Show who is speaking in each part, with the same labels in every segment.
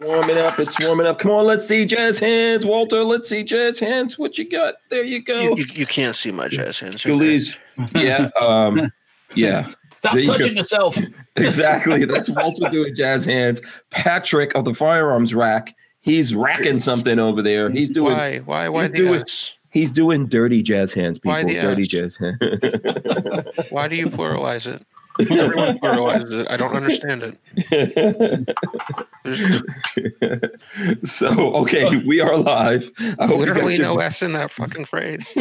Speaker 1: warming up. It's warming up. Come on, let's see jazz hands, Walter. Let's see jazz hands. What you got? There you
Speaker 2: You,
Speaker 1: go,
Speaker 2: you, you can't see my jazz hands. right
Speaker 1: Galise. Yeah, um, yeah,
Speaker 3: Stop
Speaker 1: There you go.
Speaker 3: touching yourself.
Speaker 1: exactly. That's Walter doing jazz hands. Patrick of the firearms rack. He's racking something over there. He's
Speaker 2: there.
Speaker 1: doing
Speaker 2: Why? Why? Why
Speaker 1: he's
Speaker 2: the
Speaker 1: doing-
Speaker 2: us?
Speaker 1: he's doing dirty jazz hands, people.
Speaker 2: Why the
Speaker 1: Dirty
Speaker 2: ass?
Speaker 1: jazz hands.
Speaker 2: Why do you pluralize it? Everyone pluralizes it. I don't understand it. There's
Speaker 1: so okay, we are live. I hope you Oh, got
Speaker 2: Oh. literally
Speaker 1: your-
Speaker 2: no S in that fucking phrase.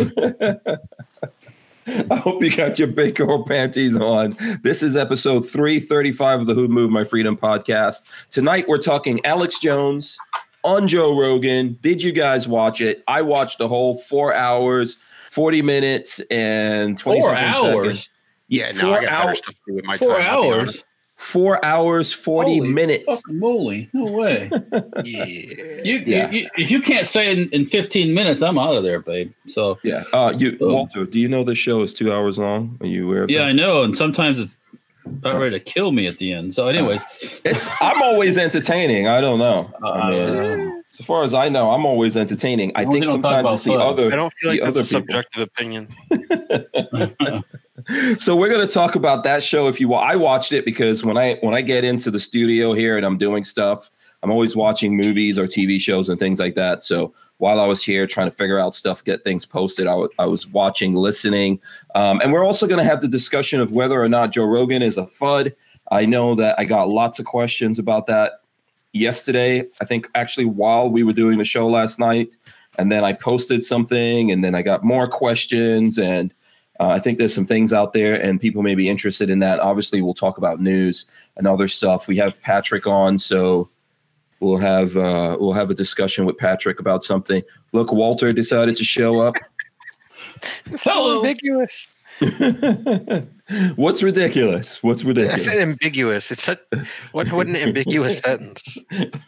Speaker 1: I hope you got your big girl panties on. This is episode 335 of the Who Moved My Freedom podcast. Tonight we're talking Alex Jones on Joe Rogan. Did you guys watch it? I watched the whole four hours, 40 minutes, and 20
Speaker 3: Four
Speaker 1: something
Speaker 3: hours.
Speaker 1: seconds.
Speaker 2: Yeah, no,
Speaker 1: Four
Speaker 2: I got better
Speaker 1: hours.
Speaker 2: stuff to do with my
Speaker 3: Four
Speaker 2: time. I'll be
Speaker 3: hours.
Speaker 1: Four hours, 40
Speaker 3: Holy
Speaker 1: minutes.
Speaker 3: Fucking moly. No way.
Speaker 2: honest. Yeah.
Speaker 3: You,
Speaker 1: Yeah.
Speaker 3: you, you, if you can't say it in, in 15 minutes, I'm out of there, babe. So,
Speaker 1: Yeah. Uh, you,
Speaker 3: Oh.
Speaker 1: Walter, do you know this show is two hours long? Are you aware of
Speaker 3: yeah,
Speaker 1: that?
Speaker 3: I know. And sometimes it's about ready to kill me at the end. So, anyways,
Speaker 1: It's I'm always entertaining. I don't know. I mean,
Speaker 3: uh,
Speaker 1: so far as I know, I'm always entertaining. I
Speaker 3: As long
Speaker 1: think
Speaker 3: as you don't talk
Speaker 1: sometimes it's the
Speaker 3: about
Speaker 1: other.
Speaker 2: I don't feel
Speaker 1: the
Speaker 2: like that's
Speaker 1: other
Speaker 2: a
Speaker 1: people.
Speaker 2: subjective opinion.
Speaker 1: so we're going to talk about that show if you want i watched it because when i when i get into the studio here and i'm doing stuff i'm always watching movies or tv shows and things like that so while i was here trying to figure out stuff get things posted I wa- I was watching listening um, and we're also going to have the discussion of whether or not joe rogan is a fud i know that i got lots of questions about that yesterday i think actually while we were doing the show last night and then i posted something and then i got more questions and uh, I think there's some things out there, and people may be interested in that. Obviously, we'll talk about news and other stuff. We have Patrick on, so we'll have uh, we'll have a discussion with Patrick about something. Look, Walter decided to show up.
Speaker 2: It's
Speaker 3: Hello.
Speaker 2: so ambiguous.
Speaker 1: What's ridiculous? What's
Speaker 2: I
Speaker 1: ridiculous?
Speaker 2: said ambiguous. It's a, what what an ambiguous sentence.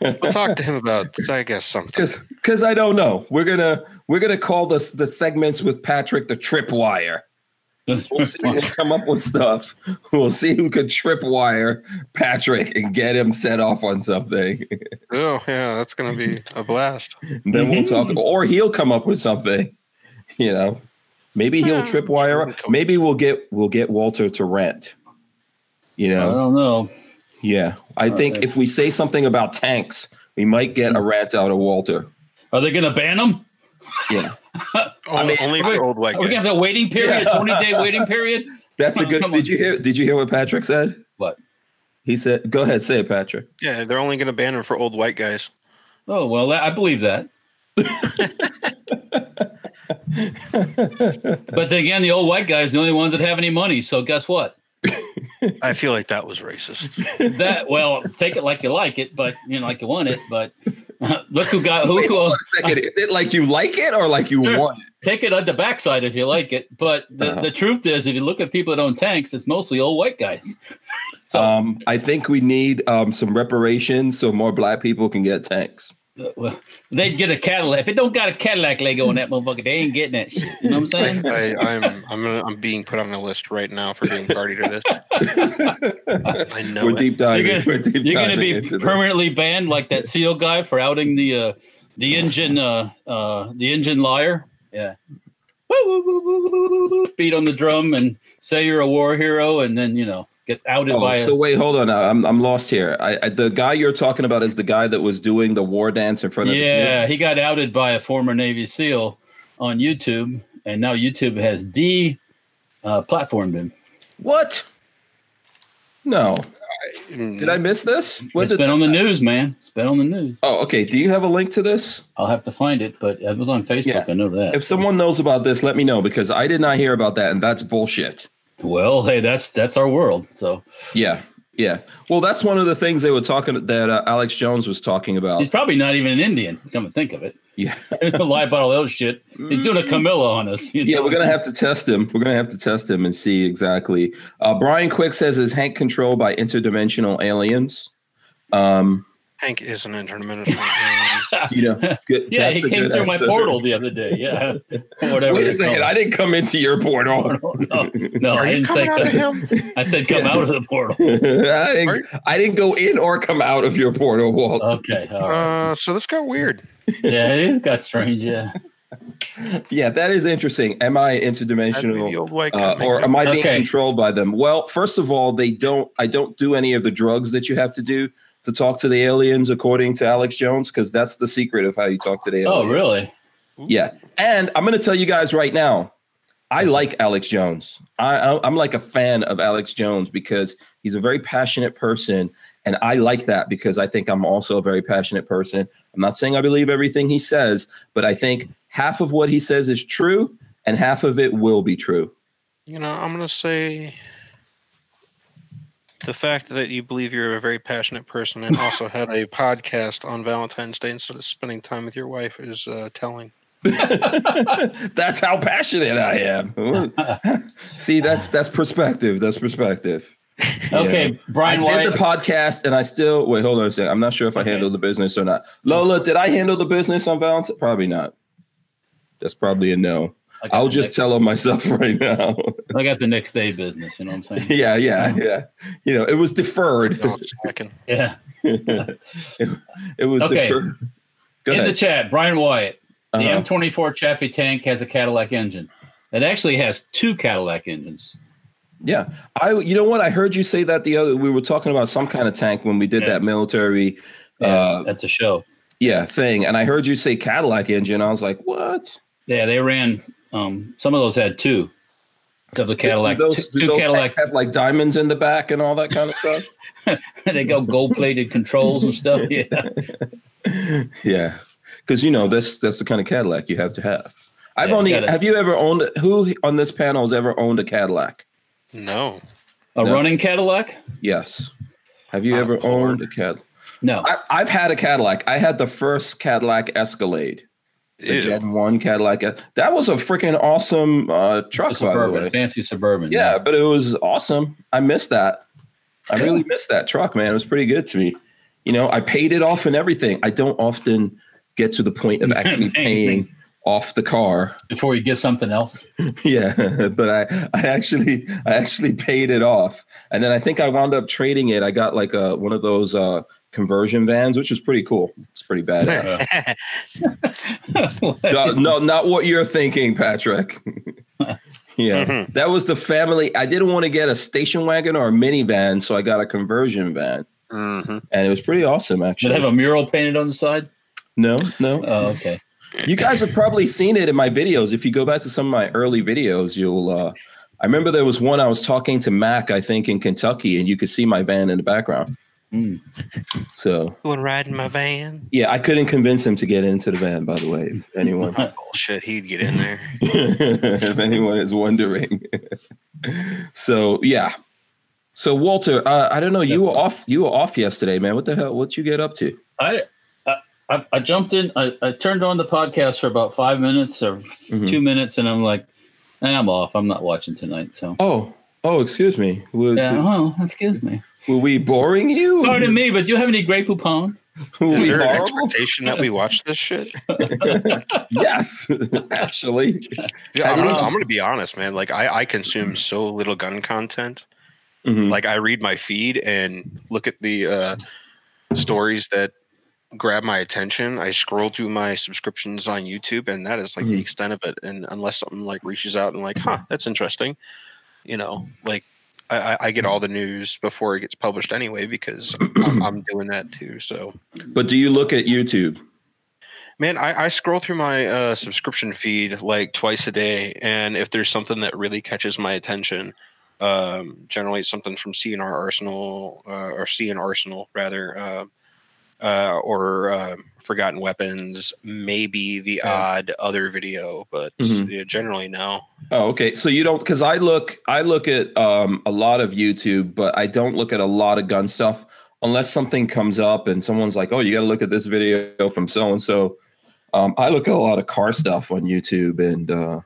Speaker 2: We'll talk to him about I guess something.
Speaker 1: Cause, cause I don't know. We're gonna we're gonna call this the segments with Patrick the tripwire. We'll see if we can come up with stuff. We'll see who could tripwire Patrick and get him set off on something.
Speaker 2: Oh yeah, that's gonna be a blast.
Speaker 1: then we'll talk
Speaker 3: Mm-hmm.
Speaker 1: or he'll come up with something you know maybe he'll
Speaker 2: Hmm.
Speaker 1: tripwire maybe we'll get we'll get walter to rent you
Speaker 3: I
Speaker 1: know
Speaker 3: don't know.
Speaker 1: yeah i think
Speaker 3: Okay.
Speaker 1: if we say something about tanks we might get a rant out of walter
Speaker 3: Are they going to ban them?
Speaker 1: yeah
Speaker 2: I
Speaker 1: mean,
Speaker 2: mean, only
Speaker 3: wait,
Speaker 2: for old white
Speaker 3: Are we going
Speaker 2: guys.
Speaker 3: to have a waiting period,
Speaker 1: Yeah.
Speaker 3: a 20 day waiting period?
Speaker 1: that's a
Speaker 3: Come
Speaker 1: good
Speaker 3: on.
Speaker 1: did you hear did you hear what patrick said
Speaker 3: What?
Speaker 1: he said go ahead say it patrick
Speaker 2: Yeah, they're only gonna ban him for old white guys.
Speaker 3: Oh, well, I believe that. but then again, the old white guys are the only ones that have any money. So, guess what?
Speaker 2: I feel like that was racist.
Speaker 3: that well take it like you like it but you know like you want it but look who got who,
Speaker 1: Wait, hold on
Speaker 3: who
Speaker 1: a second is it like you like it or like you
Speaker 3: Sure.
Speaker 1: want it
Speaker 3: take it on the backside if you like it but the,
Speaker 1: Uh-huh.
Speaker 3: the truth is if you look at people that own tanks it's mostly old white guys so
Speaker 1: um i think we need um some reparations so more black people can get tanks
Speaker 3: uh, well, they'd get a cadillac if it don't got a cadillac lego in that motherfucker they ain't getting that shit you know what i'm saying
Speaker 2: I, I'm I'm gonna, I'm being put on a list right now for being party to this. I know
Speaker 1: we're
Speaker 2: it.
Speaker 1: deep diving.
Speaker 3: You're gonna-
Speaker 1: we're deep
Speaker 3: you're gonna
Speaker 1: diving
Speaker 3: be
Speaker 1: into this.
Speaker 3: permanently banned like that seal guy for outing the uh the engine uh uh the engine liar yeah Woo, woo, woo, woo, woo, woo, woo. beat on the drum and say you're a war hero and then you know get outed
Speaker 1: Oh,
Speaker 3: by
Speaker 1: so
Speaker 3: a,
Speaker 1: wait, hold on. I- I'm I'm lost here. I, I the guy you're talking about is the guy that was doing the war dance in front of the
Speaker 3: yeah
Speaker 1: kids.
Speaker 3: he got outed by a former navy seal on youtube and now youtube has de uh platformed him
Speaker 1: What? No. Did I
Speaker 2: Mm,
Speaker 1: miss this? When
Speaker 3: it's
Speaker 1: did
Speaker 3: been
Speaker 1: this
Speaker 3: on the
Speaker 1: happen?
Speaker 3: news man it's been on the news
Speaker 1: Oh, okay. Do you have a link to this?
Speaker 3: i'll have to find it but it was on facebook
Speaker 1: Yeah.
Speaker 3: i know that
Speaker 1: If someone knows about this, let me know because I did not hear about that, and that's bullshit.
Speaker 3: well hey that's that's our world so
Speaker 1: Yeah, yeah. Well, that's one of the things they were talking that uh, Alex Jones was talking about.
Speaker 3: He's probably not even an Indian. Come and think of it.
Speaker 1: Oh. Yeah, Mm.
Speaker 3: Lie about all the other shit. He's doing a Camilla on us. you
Speaker 1: Yeah,
Speaker 3: know?
Speaker 1: we're gonna have to test him. We're gonna have to test him and see exactly. Uh, Brian Quick says, "Is Hank controlled by interdimensional aliens?" Um,
Speaker 2: Hank is an intern administrator. Um,
Speaker 1: You know, good,
Speaker 3: yeah,
Speaker 1: that's
Speaker 3: he
Speaker 1: a
Speaker 3: came
Speaker 1: good
Speaker 3: through my
Speaker 1: answer.
Speaker 3: portal the other day. Yeah, whatever.
Speaker 1: Wait a
Speaker 3: they
Speaker 1: second,
Speaker 3: call
Speaker 1: I
Speaker 3: it.
Speaker 1: didn't come into your portal.
Speaker 3: no, no,
Speaker 2: Are
Speaker 3: I
Speaker 2: you
Speaker 3: didn't say.
Speaker 2: coming out of
Speaker 3: Come,
Speaker 2: him?
Speaker 3: I said come out of the portal.
Speaker 1: I didn't, I didn't go in or come out of your portal, Walt.
Speaker 3: Okay, all right.
Speaker 2: Uh, so this got weird.
Speaker 3: yeah, it is got strange. Yeah.
Speaker 1: yeah, that is interesting. Am I
Speaker 2: I'd be the
Speaker 1: interdimensional?
Speaker 2: old white guy
Speaker 1: Uh, or
Speaker 2: making-
Speaker 1: am I being
Speaker 3: Okay.
Speaker 1: controlled by them? Well, first of all, they don't. I don't do any of the drugs that you have to do to talk to the aliens, according to Alex Jones, because that's the secret of how you talk to the aliens.
Speaker 3: Oh, really?
Speaker 1: Yeah, and I'm going to tell you guys right now. I like Alex Jones. I, I- I'm like a fan of Alex Jones because he's a very passionate person, and I like that because I think I'm also a very passionate person. I'm not saying I believe everything he says, but I think half of what he says is true, and half of it will be true.
Speaker 2: You know, I'm gonna say the fact that you believe you're a very passionate person and also had a podcast on Valentine's Day instead of spending time with your wife is uh, telling.
Speaker 1: that's how passionate I am. See, that's that's perspective. That's perspective.
Speaker 3: Okay, Brian
Speaker 1: I
Speaker 3: White.
Speaker 1: did the podcast and I still wait. Hold on a second. I'm not sure if I
Speaker 3: Okay.
Speaker 1: handled the business or not. Lola, did I handle the business on Valentine? Probably not. That's probably a no.
Speaker 3: I got
Speaker 1: I'll
Speaker 3: the
Speaker 1: just
Speaker 3: next-
Speaker 1: tell on myself right now.
Speaker 3: I got the next day business. You know what I'm saying?
Speaker 1: yeah, yeah, yeah. You know, it was deferred.
Speaker 2: No, it's lacking.
Speaker 3: Yeah.
Speaker 1: it, it was
Speaker 3: Okay.
Speaker 1: deferred. Go
Speaker 3: In the
Speaker 1: ahead.
Speaker 3: chat, Brian Wyatt. The
Speaker 1: Uh-huh.
Speaker 3: M24 Chaffee tank has a Cadillac engine. It actually has two Cadillac engines.
Speaker 1: Yeah, I. You know what? I heard you say that the other. We were talking about some kind of tank when we did
Speaker 3: Yeah.
Speaker 1: that military,
Speaker 3: Yeah,
Speaker 1: uh,
Speaker 3: that's a show.
Speaker 1: yeah, thing, and I heard you say Cadillac engine. I was like, what?
Speaker 3: Yeah, they ran. Um, some of those had two of the Cadillac.
Speaker 1: Do those, do
Speaker 3: two two
Speaker 1: those
Speaker 3: Cadillac.
Speaker 1: tanks have like diamonds in the back and all that kind of stuff?
Speaker 3: they go gold plated controls and stuff. Yeah.
Speaker 1: yeah, because you know that's that's the kind of Cadillac you have to have. I've
Speaker 3: Yeah, you
Speaker 1: only.
Speaker 3: gotta-
Speaker 1: have you ever owned? Who on this panel has ever owned a Cadillac?
Speaker 2: No.
Speaker 3: A
Speaker 1: No.
Speaker 3: running Cadillac?
Speaker 1: Yes. Have you
Speaker 2: Oh,
Speaker 1: ever
Speaker 2: Lord.
Speaker 1: owned a Cadillac?
Speaker 3: No.
Speaker 1: I, I've had a Cadillac. I had the first Cadillac Escalade. the
Speaker 2: Ew.
Speaker 1: Gen One Cadillac. That was a freaking awesome uh,
Speaker 3: A
Speaker 1: truck, by the
Speaker 3: suburban,
Speaker 1: way.
Speaker 3: fancy suburban.
Speaker 1: Yeah, but it was awesome. I missed that. I
Speaker 3: Yeah.
Speaker 1: really missed that truck, man. It was pretty good to me. You know, I paid it off and everything. I don't often get to the point of actually paying off the car.
Speaker 3: Before you get something else.
Speaker 1: Yeah, but I, I actually I actually paid it off, and then I think I wound up trading it. I got like a one of those uh, conversion vans, which was pretty cool. It's pretty bad. no, no, not what you're thinking, Patrick. yeah,
Speaker 3: Mm-hmm.
Speaker 2: Mhm.
Speaker 1: that was the family. I didn't want to get a station wagon or a minivan, so I got a conversion van,
Speaker 2: Mhm.
Speaker 1: and it was pretty awesome,
Speaker 3: Should
Speaker 1: actually.
Speaker 3: have a mural painted on the side?
Speaker 1: no, no,
Speaker 3: Oh, okay.
Speaker 1: you guys have probably seen it in my videos. If you go back to some of my early videos, you'll. Uh, I remember there was one I was talking to Mac, I think, in Kentucky, and you could see my van in the background.
Speaker 3: Mm.
Speaker 1: So
Speaker 2: Going riding my van.
Speaker 1: yeah, I couldn't convince him to get into the van. By the way, if anyone.
Speaker 2: Bullshit, he'd get in there.
Speaker 1: if anyone is wondering. so yeah. So Walter, uh, I don't know. You were off. You were off yesterday, man. What the hell? What you get up to?
Speaker 3: I, I- I I jumped in. I, I turned on the podcast for about five minutes or
Speaker 2: Mm-hmm.
Speaker 1: Mhm.
Speaker 3: two minutes, and I'm like, "Eh, I'm off. I'm not watching tonight. So
Speaker 1: Oh, oh, excuse me. Were,
Speaker 3: yeah. Oh, excuse me.
Speaker 1: were we boring you?
Speaker 3: Pardon me, but do you have any Grey Poupon?
Speaker 1: Were
Speaker 2: Is
Speaker 1: we
Speaker 2: there an
Speaker 1: horrible?
Speaker 2: expectation that we watch this shit?
Speaker 1: Yes, actually.
Speaker 2: Yeah,
Speaker 1: At
Speaker 2: I'm,
Speaker 1: least-
Speaker 2: I'm gonna be honest, man. Like I, I consume so little gun content.
Speaker 1: Mhm.
Speaker 2: like i read my feed and look at the uh, stories that grab my attention i scroll through my subscriptions on youtube and that is like the
Speaker 1: Mhm.
Speaker 2: extent of it and unless something like reaches out and like huh that's interesting you know like I, I- I get all the news before it gets published anyway because I'm, I'm doing that too. So,
Speaker 1: But do you look at YouTube?
Speaker 2: man, I, I scroll through my uh, subscription feed like twice a day, and if there's something that really catches my attention, um, generally it's something from CNR Arsenal uh, or CN Arsenal rather, uh, uh, or uh, Forgotten Weapons, maybe the
Speaker 3: Yeah.
Speaker 2: odd other video, but
Speaker 1: Mhm.
Speaker 2: yeah, generally no.
Speaker 1: Oh, okay. So you don't because I look I look at um, a lot of YouTube, but I don't look at a lot of gun stuff unless something comes up and someone's like, "Oh, you got to look at this video from so and so." Um, I look at a lot of car stuff on YouTube, and uh,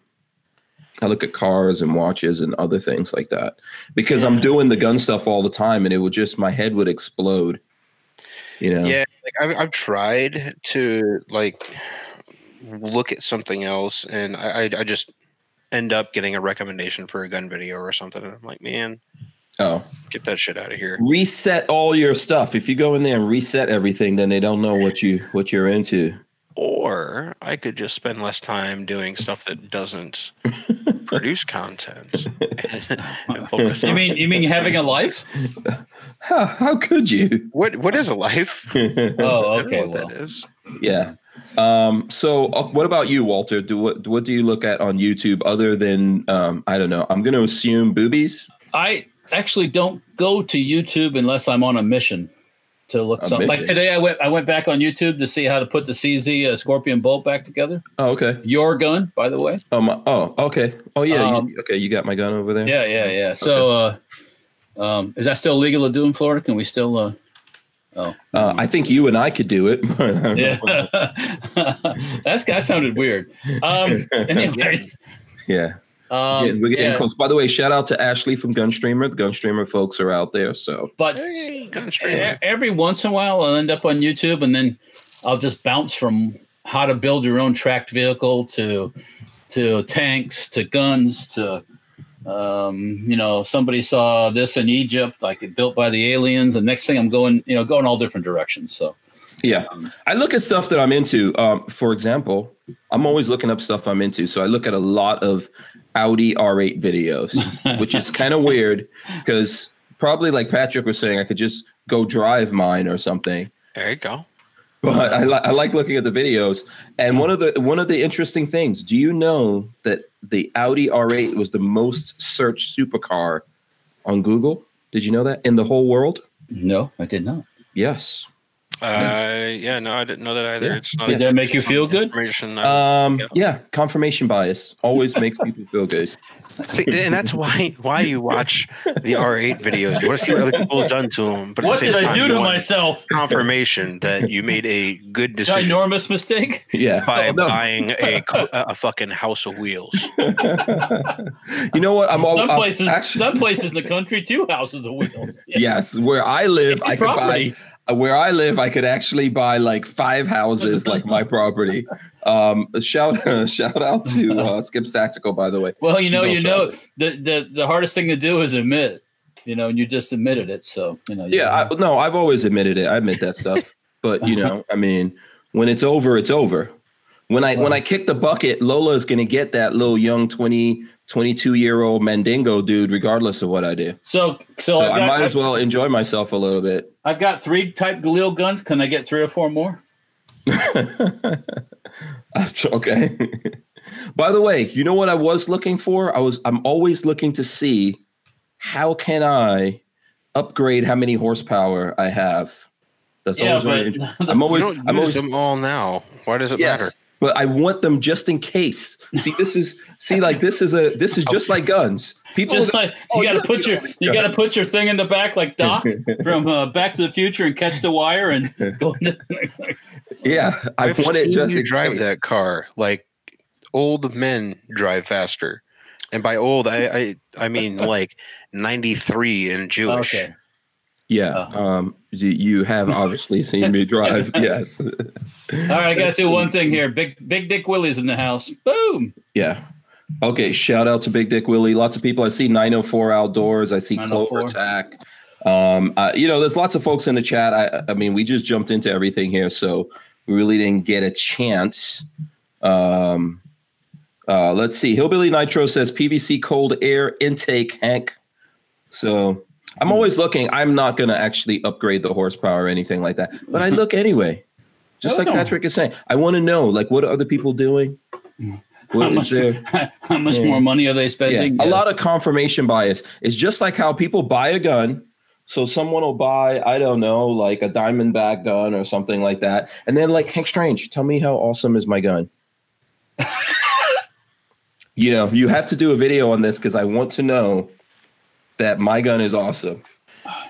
Speaker 1: I look at cars and watches and other things like that because I'm doing the gun stuff all the time, and it would just my head would explode. You know,
Speaker 2: yeah like I've, I've tried to like look at something else and I, I I just end up getting a recommendation for a gun video or something and i'm like man
Speaker 1: oh,
Speaker 2: get that shit out of here
Speaker 1: reset all your stuff. If you go in there and reset everything, then they don't know what you what you're into.
Speaker 2: or i could just spend less time doing stuff that doesn't produce content and focus
Speaker 3: You
Speaker 2: on-
Speaker 3: mean you mean having a life?
Speaker 1: How, how could you?
Speaker 2: what what is a life
Speaker 3: Oh,
Speaker 2: I don't know
Speaker 3: okay.
Speaker 2: what that
Speaker 3: Well,
Speaker 2: is.
Speaker 1: Yeah. Um, so, uh, what about you, Walter? Do what? What do you look at on YouTube other than um, I don't know? I'm going to assume boobies.
Speaker 3: I actually don't go to YouTube unless I'm on a mission to look
Speaker 1: A
Speaker 3: something. Like
Speaker 1: mission.
Speaker 3: today, I went I went back on YouTube to see how to put the CZ uh, Scorpion bolt back together.
Speaker 1: Oh, okay.
Speaker 3: Your gun, by the way.
Speaker 1: Oh, my, oh, okay. Oh, yeah. you-
Speaker 3: Um,
Speaker 1: okay, you got my gun over there.
Speaker 3: Yeah, yeah, yeah. So, uh, um, is that still legal to do in Florida? Can we still? Uh, oh,
Speaker 1: Uh, I think you and I could do it. but I don't
Speaker 3: yeah.
Speaker 1: know.
Speaker 3: That's that sounded weird. Um, anyways,
Speaker 1: yeah.
Speaker 3: um,
Speaker 1: Yeah, we're getting
Speaker 3: yeah,
Speaker 1: close. By the way, shout out to Ashley from Gunstreamer. The Gunstreamer folks are out there. So
Speaker 3: but
Speaker 2: Hey, gun
Speaker 3: e-
Speaker 2: streamer.
Speaker 3: every once in a while, I'll end up on YouTube, and then I'll just bounce from how to build your own tracked vehicle to to tanks to guns to um, you know somebody saw this in Egypt, like it built by the aliens, and next thing I'm going you know going all different directions. So.
Speaker 1: Yeah. I look at stuff that I'm into. Um, for example, I'm always looking up stuff I'm into. So I look at a lot of Audi R8 videos, which is kind of weird because probably like Patrick was saying, I could just go drive mine or something.
Speaker 2: there you go
Speaker 1: But I, li- I like looking at the videos. And one of the one of the interesting things, do you know that the Audi R8 was the most searched supercar on Google? Did you know that in the whole world?
Speaker 3: No, I did not.
Speaker 1: Yes.
Speaker 2: uh, yeah no i didn't know that either
Speaker 1: Yeah.
Speaker 2: it's not
Speaker 3: Did that make you feel good? Uh,
Speaker 2: information I-
Speaker 1: Um,
Speaker 2: Yeah.
Speaker 1: yeah, confirmation bias always makes people feel good.
Speaker 2: See, and that's why why you watch the R8 videos. You want to see what other people have done to them. But at
Speaker 3: What
Speaker 2: the same
Speaker 3: did I
Speaker 2: time,
Speaker 3: do
Speaker 2: you
Speaker 3: to
Speaker 2: want
Speaker 3: myself?
Speaker 2: Confirmation that you made a good decision
Speaker 3: Ginormous mistake.
Speaker 1: Yeah.
Speaker 2: by
Speaker 1: No.
Speaker 2: buying a co- a fucking house of wheels.
Speaker 1: You know what?
Speaker 2: Oh,
Speaker 1: I'm all
Speaker 3: Some
Speaker 2: uh,
Speaker 1: I'm
Speaker 3: places,
Speaker 1: actually-
Speaker 3: some places in the country, two houses of wheels. Yeah.
Speaker 1: Yes, where I live, I could
Speaker 3: property.
Speaker 1: buy. uh, Where I live, I could actually buy like five houses, like my property. Um, shout shout out to uh, Skip's Tactical, by the way.
Speaker 3: Well, you know,
Speaker 1: He's also
Speaker 3: you know, the, the the hardest thing to do is admit. You know, and you just admitted it. So you know. you-
Speaker 1: Yeah, I, no, I've always admitted it. I admit that stuff. But you know, I mean, when it's over, it's over. When I when I kick the bucket, Lola is gonna get that little young 20, 22 year old Mandingo dude, regardless of what I do.
Speaker 3: so so,
Speaker 1: So,
Speaker 3: I've, got,
Speaker 1: I might
Speaker 3: I've,
Speaker 1: as well enjoy myself a little bit.
Speaker 3: I've got three type Galil guns. Can I get three or four more?
Speaker 1: okay. By the way, you know what I was looking for? I was I'm always looking to see how can I upgrade how many horsepower I have. That's
Speaker 3: Yeah,
Speaker 1: always very
Speaker 3: but-
Speaker 1: interesting. I'm always
Speaker 2: you don't
Speaker 1: I'm
Speaker 2: use
Speaker 1: always
Speaker 2: them all now. Why does it matter?
Speaker 1: But I want them just in case. See, this is see, like this is a this is just like guns. People
Speaker 3: Just like you
Speaker 1: yeah,
Speaker 3: got to put your you got to put your thing in the back like Doc from uh, Back to the Future and catch the wire and go.
Speaker 1: yeah. I
Speaker 2: I've
Speaker 1: want it
Speaker 2: seen
Speaker 1: just
Speaker 2: you
Speaker 1: in
Speaker 2: drive
Speaker 1: case.
Speaker 2: that car like old men drive faster. And by old, I I, I mean like 93 and Jewish.
Speaker 3: okay.
Speaker 1: Yeah.
Speaker 3: Uh-huh.
Speaker 1: Um. You, you have obviously seen me drive. yes.
Speaker 3: All right, I gotta do one thing here. Big Big Dick Willie's in the house. Boom.
Speaker 1: Yeah. Okay. Shout out to Big Dick Willie. Lots of people. I see 904 outdoors. I see Clover
Speaker 3: 904.
Speaker 1: Attack. Um, uh, you know, there's lots of folks in the chat. I, I mean, we just jumped into everything here, so we really didn't get a chance. Um, uh, let's see. Hillbilly Nitro says PVC cold air intake, Hank. So
Speaker 3: Hmm.
Speaker 1: I'm always looking. I'm not going to actually upgrade the horsepower or anything like that, but I look anyway. Just
Speaker 3: Oh,
Speaker 1: like
Speaker 3: no.
Speaker 1: Patrick is saying, I want to know, like, what are other people doing? What is there?
Speaker 3: How much
Speaker 1: Yeah.
Speaker 3: more money are they
Speaker 1: Yeah,
Speaker 3: spending?
Speaker 1: a lot of confirmation bias. It's just like how people buy a gun. So someone will buy, I don't know, like a Diamondback gun or something like that, and then like Hank Strange, tell me how awesome is my gun. you know, you have to do a video on this because I want to know that my gun is awesome.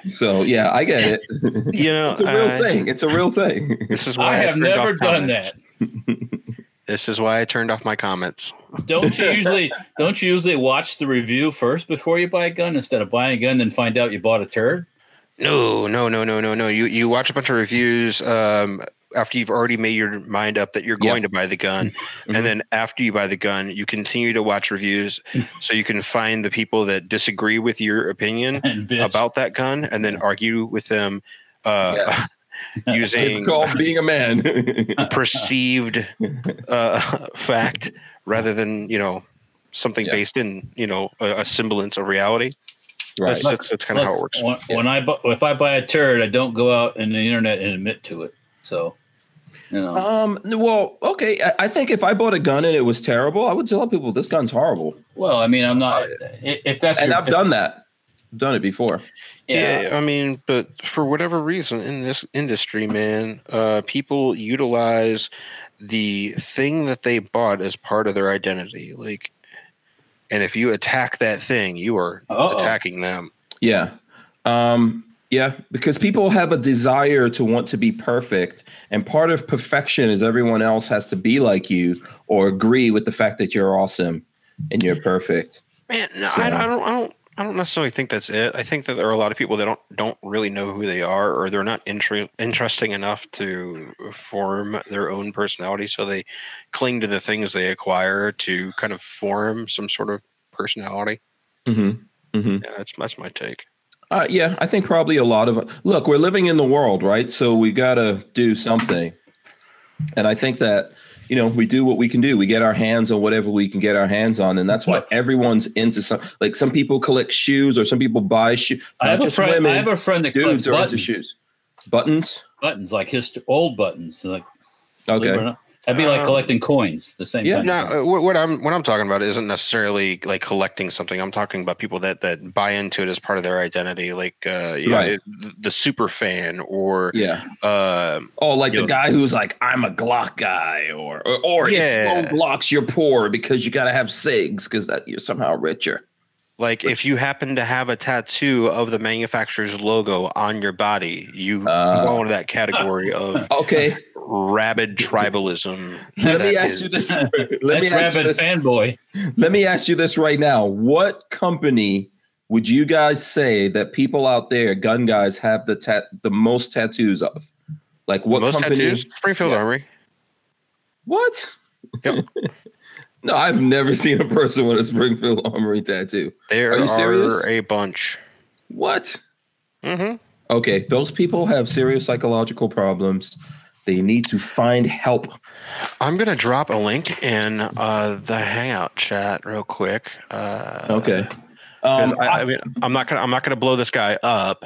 Speaker 1: So yeah, I get it.
Speaker 2: You know,
Speaker 1: it's a real
Speaker 2: I-
Speaker 1: thing. It's a real thing.
Speaker 2: This is why
Speaker 3: I have
Speaker 2: turned
Speaker 3: never
Speaker 2: off
Speaker 3: done
Speaker 2: comments.
Speaker 3: that.
Speaker 2: This is why I turned off my comments.
Speaker 3: Don't you usually don't you usually watch the review first before you buy a gun instead of buying a gun then find out you bought a turd?
Speaker 2: No, no, no, no, no, no. You you watch a bunch of reviews um, after you've already made your mind up that you're
Speaker 1: Yeah.
Speaker 2: going to buy the gun,
Speaker 1: Mhm.
Speaker 2: and then after you buy the gun, you continue to watch reviews so you can find the people that disagree with your opinion
Speaker 3: And bitch.
Speaker 2: about that gun, and then argue with them uh,
Speaker 1: Yes.
Speaker 2: using
Speaker 1: It's called being a man.
Speaker 2: perceived uh, fact rather than you know something
Speaker 1: Yeah.
Speaker 2: based in you know a, a semblance of reality. That's, that's, that's kind of how it works.
Speaker 3: When, when I bu- if I buy a turd, I don't go out in the internet and admit to it. So, you know,
Speaker 1: Um. Well, okay. I, I think if I bought a gun and it was terrible, I would tell people this gun's horrible.
Speaker 3: well, I mean, I'm not.
Speaker 2: Oh,
Speaker 3: i- If that's
Speaker 1: And
Speaker 3: your-
Speaker 1: I've done that. I've done it before.
Speaker 2: Yeah. I mean, but for whatever reason in this industry, man, uh, people utilize the thing that they bought as part of their identity. Like, and if you attack that thing, you are
Speaker 3: Uh-oh.
Speaker 2: attacking them.
Speaker 1: Yeah. Um. Yeah, because people have a desire to want to be perfect, and part of perfection is everyone else has to be like you or agree with the fact that you're awesome and you're perfect.
Speaker 2: Man, no,
Speaker 1: So-
Speaker 2: I, I don't, I don't, I don't necessarily think that's it. I think that there are a lot of people that don't don't really know who they are, or they're not intre- interesting enough to form their own personality. So they cling to the things they acquire to kind of form some sort of personality.
Speaker 1: Mm-hmm. Mm-hmm.
Speaker 2: Yeah, that's that's my take.
Speaker 1: Uh, yeah, I think probably a lot of look. We're living in the world, right? So we got to do something, and I think that you know we do what we can do. We get our hands on whatever we can get our hands on, and that's why
Speaker 3: What?
Speaker 1: everyone's into some. Like some people collect shoes, or some people buy shoes.
Speaker 3: I have, a
Speaker 1: just
Speaker 3: friend,
Speaker 1: women,
Speaker 3: I have a friend that collects
Speaker 1: dudes are into
Speaker 3: buttons,
Speaker 1: shoes. Buttons.
Speaker 3: buttons like his old buttons. Like believe it or
Speaker 1: Okay.
Speaker 3: not. that'd be like
Speaker 2: Um,
Speaker 3: collecting coins. The same.
Speaker 1: yeah.
Speaker 3: thing.
Speaker 2: No, uh, what, what I'm what I'm talking about isn't necessarily like collecting something. I'm talking about people that that buy into it as part of their identity, like uh, you know,
Speaker 1: Right.
Speaker 2: it- the super fan or
Speaker 1: Yeah.
Speaker 2: uh,
Speaker 1: Oh, like
Speaker 2: Yeah.
Speaker 1: the guy who's like, I'm a Glock guy, or or, or
Speaker 2: Yeah.
Speaker 1: if you own Glocks, you're poor because you got to have SIGs because that you're somehow richer.
Speaker 2: like if you happen to have a tattoo of the manufacturer's logo on your body, you
Speaker 1: Uh.
Speaker 2: fall into that category of
Speaker 1: Okay.
Speaker 2: rabid tribalism.
Speaker 1: Let me ask
Speaker 2: that is-
Speaker 1: you this. Let
Speaker 3: That's
Speaker 1: me ask you
Speaker 3: rabid
Speaker 1: this.
Speaker 3: fanboy.
Speaker 1: Let me ask you this right now. What company would you guys say that people out there, gun guys, have the tat the most tattoos of? Like what
Speaker 2: most
Speaker 1: company?
Speaker 2: tattoos? Springfield
Speaker 1: Yeah.
Speaker 2: Armory.
Speaker 1: What?
Speaker 2: Yep.
Speaker 1: no, I've never seen a person with a Springfield Armory tattoo.
Speaker 2: There
Speaker 1: you
Speaker 2: are,
Speaker 1: serious?
Speaker 2: a bunch.
Speaker 1: What?
Speaker 2: hmm
Speaker 1: Okay, those people have serious psychological problems. They need to find help.
Speaker 2: I'm gonna drop a link in uh, the Hangout chat real quick. Uh,
Speaker 1: Okay.
Speaker 2: 'cause
Speaker 1: Um,
Speaker 2: I, I mean, I'm not gonna I'm not gonna blow this guy up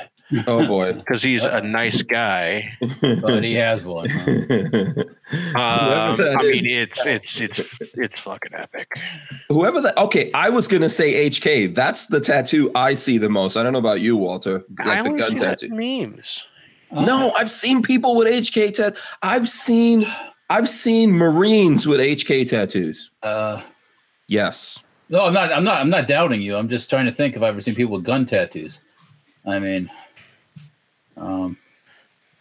Speaker 1: oh boy.
Speaker 2: because he's a nice guy.
Speaker 3: But he has one. huh?
Speaker 2: Um,
Speaker 1: that
Speaker 2: I
Speaker 1: is.
Speaker 2: mean, it's it's it's it's fucking epic.
Speaker 1: Whoever that okay, I was gonna say HK. That's the tattoo I see the most. I don't know about you, Walter.
Speaker 2: I
Speaker 1: Like the
Speaker 2: only
Speaker 1: gun
Speaker 2: see that in
Speaker 1: tattoo.
Speaker 2: memes.
Speaker 1: No, I've seen people with HK tat. I've seen I've seen Marines with HK tattoos.
Speaker 3: Uh,
Speaker 1: Yes.
Speaker 3: no, I'm not. I'm not. I'm not doubting you. I'm just trying to think if I've ever seen people with gun tattoos. I mean, um,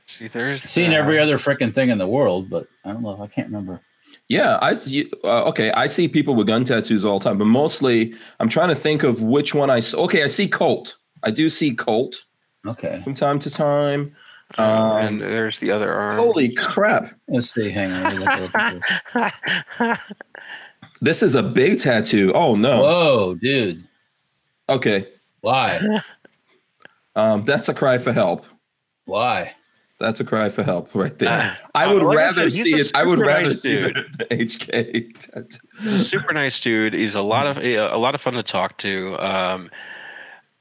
Speaker 2: See, there's
Speaker 3: seen
Speaker 2: that.
Speaker 3: every other freaking thing in the world, but I don't know. I can't remember.
Speaker 1: Yeah, I see. Uh, okay, I see people with gun tattoos all the time, but mostly I'm trying to think of which one I s- Okay, I see Colt. I do see Colt
Speaker 3: Okay,
Speaker 1: from time to time. Um,
Speaker 2: Um, and there's the other arm.
Speaker 1: holy crap!
Speaker 3: let's see. Hang on. let me look at this.
Speaker 1: This is a big tattoo. Oh no.
Speaker 3: Whoa, dude!
Speaker 1: Okay,
Speaker 3: Why?
Speaker 1: um, that's a cry for help.
Speaker 3: Why?
Speaker 1: That's a cry for help right there.
Speaker 2: Ah.
Speaker 1: I would
Speaker 2: Uh, like I
Speaker 1: rather
Speaker 2: said, he's
Speaker 1: see
Speaker 2: a
Speaker 1: it. I would
Speaker 2: super
Speaker 1: rather
Speaker 2: nice
Speaker 1: see the,
Speaker 2: dude.
Speaker 1: the HK tattoo.
Speaker 2: super nice dude. He's a lot of eh, a lot of fun to talk to. Um,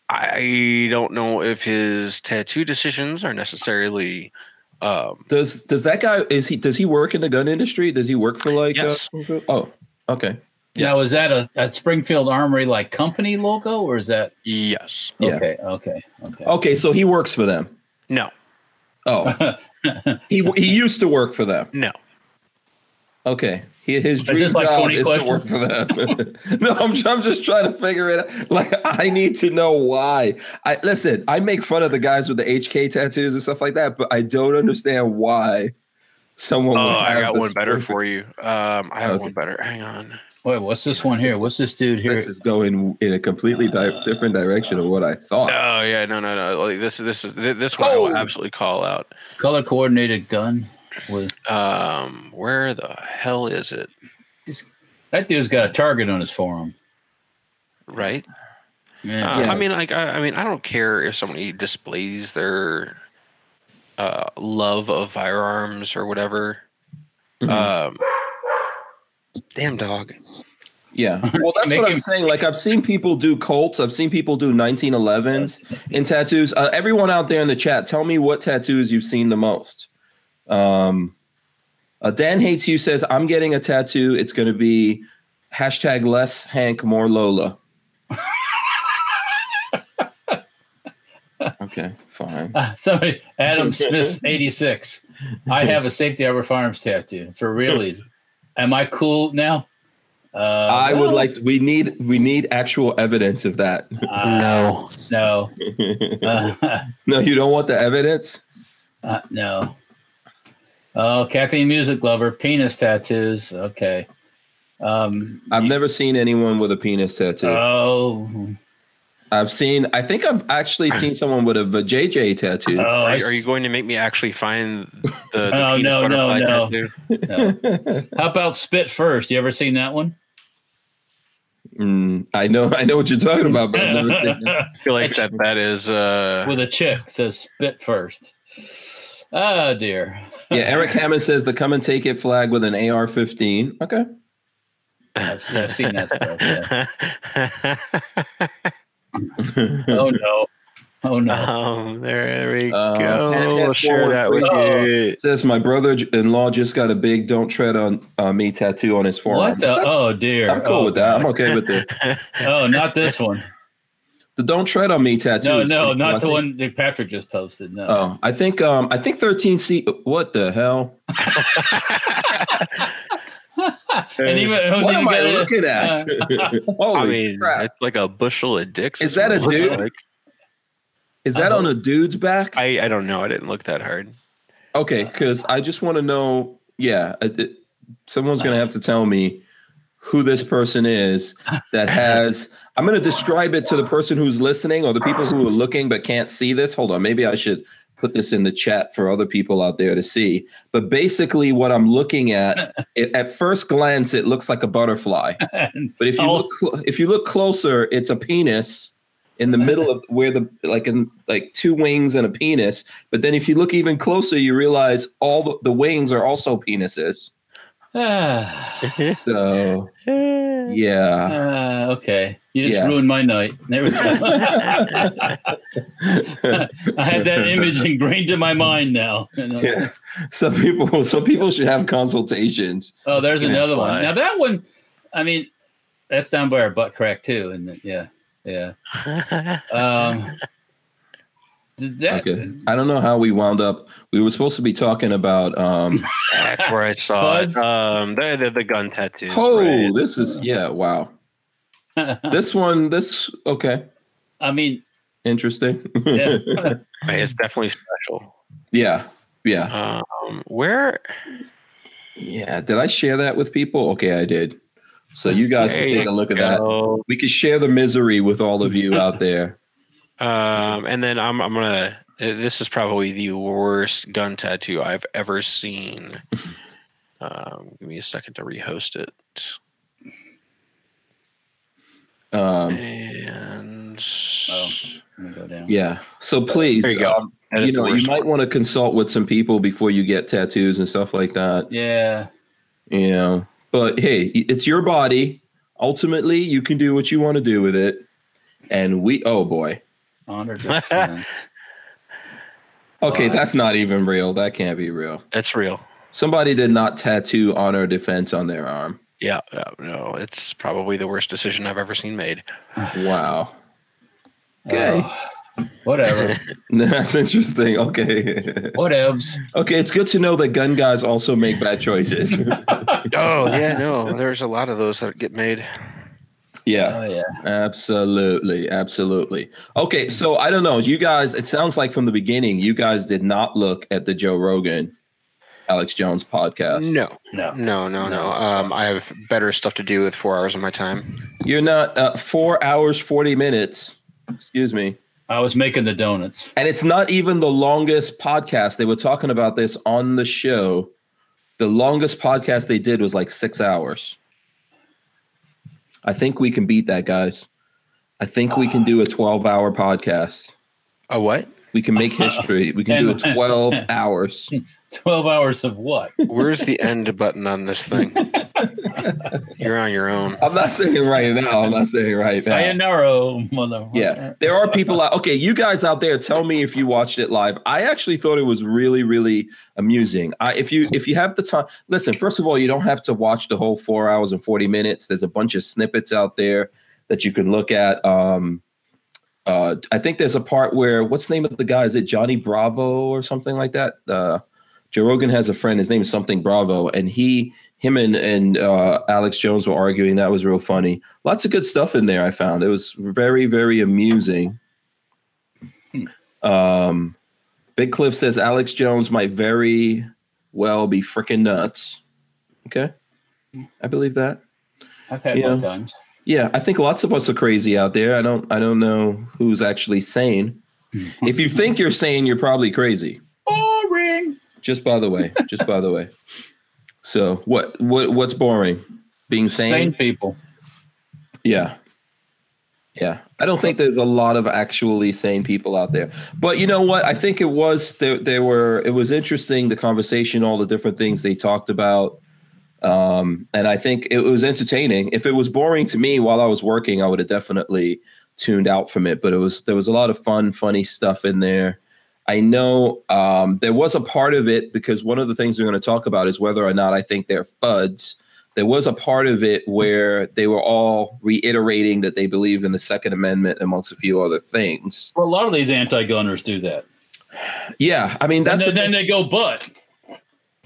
Speaker 2: I don't know if his tattoo decisions are necessarily. Um,
Speaker 1: Does does that guy is he does he work in the gun industry? Does he work for like? uh,
Speaker 2: Yes.
Speaker 1: oh, okay.
Speaker 3: Now is that a, a Springfield Armory like company logo or is that
Speaker 2: yes.
Speaker 1: Yeah.
Speaker 3: okay? Okay. Okay.
Speaker 1: Okay, so he works for them.
Speaker 2: No.
Speaker 1: Oh, he he used to work for them.
Speaker 2: No.
Speaker 1: Okay. He, his
Speaker 3: this
Speaker 1: dream
Speaker 3: like
Speaker 1: job
Speaker 3: 20
Speaker 1: is to work for them. no, I'm, I'm just trying to figure it out. Like, I need to know why. I listen. I make fun of the guys with the HK tattoos and stuff like that, but I don't understand why someone.
Speaker 2: Oh,
Speaker 1: would
Speaker 2: I
Speaker 1: have
Speaker 2: got
Speaker 1: the
Speaker 2: one better
Speaker 1: spring-
Speaker 2: for you. Um, I have
Speaker 1: Okay.
Speaker 2: one better. Hang on.
Speaker 3: Wait, what's this one here? What's this dude here?
Speaker 1: This is going in a completely di- different direction of what I thought.
Speaker 2: Oh yeah, no, no, no. Like this, this is thi- this one I will
Speaker 1: Oh.
Speaker 2: absolutely call out.
Speaker 3: Color coordinated gun with
Speaker 2: Um, where the hell is it?
Speaker 3: that dude's got a target on his forearm.
Speaker 2: Right?
Speaker 3: Yeah.
Speaker 2: Uh,
Speaker 1: Yeah.
Speaker 2: I mean, like, I, I mean, I don't care if somebody displays their uh, love of firearms or whatever.
Speaker 1: Mhm.
Speaker 2: Um, damn dog.
Speaker 1: Yeah. Well, that's
Speaker 3: Make
Speaker 1: what I'm
Speaker 3: him-
Speaker 1: saying. Like, I've seen people do Colts. I've seen people do 1911s in tattoos. Uh, everyone out there in the chat, tell me what tattoos you've seen the most. Um, uh, Dan Hates You says, I'm getting a tattoo. It's going to be hashtag less Hank, more Lola. okay, fine.
Speaker 3: Ah, somebody, Adam Smith, 86. I have a safety over firearms tattoo for realies. Am I cool now? Uh,
Speaker 1: I would
Speaker 3: well,
Speaker 1: like to, we need we need actual evidence of that.
Speaker 3: uh,
Speaker 2: no.
Speaker 3: no, Uh,
Speaker 1: no, you don't want the evidence?
Speaker 3: uh, no. Oh, Kathleen Music Lover, penis tattoos. Okay. Um,
Speaker 1: I've never seen anyone with a penis tattoo.
Speaker 3: oh,
Speaker 1: I've seen. I think I've actually seen someone with a vajayjay tattoo.
Speaker 3: oh,
Speaker 2: Are,
Speaker 3: I
Speaker 2: are you
Speaker 3: s-
Speaker 2: going to make me actually find the, the
Speaker 3: Oh,
Speaker 2: penis
Speaker 3: no, no,
Speaker 2: butterfly
Speaker 3: no.
Speaker 2: tattoo?
Speaker 3: How about spit first? You ever seen that one?
Speaker 1: Mm, I know. I know what you're talking about, but I've never seen it.
Speaker 2: I feel like that that is uh
Speaker 3: With a chick says spit first. Oh dear.
Speaker 1: Yeah, Eric Hammond says the "Come and Take It" flag with an AR-15. Okay.
Speaker 3: I've, I've seen that stuff. yeah. Oh no. Oh no.
Speaker 2: um there we
Speaker 1: Uh,
Speaker 2: go. We'll
Speaker 1: Panhead
Speaker 2: share that with
Speaker 3: Oh.
Speaker 2: you.
Speaker 1: Says my brother-in-law just got a big "Don't tread on uh, me" tattoo on his forearm.
Speaker 3: What the?
Speaker 1: That's-
Speaker 3: Oh dear.
Speaker 1: I'm cool
Speaker 3: oh,
Speaker 1: with that. I'm okay with the
Speaker 3: Oh, not this one.
Speaker 1: the "Don't tread on me" tattoo.
Speaker 3: No,
Speaker 1: is
Speaker 3: no,
Speaker 1: pretty cool, I
Speaker 3: not the
Speaker 1: think.
Speaker 3: one that Patrick just posted. No.
Speaker 1: Oh, I think um I think 13 C. What the hell?
Speaker 3: and even oh,
Speaker 1: what
Speaker 3: did
Speaker 1: am
Speaker 3: you
Speaker 1: I
Speaker 3: get it? Uh,
Speaker 1: looking at? Holy
Speaker 2: I mean,
Speaker 1: crap!
Speaker 2: it's like a bushel of dicks.
Speaker 1: Is that
Speaker 2: what
Speaker 1: a
Speaker 2: it looks
Speaker 1: dude?
Speaker 2: like.
Speaker 1: Is that on a dude's back?
Speaker 2: I I don't know. I didn't look that hard.
Speaker 1: Okay, because I just want to know. Yeah, it, it- someone's gonna have to tell me who this person is that has. I'm gonna describe it to the person who's listening or the people who are looking but can't see this. Hold on, maybe I should put this in the chat for other people out there to see. But basically, what I'm looking at, it, at first glance, it looks like a butterfly. But if you
Speaker 3: Oh.
Speaker 1: look, clo- if you look closer, it's a penis in the middle of where the like in like two wings and a penis. But then if you look even closer, you realize all the, the wings are also penises.
Speaker 3: Ah,
Speaker 1: So yeah.
Speaker 3: ah, okay. You just
Speaker 1: Yeah.
Speaker 3: ruined my night. There we go. I have that image ingrained in my mind now. uh, You know?
Speaker 1: yeah. Some people some people should have consultations.
Speaker 3: Oh, there's
Speaker 2: Can
Speaker 3: another
Speaker 2: fly.
Speaker 3: one. Now that one, I mean, that's down by our butt crack too, and it- yeah, yeah. Um, th- that
Speaker 1: Okay. I don't know how we wound up. We were supposed to be talking about um
Speaker 2: Back where I saw it.
Speaker 3: Fuds.
Speaker 2: Um, the, the the gun tattoos.
Speaker 1: oh,
Speaker 2: right?
Speaker 1: this is yeah, wow. This one, this okay.
Speaker 3: I mean,
Speaker 1: Interesting.
Speaker 3: yeah.
Speaker 2: Right, It's definitely special.
Speaker 1: yeah. Yeah.
Speaker 2: Um, where
Speaker 1: Yeah, did I share that with people? Okay, I did. So you guys
Speaker 2: There
Speaker 1: can take
Speaker 2: you
Speaker 1: a look at that.
Speaker 2: go.
Speaker 1: We can share the misery with all of you out there.
Speaker 2: Um, and then I'm I'm gonna. uh, This is probably the worst gun tattoo I've ever seen. um, give me a second to rehost it.
Speaker 1: Um,
Speaker 2: And
Speaker 3: Oh, I'm gonna go down.
Speaker 1: yeah. So please,
Speaker 2: There you go.
Speaker 1: um,
Speaker 2: That is
Speaker 1: you
Speaker 2: the
Speaker 1: know, you
Speaker 2: worst
Speaker 1: might
Speaker 2: one.
Speaker 1: want to consult with some people before you get tattoos and stuff like that.
Speaker 3: Yeah.
Speaker 1: You know, but hey, i- it's your body. Ultimately, you can do what you want to do with it. And we, oh boy.
Speaker 3: Honor defense.
Speaker 1: Okay,
Speaker 3: Why?
Speaker 1: that's not even real. That can't be real.
Speaker 2: That's real.
Speaker 1: Somebody did not tattoo honor defense on their arm.
Speaker 2: Yeah, yeah, no, it's probably the worst decision I've ever seen made.
Speaker 1: Wow. Okay.
Speaker 3: Oh, whatever.
Speaker 1: That's interesting. Okay.
Speaker 3: Whatevs.
Speaker 1: Okay, it's good to know that gun guys also make bad choices.
Speaker 2: Oh yeah, no, there's a lot of those that get made.
Speaker 1: yeah,
Speaker 3: Oh yeah.
Speaker 1: absolutely. Absolutely. Okay, so I don't know. You guys, it sounds like from the beginning, you guys did not look at the Joe Rogan Alex Jones podcast.
Speaker 2: No,
Speaker 3: No.
Speaker 2: no, no, no. Um, I have better stuff to do with four hours of my time.
Speaker 1: You're not uh, four hours, 40 minutes. Excuse me.
Speaker 3: I was making the donuts.
Speaker 1: And it's not even the longest podcast. They were talking about this on the show. The longest podcast they did was like six hours. I think we can beat that, guys. I think we can do a 12 hour podcast.
Speaker 2: A what?
Speaker 1: We can make history. We can do it 12 hours.
Speaker 3: 12 hours of what?
Speaker 2: Where's the end button on this thing? You're on your own.
Speaker 1: I'm not saying it right now. I'm not saying it right now.
Speaker 3: Sayonara, motherfucker.
Speaker 1: Yeah, there are people out. Okay, you guys out there, tell me if you watched it live. I actually thought it was really, really amusing. I, if you if you have the time, listen. First of all, you don't have to watch the whole four hours and forty minutes. There's a bunch of snippets out there that you can look at. Um, uh, I think there's a part where what's the name of the guy? Is it Johnny Bravo or something like that? Uh, Joe Rogan has a friend. His name is something Bravo, and he, him, and and uh, Alex Jones were arguing. That was real funny. Lots of good stuff in there. I found it was very very amusing. Um, Big Cliff says Alex Jones might very well be freaking nuts. Okay, I believe that.
Speaker 3: I've had
Speaker 1: Yeah.
Speaker 3: my times.
Speaker 1: Yeah, I think lots of us are crazy out there. I don't I don't know who's actually sane. if you think you're sane, you're probably crazy.
Speaker 3: Boring.
Speaker 1: Just by the way, just by the way. So, what what what's boring? Being sane?
Speaker 3: Sane people.
Speaker 1: Yeah. Yeah. I don't think there's a lot of actually sane people out there. But you know what? I think it was there they were it was interesting the conversation, all the different things they talked about. Um, and I think it was entertaining. If it was boring to me while I was working, I would have definitely tuned out from it. But it was there was a lot of fun, funny stuff in there. I know um, there was a part of it because one of the things we're going to talk about is whether or not I think they're FUDs there was a part of it where they were all reiterating that they believed in the Second Amendment, amongst a few other things.
Speaker 3: Well, a lot of these anti-gunners do that.
Speaker 1: Yeah, I mean
Speaker 3: And
Speaker 1: that's
Speaker 3: then,
Speaker 1: the
Speaker 3: then
Speaker 1: thing-
Speaker 3: they go, but,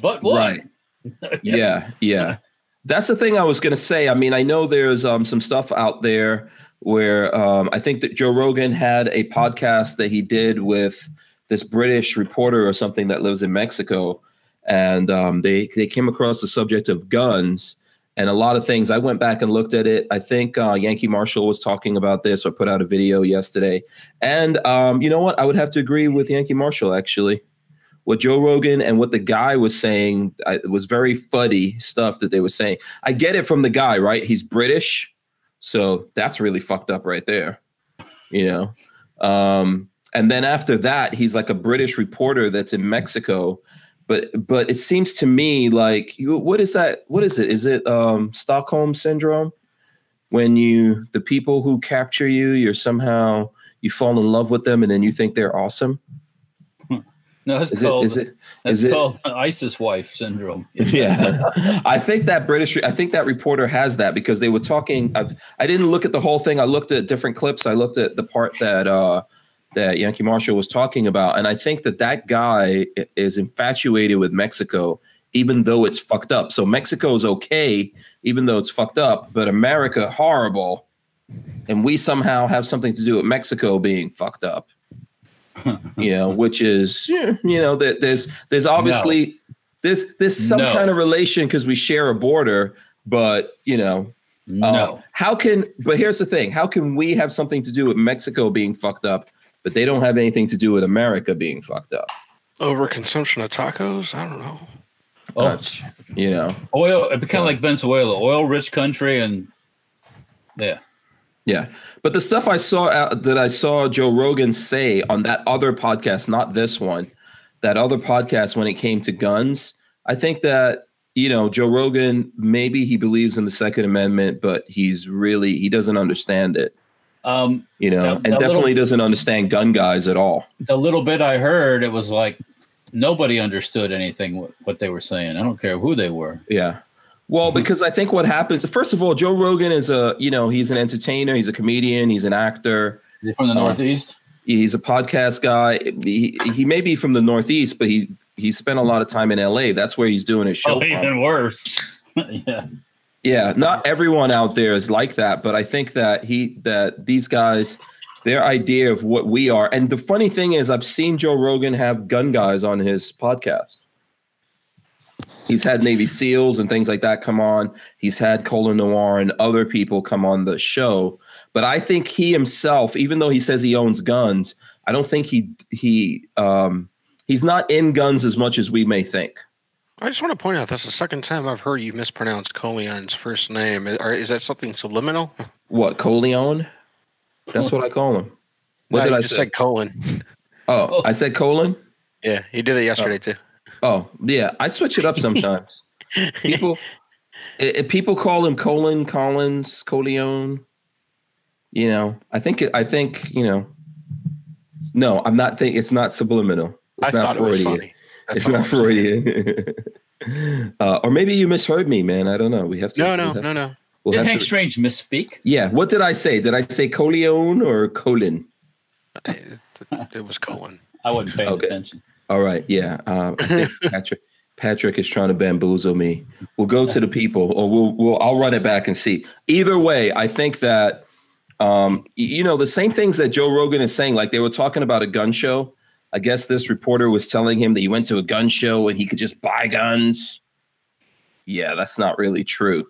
Speaker 3: but what?
Speaker 1: right. yeah, yeah. That's the thing I was going to say. I mean, I know there's um, some stuff out there where um, I think that Joe Rogan had a podcast that he did with this British reporter or something that lives in Mexico, and um, they they came across the subject of guns and a lot of things. I went back and looked at it. I think uh, Yankee Marshall was talking about this or put out a video yesterday, and um, you know what? I would have to agree with Yankee Marshall actually what Joe Rogan and what the guy was saying I, it was very fuddy stuff that they were saying. I get it from the guy, right? He's British, so that's really fucked up right there, you know. Um, and then after that, he's like a British reporter that's in Mexico, but but it seems to me like you, what is that? What is it? Is it um, Stockholm syndrome? When you the people who capture you, you're somehow you fall in love with them, and then you think they're awesome.
Speaker 3: No, that's
Speaker 1: Is it?
Speaker 3: called,
Speaker 1: Is it?
Speaker 3: that's
Speaker 1: is it-
Speaker 3: called ISIS wife syndrome.
Speaker 1: yeah i think that british i think that reporter has that because they were talking I've, i didn't look at the whole thing i looked at different clips i looked at the part that uh that yankee marshall was talking about and i think that that guy i- is infatuated with mexico even though it's fucked up so mexico's okay even though it's fucked up but america horrible and we somehow have something to do with mexico being fucked up you know which is eh, you know that there's there's obviously there's there's some
Speaker 3: No.
Speaker 1: kind of relation because we share a border, but you know, uh,
Speaker 3: No.
Speaker 1: how can? But here's the thing: how can we have something to do with Mexico being fucked up, but they don't have anything to do with America being fucked up?
Speaker 2: Overconsumption of tacos? I don't know.
Speaker 3: Oh,
Speaker 1: You know,
Speaker 3: oil, it'd be kind of like Venezuela, oil-rich country, and yeah,
Speaker 1: yeah. But the stuff I saw out, that I saw Joe Rogan say on that other podcast, not this one, that other podcast when it came to guns, I think that you know Joe Rogan maybe he believes in the Second Amendment, but he's really he doesn't understand it.
Speaker 3: um,
Speaker 1: you know,
Speaker 3: That-
Speaker 1: and
Speaker 3: that little-
Speaker 1: definitely doesn't understand gun guys at all.
Speaker 3: the little bit I heard, it was like nobody understood anything what, what they were saying. I don't care who they were.
Speaker 1: Yeah. Well,
Speaker 3: Mm-hmm.
Speaker 1: because I think what happens, first of all, Joe Rogan is a, you know, he's an entertainer, he's a comedian, he's an actor,
Speaker 3: They're from the
Speaker 1: Oh.
Speaker 3: Northeast.
Speaker 1: he's a podcast guy. He, he may be from the Northeast, but he, he spent a lot of time in LA. That's where he's doing his show.
Speaker 3: Oh,
Speaker 1: from.
Speaker 3: even worse. yeah,
Speaker 1: Yeah, not everyone out there is like that, but I think that he that these guys their idea of what we are. And the funny thing is I've seen Joe Rogan have gun guys on his podcast. He's had Navy SEALs and things like that come on. He's had Colin Noir and other people come on the show. But I think he himself, even though he says he owns guns, I don't think he he um, he's not in guns as much as we may think.
Speaker 2: I just want to point out that's the second time I've heard you mispronounce Coleon's first name. Are- Is that something subliminal?
Speaker 1: What Coleon? That's what I call him. What
Speaker 2: No,
Speaker 1: did
Speaker 2: you
Speaker 1: I
Speaker 2: just
Speaker 1: say?
Speaker 2: said colon.
Speaker 1: oh, I said colon.
Speaker 2: Yeah, you did it yesterday too.
Speaker 1: Oh yeah, I switch it up sometimes. people, i- if people call him Colin Collins, Coleon. You know, I think it, I think you know. No, I'm not think it's not subliminal. It's
Speaker 2: I
Speaker 1: not
Speaker 2: thought it was
Speaker 1: Freudian.
Speaker 2: funny. That's
Speaker 1: it's
Speaker 2: all I'm
Speaker 1: not
Speaker 2: saying.
Speaker 1: Freudian. uh, or maybe you misheard me, man. I don't know. We have to.
Speaker 2: No,
Speaker 1: we'll
Speaker 2: no,
Speaker 1: have-
Speaker 2: no, no.
Speaker 1: we'll
Speaker 3: Did
Speaker 1: have
Speaker 3: Hank
Speaker 1: to-
Speaker 3: Strange misspeak?
Speaker 1: yeah. What did I say? Did I say Coleon or Colin?
Speaker 2: It, it- it was colon.
Speaker 3: I wasn't paying
Speaker 1: Okay.
Speaker 3: attention.
Speaker 1: All right, yeah. Um, I think Patrick, Patrick is trying to bamboozle me. We'll go to the people, or we'll, we'll I'll run it back and see. Either way, I think that um, y- you know the same things that Joe Rogan is saying. Like they were talking about a gun show. I guess this reporter was telling him that he went to a gun show and he could just buy guns. Yeah, that's not really true.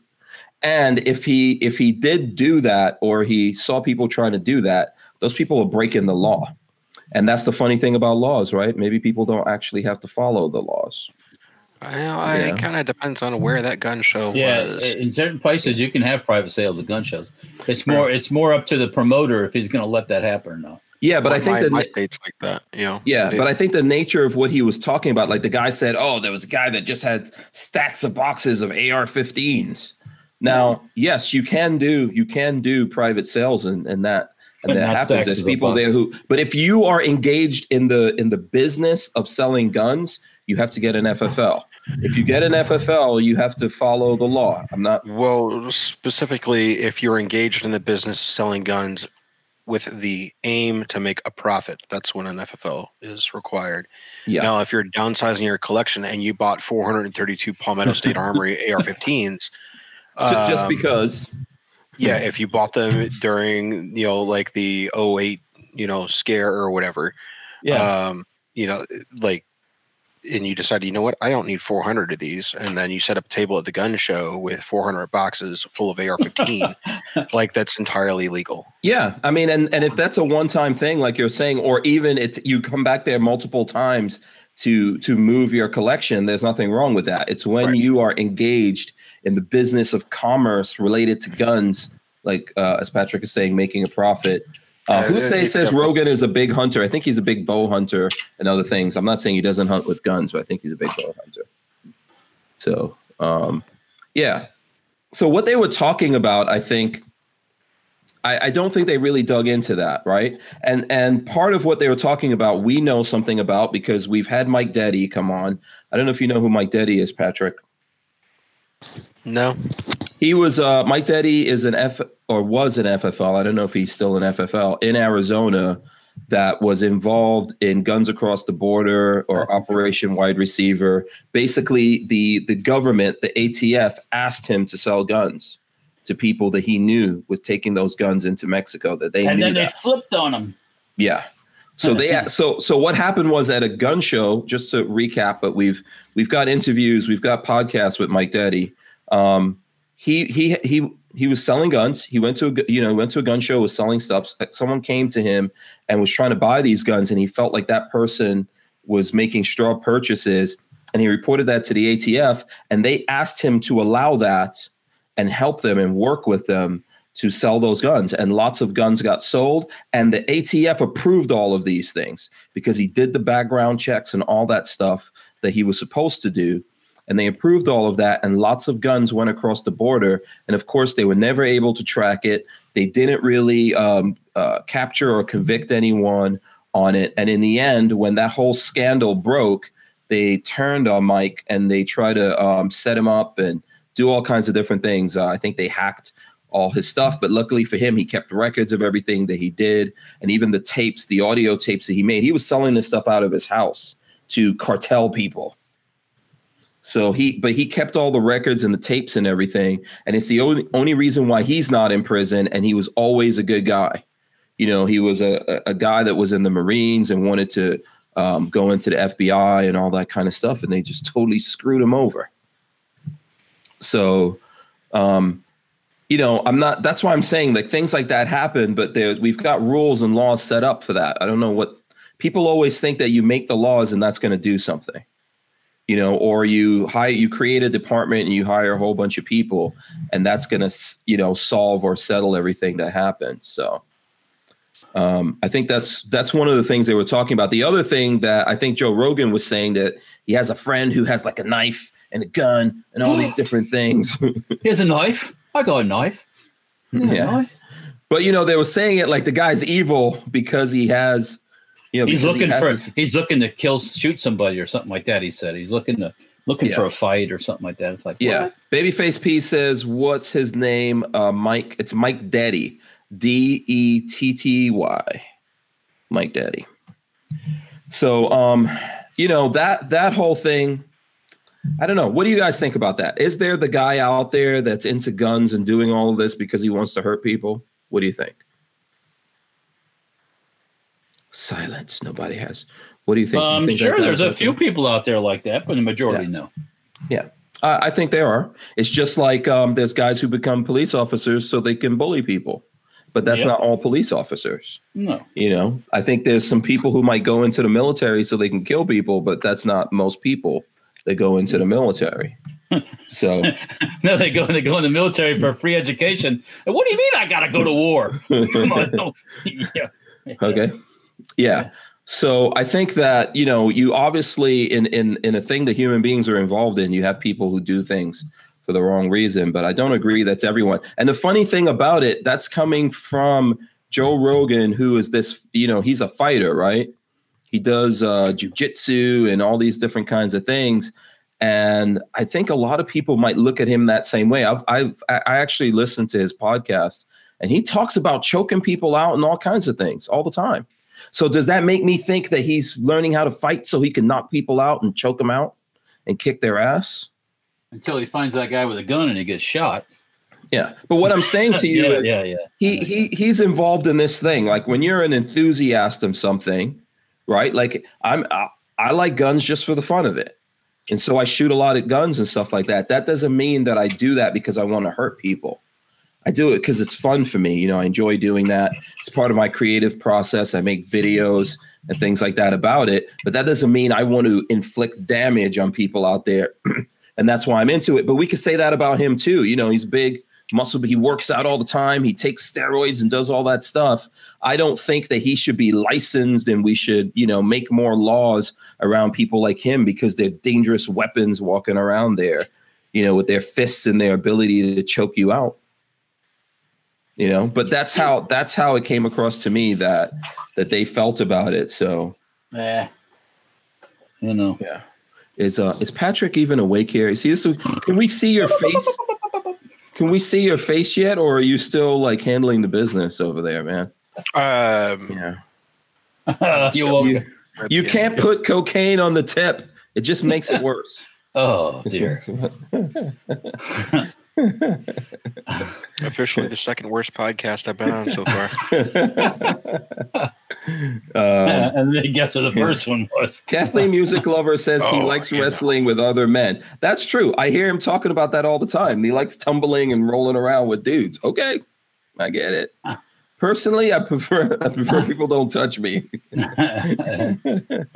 Speaker 1: And if he if he did do that, or he saw people trying to do that, those people are breaking the law. And that's the funny thing about laws, right? Maybe people don't actually have to follow the laws.
Speaker 2: Well, I,
Speaker 1: Yeah.
Speaker 2: It kind of depends on where that gun show
Speaker 3: Yeah,
Speaker 2: was.
Speaker 3: in certain places you can have private sales at gun shows. It's more it's more up to the promoter if he's going to let that happen or not.
Speaker 1: Yeah, but I
Speaker 2: Well,
Speaker 1: think
Speaker 2: my,
Speaker 1: that
Speaker 2: my state's like that. You know.
Speaker 1: yeah,
Speaker 2: They-
Speaker 1: but I think the nature of what he was talking about, like the guy said, oh, there was a guy that just had stacks of boxes of AR-15s. Now, yes, you can do you can do private sales and and that and
Speaker 3: But
Speaker 1: that
Speaker 3: not
Speaker 1: happens.
Speaker 3: stacks
Speaker 1: There's
Speaker 3: is a
Speaker 1: people
Speaker 3: problem.
Speaker 1: there who, but if you are engaged in the in the business of selling guns, you have to get an FFL. If you get an FFL, you have to follow the law. I'm not
Speaker 2: Well, specifically, if you're engaged in the business of selling guns with the aim to make a profit, that's when an FFL is required.
Speaker 1: yeah.
Speaker 2: Now, if you're downsizing your collection and you bought 432 Palmetto State Armory AR-15s,
Speaker 1: Ju- just
Speaker 2: um,
Speaker 1: because
Speaker 2: yeah, if you bought them during you know like the 08 you know scare or whatever,
Speaker 1: yeah.
Speaker 2: um, you know, like, and you decide, you know what, I don't need 400 of these, and then you set up a table at the gun show with 400 boxes full of AR-15, like that's entirely legal.
Speaker 1: Yeah, I mean, and and if that's a one-time thing, like you're saying, or even it's you come back there multiple times to to move your collection, there's nothing wrong with that. It's when
Speaker 2: Right.
Speaker 1: you are engaged in the business of commerce related to guns, like uh, as Patrick is saying, making a profit. Uh,
Speaker 2: Yeah,
Speaker 1: who
Speaker 2: yeah,
Speaker 1: say
Speaker 2: it's
Speaker 1: says
Speaker 2: definitely-
Speaker 1: Rogan is a big hunter? I think he's a big bow hunter and other things. I'm not saying he doesn't hunt with guns, but I think he's a big bow hunter. So, um, yeah. So what they were talking about, I think, I, I don't think they really dug into that, right? And and part of what they were talking about, we know something about because we've had Mike Deddy come on. I don't know if you know who Mike Deddy is, Patrick.
Speaker 2: No,
Speaker 1: He was uh, Mike Deddy is an F or was an FFL. I don't know if he's still an FFL in Arizona that was involved in guns across the border or Operation Wide Receiver. Basically, the the government, the ATF, asked him to sell guns to people that he knew was taking those guns into Mexico. That they
Speaker 3: And
Speaker 1: knew
Speaker 3: then they
Speaker 1: that.
Speaker 3: flipped on him.
Speaker 1: Yeah. So they so so what happened was at a gun show. Just to recap, but we've we've got interviews, we've got podcasts with Mike Daddy. Um, he he he he was selling guns. He went to a, gu- you know went to a gun show, was selling stuff. Someone came to him and was trying to buy these guns, and he felt like that person was making straw purchases, and he reported that to the ATF, and they asked him to allow that and help them and work with them to sell those guns. And lots of guns got sold. And the ATF approved all of these things because he did the background checks and all that stuff that he was supposed to do. And they approved all of that. And lots of guns went across the border. And of course, they were never able to track it. They didn't really um, uh, capture or convict anyone on it. And in the end, when that whole scandal broke, they turned on Mike and they tried to um, set him up and do all kinds of different things. Uh, I think they hacked all his stuff, but luckily for him, he kept records of everything that he did and even the tapes, the audio tapes that he made. He was selling this stuff out of his house to cartel people. So he, but he kept all the records and the tapes and everything. And it's the only, only reason why he's not in prison. And he was always a good guy. You know, he was a, a- a guy that was in the Marines and wanted to um, go into the FBI and all that kind of stuff. And they just totally screwed him over. So, um, you know, I'm not. That's why I'm saying like things like that happen, but there we've got rules and laws set up for that. I don't know what people always think that you make the laws and that's going to do something you know or you hire you create a department and you hire a whole bunch of people and that's going to you know solve or settle everything that happened so um, i think that's that's one of the things they were talking about the other thing that i think joe rogan was saying that he has a friend who has like a knife and a gun and all these different things
Speaker 3: He has a knife. I got a knife. He has a
Speaker 1: Yeah.
Speaker 3: knife.
Speaker 1: but you know they were saying it like the guy's evil because he has you know
Speaker 3: He's
Speaker 1: because he
Speaker 3: looking
Speaker 1: has
Speaker 3: for.
Speaker 1: this-
Speaker 3: He's looking to kill, shoot somebody or something like that. He said he's looking to looking
Speaker 1: Yeah.
Speaker 3: for a fight or something like that. It's like
Speaker 1: Yeah.
Speaker 3: what?
Speaker 1: Babyface P says, what's his name? Uh, Mike. It's Mike Daddy. D E T T Y. Mike Daddy. So, um, you know, that that whole thing, I don't know. What do you guys think about that? Is there the guy out there that's into guns and doing all of this because he wants to hurt people? What do you think? Silence. Nobody has. What do you think? Do you
Speaker 3: Um,
Speaker 1: think that
Speaker 3: sure,
Speaker 1: guy's
Speaker 3: there's a
Speaker 1: out
Speaker 3: few
Speaker 1: there?
Speaker 3: people out there like that, but the majority no.
Speaker 1: Yeah, I, I think there are. It's just like um, there's guys who become police officers so they can bully people, but that's
Speaker 3: Yep.
Speaker 1: not all police officers.
Speaker 3: No,
Speaker 1: You know, I think there's some people who might go into the military so they can kill people, but that's not most people that go into the military. so
Speaker 3: no, they go they go in the military for free education. And what do you mean I got to go to war? Come on, no. yeah.
Speaker 1: okay yeah so i think that you know you obviously in in in a thing that human beings are involved in you have people who do things for the wrong reason but i don't agree that's everyone and the funny thing about it that's coming from joe rogan who is this you know he's a fighter right he does uh jujitsu and all these different kinds of things and i think a lot of people might look at him that same way i've i've i I actually listened to his podcast and he talks about choking people out and all kinds of things all the time. So does that make me think that he's learning how to fight so he can knock people out and choke them out and kick their ass?
Speaker 3: Until he finds that guy with a gun and he gets shot.
Speaker 1: Yeah. But what I'm saying to you
Speaker 3: yeah,
Speaker 1: is
Speaker 3: yeah, yeah.
Speaker 1: he he he's involved in this thing. Like when you're an enthusiast of something, right? Like I'm I, I like guns just for the fun of it. And so I shoot a lot of guns and stuff like that. That doesn't mean that I do that because I want to hurt people. I do it because it's fun for me. You know, I enjoy doing that. It's part of my creative process. I make videos and things like that about it. But that doesn't mean I want to inflict damage on people out there. and that's why I'm into it. But we could say that about him too. You know, he's big, muscle, but he works out all the time. He takes steroids and does all that stuff. I don't think that he should be licensed and we should, you know, make more laws around people like him because they're dangerous weapons walking around there, you know, with their fists and their ability to choke you out. You know, but that's how that's how it came across to me that that they felt about it. So
Speaker 3: Eh. You know.
Speaker 1: yeah. Is uh is Patrick even awake here? Is he this, can we see your face? Can we see your face yet, or are you still like handling the business over there, man?
Speaker 2: Um,
Speaker 1: Yeah.
Speaker 3: you woke.
Speaker 1: You, you can't put cocaine on the tip. It just makes it worse.
Speaker 3: oh dear.
Speaker 2: Officially, the second worst podcast I've been on so far.
Speaker 1: um,
Speaker 3: and then guess what the first one was.
Speaker 1: Kathleen Music Lover says he
Speaker 2: Oh,
Speaker 1: likes
Speaker 2: yeah.
Speaker 1: wrestling with other men. That's true. I hear him talking about that all the time. He likes tumbling and rolling around with dudes. Okay, I get it. Personally, I prefer I prefer people don't touch me.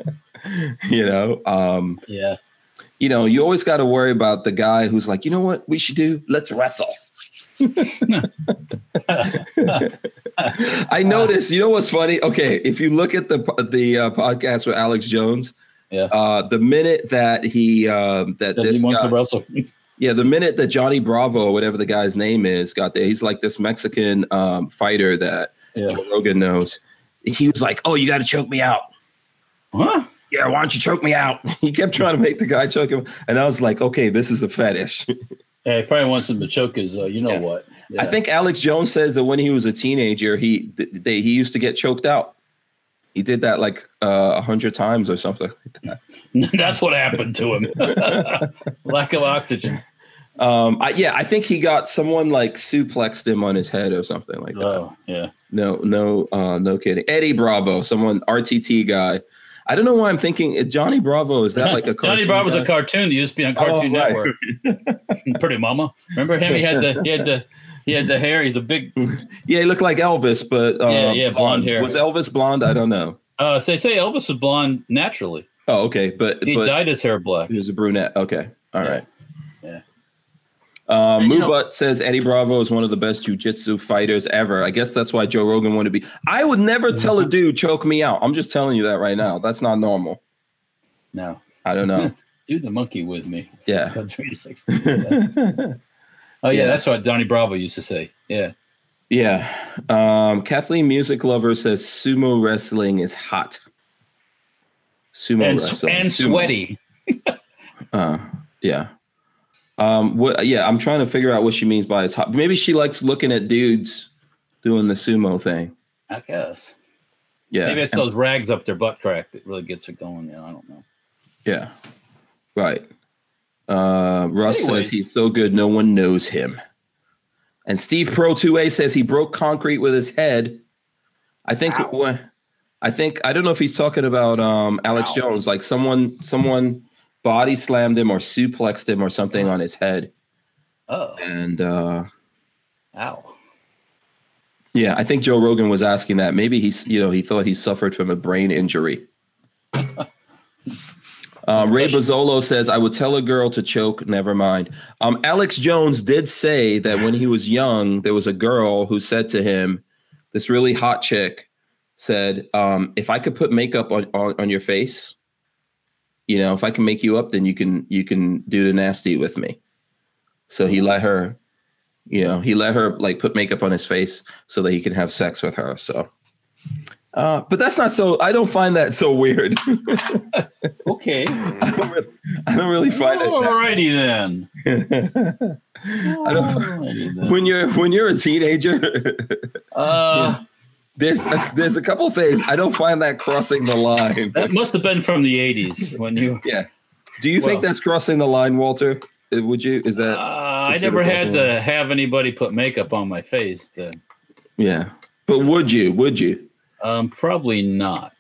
Speaker 1: You know. Um,
Speaker 3: yeah.
Speaker 1: you know, you always got to worry about the guy who's like, you know what, we should do? Let's wrestle.
Speaker 3: Uh,
Speaker 1: I noticed. You know what's funny? Okay, if you look at the the uh, podcast with Alex Jones,
Speaker 3: Yeah.
Speaker 1: uh, the minute that he um, that
Speaker 3: Does
Speaker 1: this
Speaker 3: he want
Speaker 1: guy,
Speaker 3: to wrestle?
Speaker 1: yeah, the minute that Johnny Bravo, whatever the guy's name is, got there, he's like this Mexican um, fighter that
Speaker 3: Yeah.
Speaker 1: Joe Rogan knows. He was like, "Oh, you got to choke me out."
Speaker 3: Huh?
Speaker 1: yeah, why don't you choke me out? He kept trying to make the guy choke him. And I was like, okay, this is a fetish.
Speaker 3: Yeah, he probably wants him to choke his. Uh, you know
Speaker 1: Yeah.
Speaker 3: what?
Speaker 1: I
Speaker 3: Yeah.
Speaker 1: think Alex Jones says that when he was a teenager, he th- they, he used to get choked out. He did that like uh, a hundred times or something like that.
Speaker 3: that's what happened to him. Lack of oxygen.
Speaker 1: Um, I, yeah, I think he got someone like suplexed him on his head or something like that.
Speaker 3: Oh, yeah.
Speaker 1: No, no, uh, no kidding. Eddie Bravo, someone RTT guy. I don't know why I'm thinking uh, Johnny Bravo is that like a
Speaker 3: Johnny
Speaker 1: cartoon
Speaker 3: Bravo's
Speaker 1: guy?
Speaker 3: a cartoon. He used to be on Cartoon
Speaker 1: Oh, right.
Speaker 3: Network. Pretty Mama. Remember him? He had the he had the he had the hair. He's a big.
Speaker 1: yeah, he looked like Elvis, but uh,
Speaker 3: Yeah, yeah, blonde hair.
Speaker 1: Was Elvis blonde? I don't know.
Speaker 3: Uh, so they say Elvis was blonde naturally.
Speaker 1: Oh, okay, but
Speaker 3: He
Speaker 1: but
Speaker 3: dyed his hair black.
Speaker 1: he was a brunette. Okay, all
Speaker 3: Yeah.
Speaker 1: right.
Speaker 3: Yeah.
Speaker 1: Uh,
Speaker 2: And you know-
Speaker 1: Mubat says Eddie Bravo is one of the best jujitsu fighters ever. I guess that's why Joe Rogan wanted to be. I would never tell a dude choke me out. I'm just telling you that right now. That's not normal.
Speaker 3: No,
Speaker 1: I don't know.
Speaker 3: do the monkey with me.
Speaker 1: Yeah.
Speaker 3: 6'3", 6'3". Oh yeah,
Speaker 1: Yeah.
Speaker 3: that's what Donnie Bravo used to say. Yeah.
Speaker 1: yeah. Um, Kathleen Music Lover says sumo wrestling is hot. Sumo
Speaker 3: and, s-
Speaker 1: wrestling
Speaker 3: and
Speaker 1: Sumo.
Speaker 3: sweaty.
Speaker 1: Uh, yeah. Um, what, yeah, I'm trying to figure out what she means by it's hot. Maybe she likes looking at dudes doing the sumo thing.
Speaker 3: I guess.
Speaker 1: Yeah.
Speaker 3: Maybe it's those rags up their butt crack that really gets it going. You know, I don't know.
Speaker 1: Yeah. Right. Uh, Russ
Speaker 3: Anyways.
Speaker 1: says he's so good, no one knows him. And Steve Pro 2A says he broke concrete with his head. I think wha- I think I don't know if he's talking about um, Alex
Speaker 2: Ow.
Speaker 1: Jones, like someone someone body slammed him or suplexed him or something on his head.
Speaker 3: Oh,
Speaker 1: And uh,
Speaker 3: ow.
Speaker 1: yeah, I think Joe Rogan was asking that. Maybe he's you know, he thought he suffered from a brain injury. Uh, Ray Bozzolo says, I would tell a girl to choke, never mind. Um, Alex Jones did say that when he was young, there was a girl who said to him, This really hot chick said, um, If I could put makeup on, on, on your face, you know, if I can make you up, then you can you can do the nasty with me. So he let her, you know, he let her like put makeup on his face so that he can have sex with her. So uh, but that's not so I don't find that so weird.
Speaker 3: Okay.
Speaker 1: I don't really, I don't really find it.
Speaker 3: Oh, Alrighty then.
Speaker 1: I don't,
Speaker 3: Alrighty then.
Speaker 1: when you're when you're a teenager,
Speaker 3: Uh,
Speaker 1: there's a, there's a couple things I don't find that crossing the line.
Speaker 3: that must have been from the '80s when you.
Speaker 1: Yeah. Do you
Speaker 3: Well-
Speaker 1: think that's crossing the line, Walter? Uh, Would you? Is
Speaker 3: Uh,
Speaker 1: that?
Speaker 3: I
Speaker 1: Consider
Speaker 3: never had
Speaker 1: Baltimore.
Speaker 3: to have anybody put makeup on my face. To,
Speaker 1: yeah. But would you? Would you?
Speaker 3: um, probably not.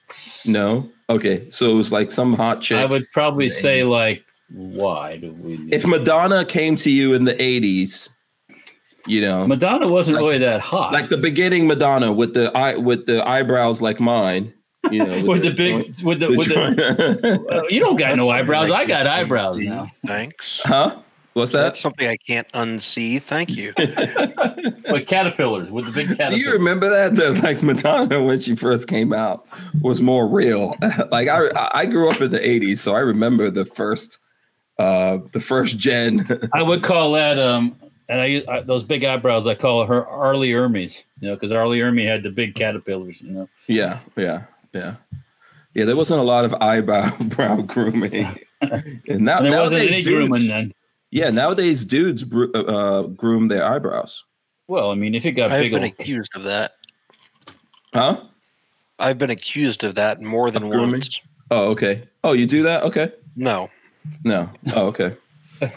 Speaker 1: No. Okay. So it was like some hot
Speaker 3: I
Speaker 1: chick.
Speaker 3: would probably say like, why do we? Need
Speaker 1: if Madonna came to you in the '80s, you know,
Speaker 3: Madonna wasn't really that hot.
Speaker 1: like the beginning Madonna with the eye with the eyebrows like mine, you know,
Speaker 3: with the big, with the, with the, uh, you don't got
Speaker 2: That's
Speaker 3: no
Speaker 2: something
Speaker 3: eyebrows. I got
Speaker 2: can't
Speaker 3: eyebrows
Speaker 2: unsee.
Speaker 3: now.
Speaker 2: Thanks.
Speaker 1: huh? What's that?
Speaker 2: That's something I can't unsee. Thank you.
Speaker 3: With caterpillars, with the big caterpillars.
Speaker 1: Do you remember that? That like Madonna when she first came out was more real. like I I grew up in the '80s, so I remember the first uh the first gen.
Speaker 3: I would call that um, and I, I those big eyebrows. I call her Arlie Ermies, you know, because Arlie Ermy had the big caterpillars, you know.
Speaker 1: yeah, yeah, yeah, yeah. There wasn't a lot of eyebrow brow grooming, and now
Speaker 3: And there wasn't any
Speaker 1: nowadays dudes,
Speaker 3: grooming then.
Speaker 1: Yeah, nowadays dudes bru- uh, groom their eyebrows,
Speaker 3: Well, I mean, if you got
Speaker 2: I've
Speaker 3: big
Speaker 2: been
Speaker 3: old
Speaker 2: accused of that.
Speaker 1: huh?
Speaker 2: I've been accused of that more than
Speaker 1: Of grooming?
Speaker 2: once.
Speaker 1: Oh, okay. Oh, you do that? Okay.
Speaker 2: No,
Speaker 1: No. Oh, okay.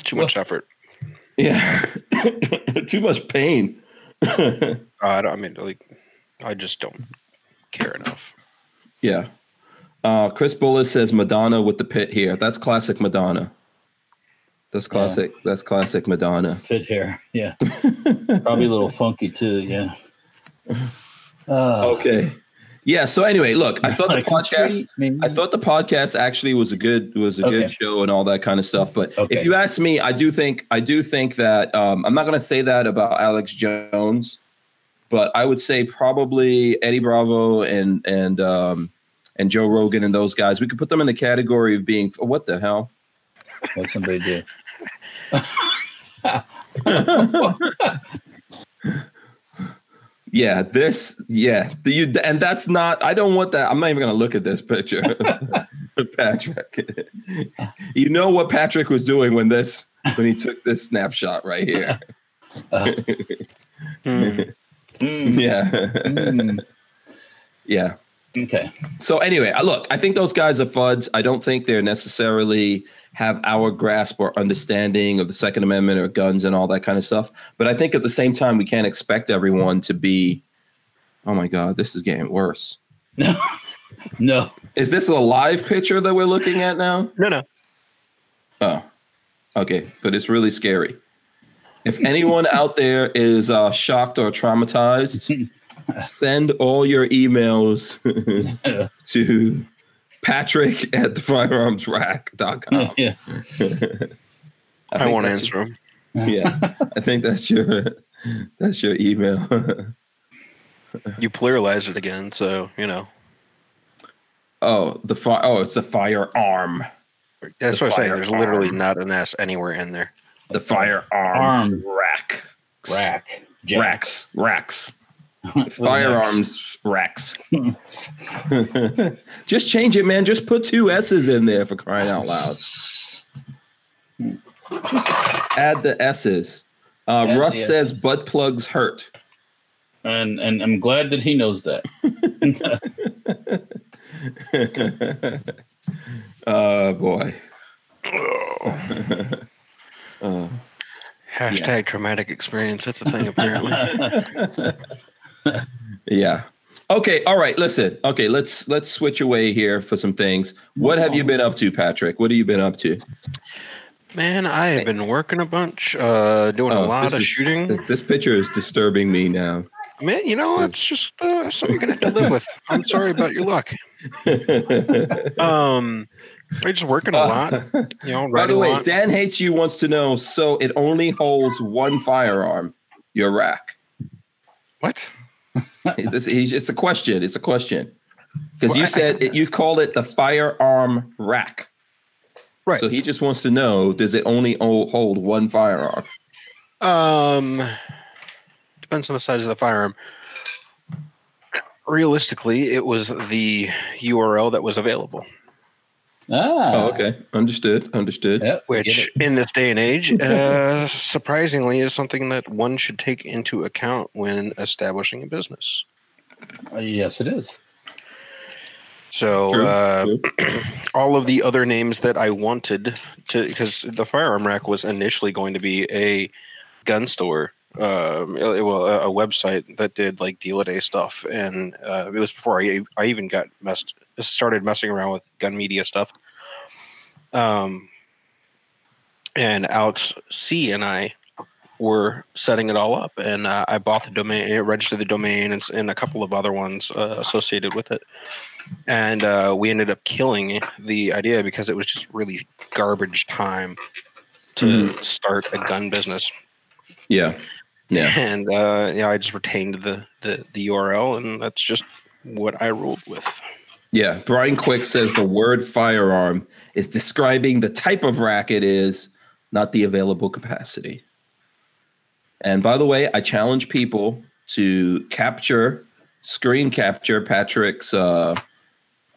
Speaker 2: too much effort.
Speaker 1: Yeah. Too much pain.
Speaker 2: Uh, I don't. I mean, like, I just don't care enough.
Speaker 1: Yeah. Uh, Chris Bullis says Madonna with the pit here. That's classic Madonna. That's classic. That's classic Madonna.
Speaker 3: fit hair, yeah, probably a little funky too, yeah. Uh,
Speaker 1: Okay. Yeah. So anyway, look, I thought the
Speaker 3: like a
Speaker 1: podcast.
Speaker 3: treat, maybe?
Speaker 1: I thought the podcast actually was a good was a good
Speaker 3: Okay.
Speaker 1: show and all that kind of stuff. But
Speaker 3: Okay.
Speaker 1: if you ask me, I do think I do think that um, I'm not going to say that about Alex Jones, but I would say probably Eddie Bravo and and um, and Joe Rogan and those guys. We could put them in the category of being what the hell.
Speaker 3: what somebody did.
Speaker 1: Yeah, this, yeah, the, you, and that's not. I don't want that. I'm not even going to look at this picture, Patrick. you know what Patrick was doing when this when he took this snapshot right here.
Speaker 2: Hmm.
Speaker 3: Mm,
Speaker 1: Yeah,
Speaker 3: mm,
Speaker 1: yeah.
Speaker 3: okay,
Speaker 1: So anyway, I- look, I think those guys are fuds. I don't think they're necessarily have our grasp or understanding of the Second Amendment or guns and all that kind of stuff. But I think at the same time, we can't expect everyone to be. Oh my God, this is getting worse.
Speaker 3: no,
Speaker 1: Is this a live picture that we're looking at now?
Speaker 2: No, no.
Speaker 1: Oh, okay. But it's really scary. If anyone out there is uh, shocked or traumatized, send all your emails Oh. to patrick at the firearmsrack.com.
Speaker 3: yeah.
Speaker 2: I, won't
Speaker 1: answer.
Speaker 2: answer them.
Speaker 1: yeah i think that's your that's your email
Speaker 2: You pluralize it again, so you know.
Speaker 1: oh the fire oh it's the firearm
Speaker 2: That's
Speaker 1: The
Speaker 2: what I'm saying. There's
Speaker 1: firearm.
Speaker 2: literally not an S anywhere in there.
Speaker 1: the firearm
Speaker 3: Arm.
Speaker 1: rack
Speaker 3: Rack. Jack.
Speaker 1: racks racks
Speaker 3: With an X.
Speaker 1: firearms racks just change it man just put two s's in there for crying out loud just add the s's uh,
Speaker 3: Add
Speaker 1: russ
Speaker 3: the
Speaker 1: says
Speaker 3: S's.
Speaker 1: butt plugs hurt
Speaker 3: And and I'm glad that he knows that.
Speaker 1: oh boy
Speaker 2: Hashtag traumatic experience. That's the thing, apparently.
Speaker 1: Yeah. Okay. All right. Listen. Okay. Let's let's switch away here for some things. What have you been up to, Patrick? What have you been up to?
Speaker 2: Man, I have been working a bunch, uh, doing
Speaker 1: Oh,
Speaker 2: a lot
Speaker 1: this
Speaker 2: of
Speaker 1: is-
Speaker 2: shooting.
Speaker 1: Th- This picture is disturbing me now.
Speaker 2: Man, you know, it's just uh, something you're gonna have to live with. I'm sorry about your luck. Um, I'm just working a lot. You know,
Speaker 1: Uh, By the
Speaker 2: riding a
Speaker 1: way,
Speaker 2: lot.
Speaker 1: Dan hates you wants to know. So it only holds one firearm. Your rack.
Speaker 2: what?
Speaker 1: It's, it's, it's a question. It's a question. Because
Speaker 2: Well,
Speaker 1: you
Speaker 2: I-
Speaker 1: said it, you called it the firearm rack.
Speaker 2: Right.
Speaker 1: So he just wants to know: Does it only o- hold one firearm?
Speaker 2: Um, depends on the size of the firearm. Realistically, it was the URL that was available,
Speaker 3: ah,
Speaker 1: Oh, okay. Understood. Understood.
Speaker 3: Yep, we get
Speaker 2: which
Speaker 3: it.
Speaker 2: in this day and age, uh, surprisingly, is something that one should take into account when establishing a business.
Speaker 3: Uh, yes, it is.
Speaker 2: So,
Speaker 1: True,
Speaker 2: uh,
Speaker 1: true.
Speaker 2: all of the other names that I wanted to, because the firearm rack was initially going to be a gun store, um, it- well, a, a website that did like deal a day stuff, and uh, it was before I, I even got messed started messing around with gun media stuff. Um, and Alex C and I were setting it all up, and uh, I bought the domain, it registered the domain, and, s- and a couple of other ones uh, associated with it and uh, we ended up killing the idea because it was just really garbage time to
Speaker 1: Mm-hmm.
Speaker 2: start a gun business.
Speaker 1: Yeah. Yeah.
Speaker 2: And uh, yeah, I just retained the, the the URL, and that's just what I rolled with.
Speaker 1: Yeah. Brian Quick says the word firearm is describing the type of rack it is, not the available capacity. And by the way, I challenge people to capture, screen capture Patrick's uh,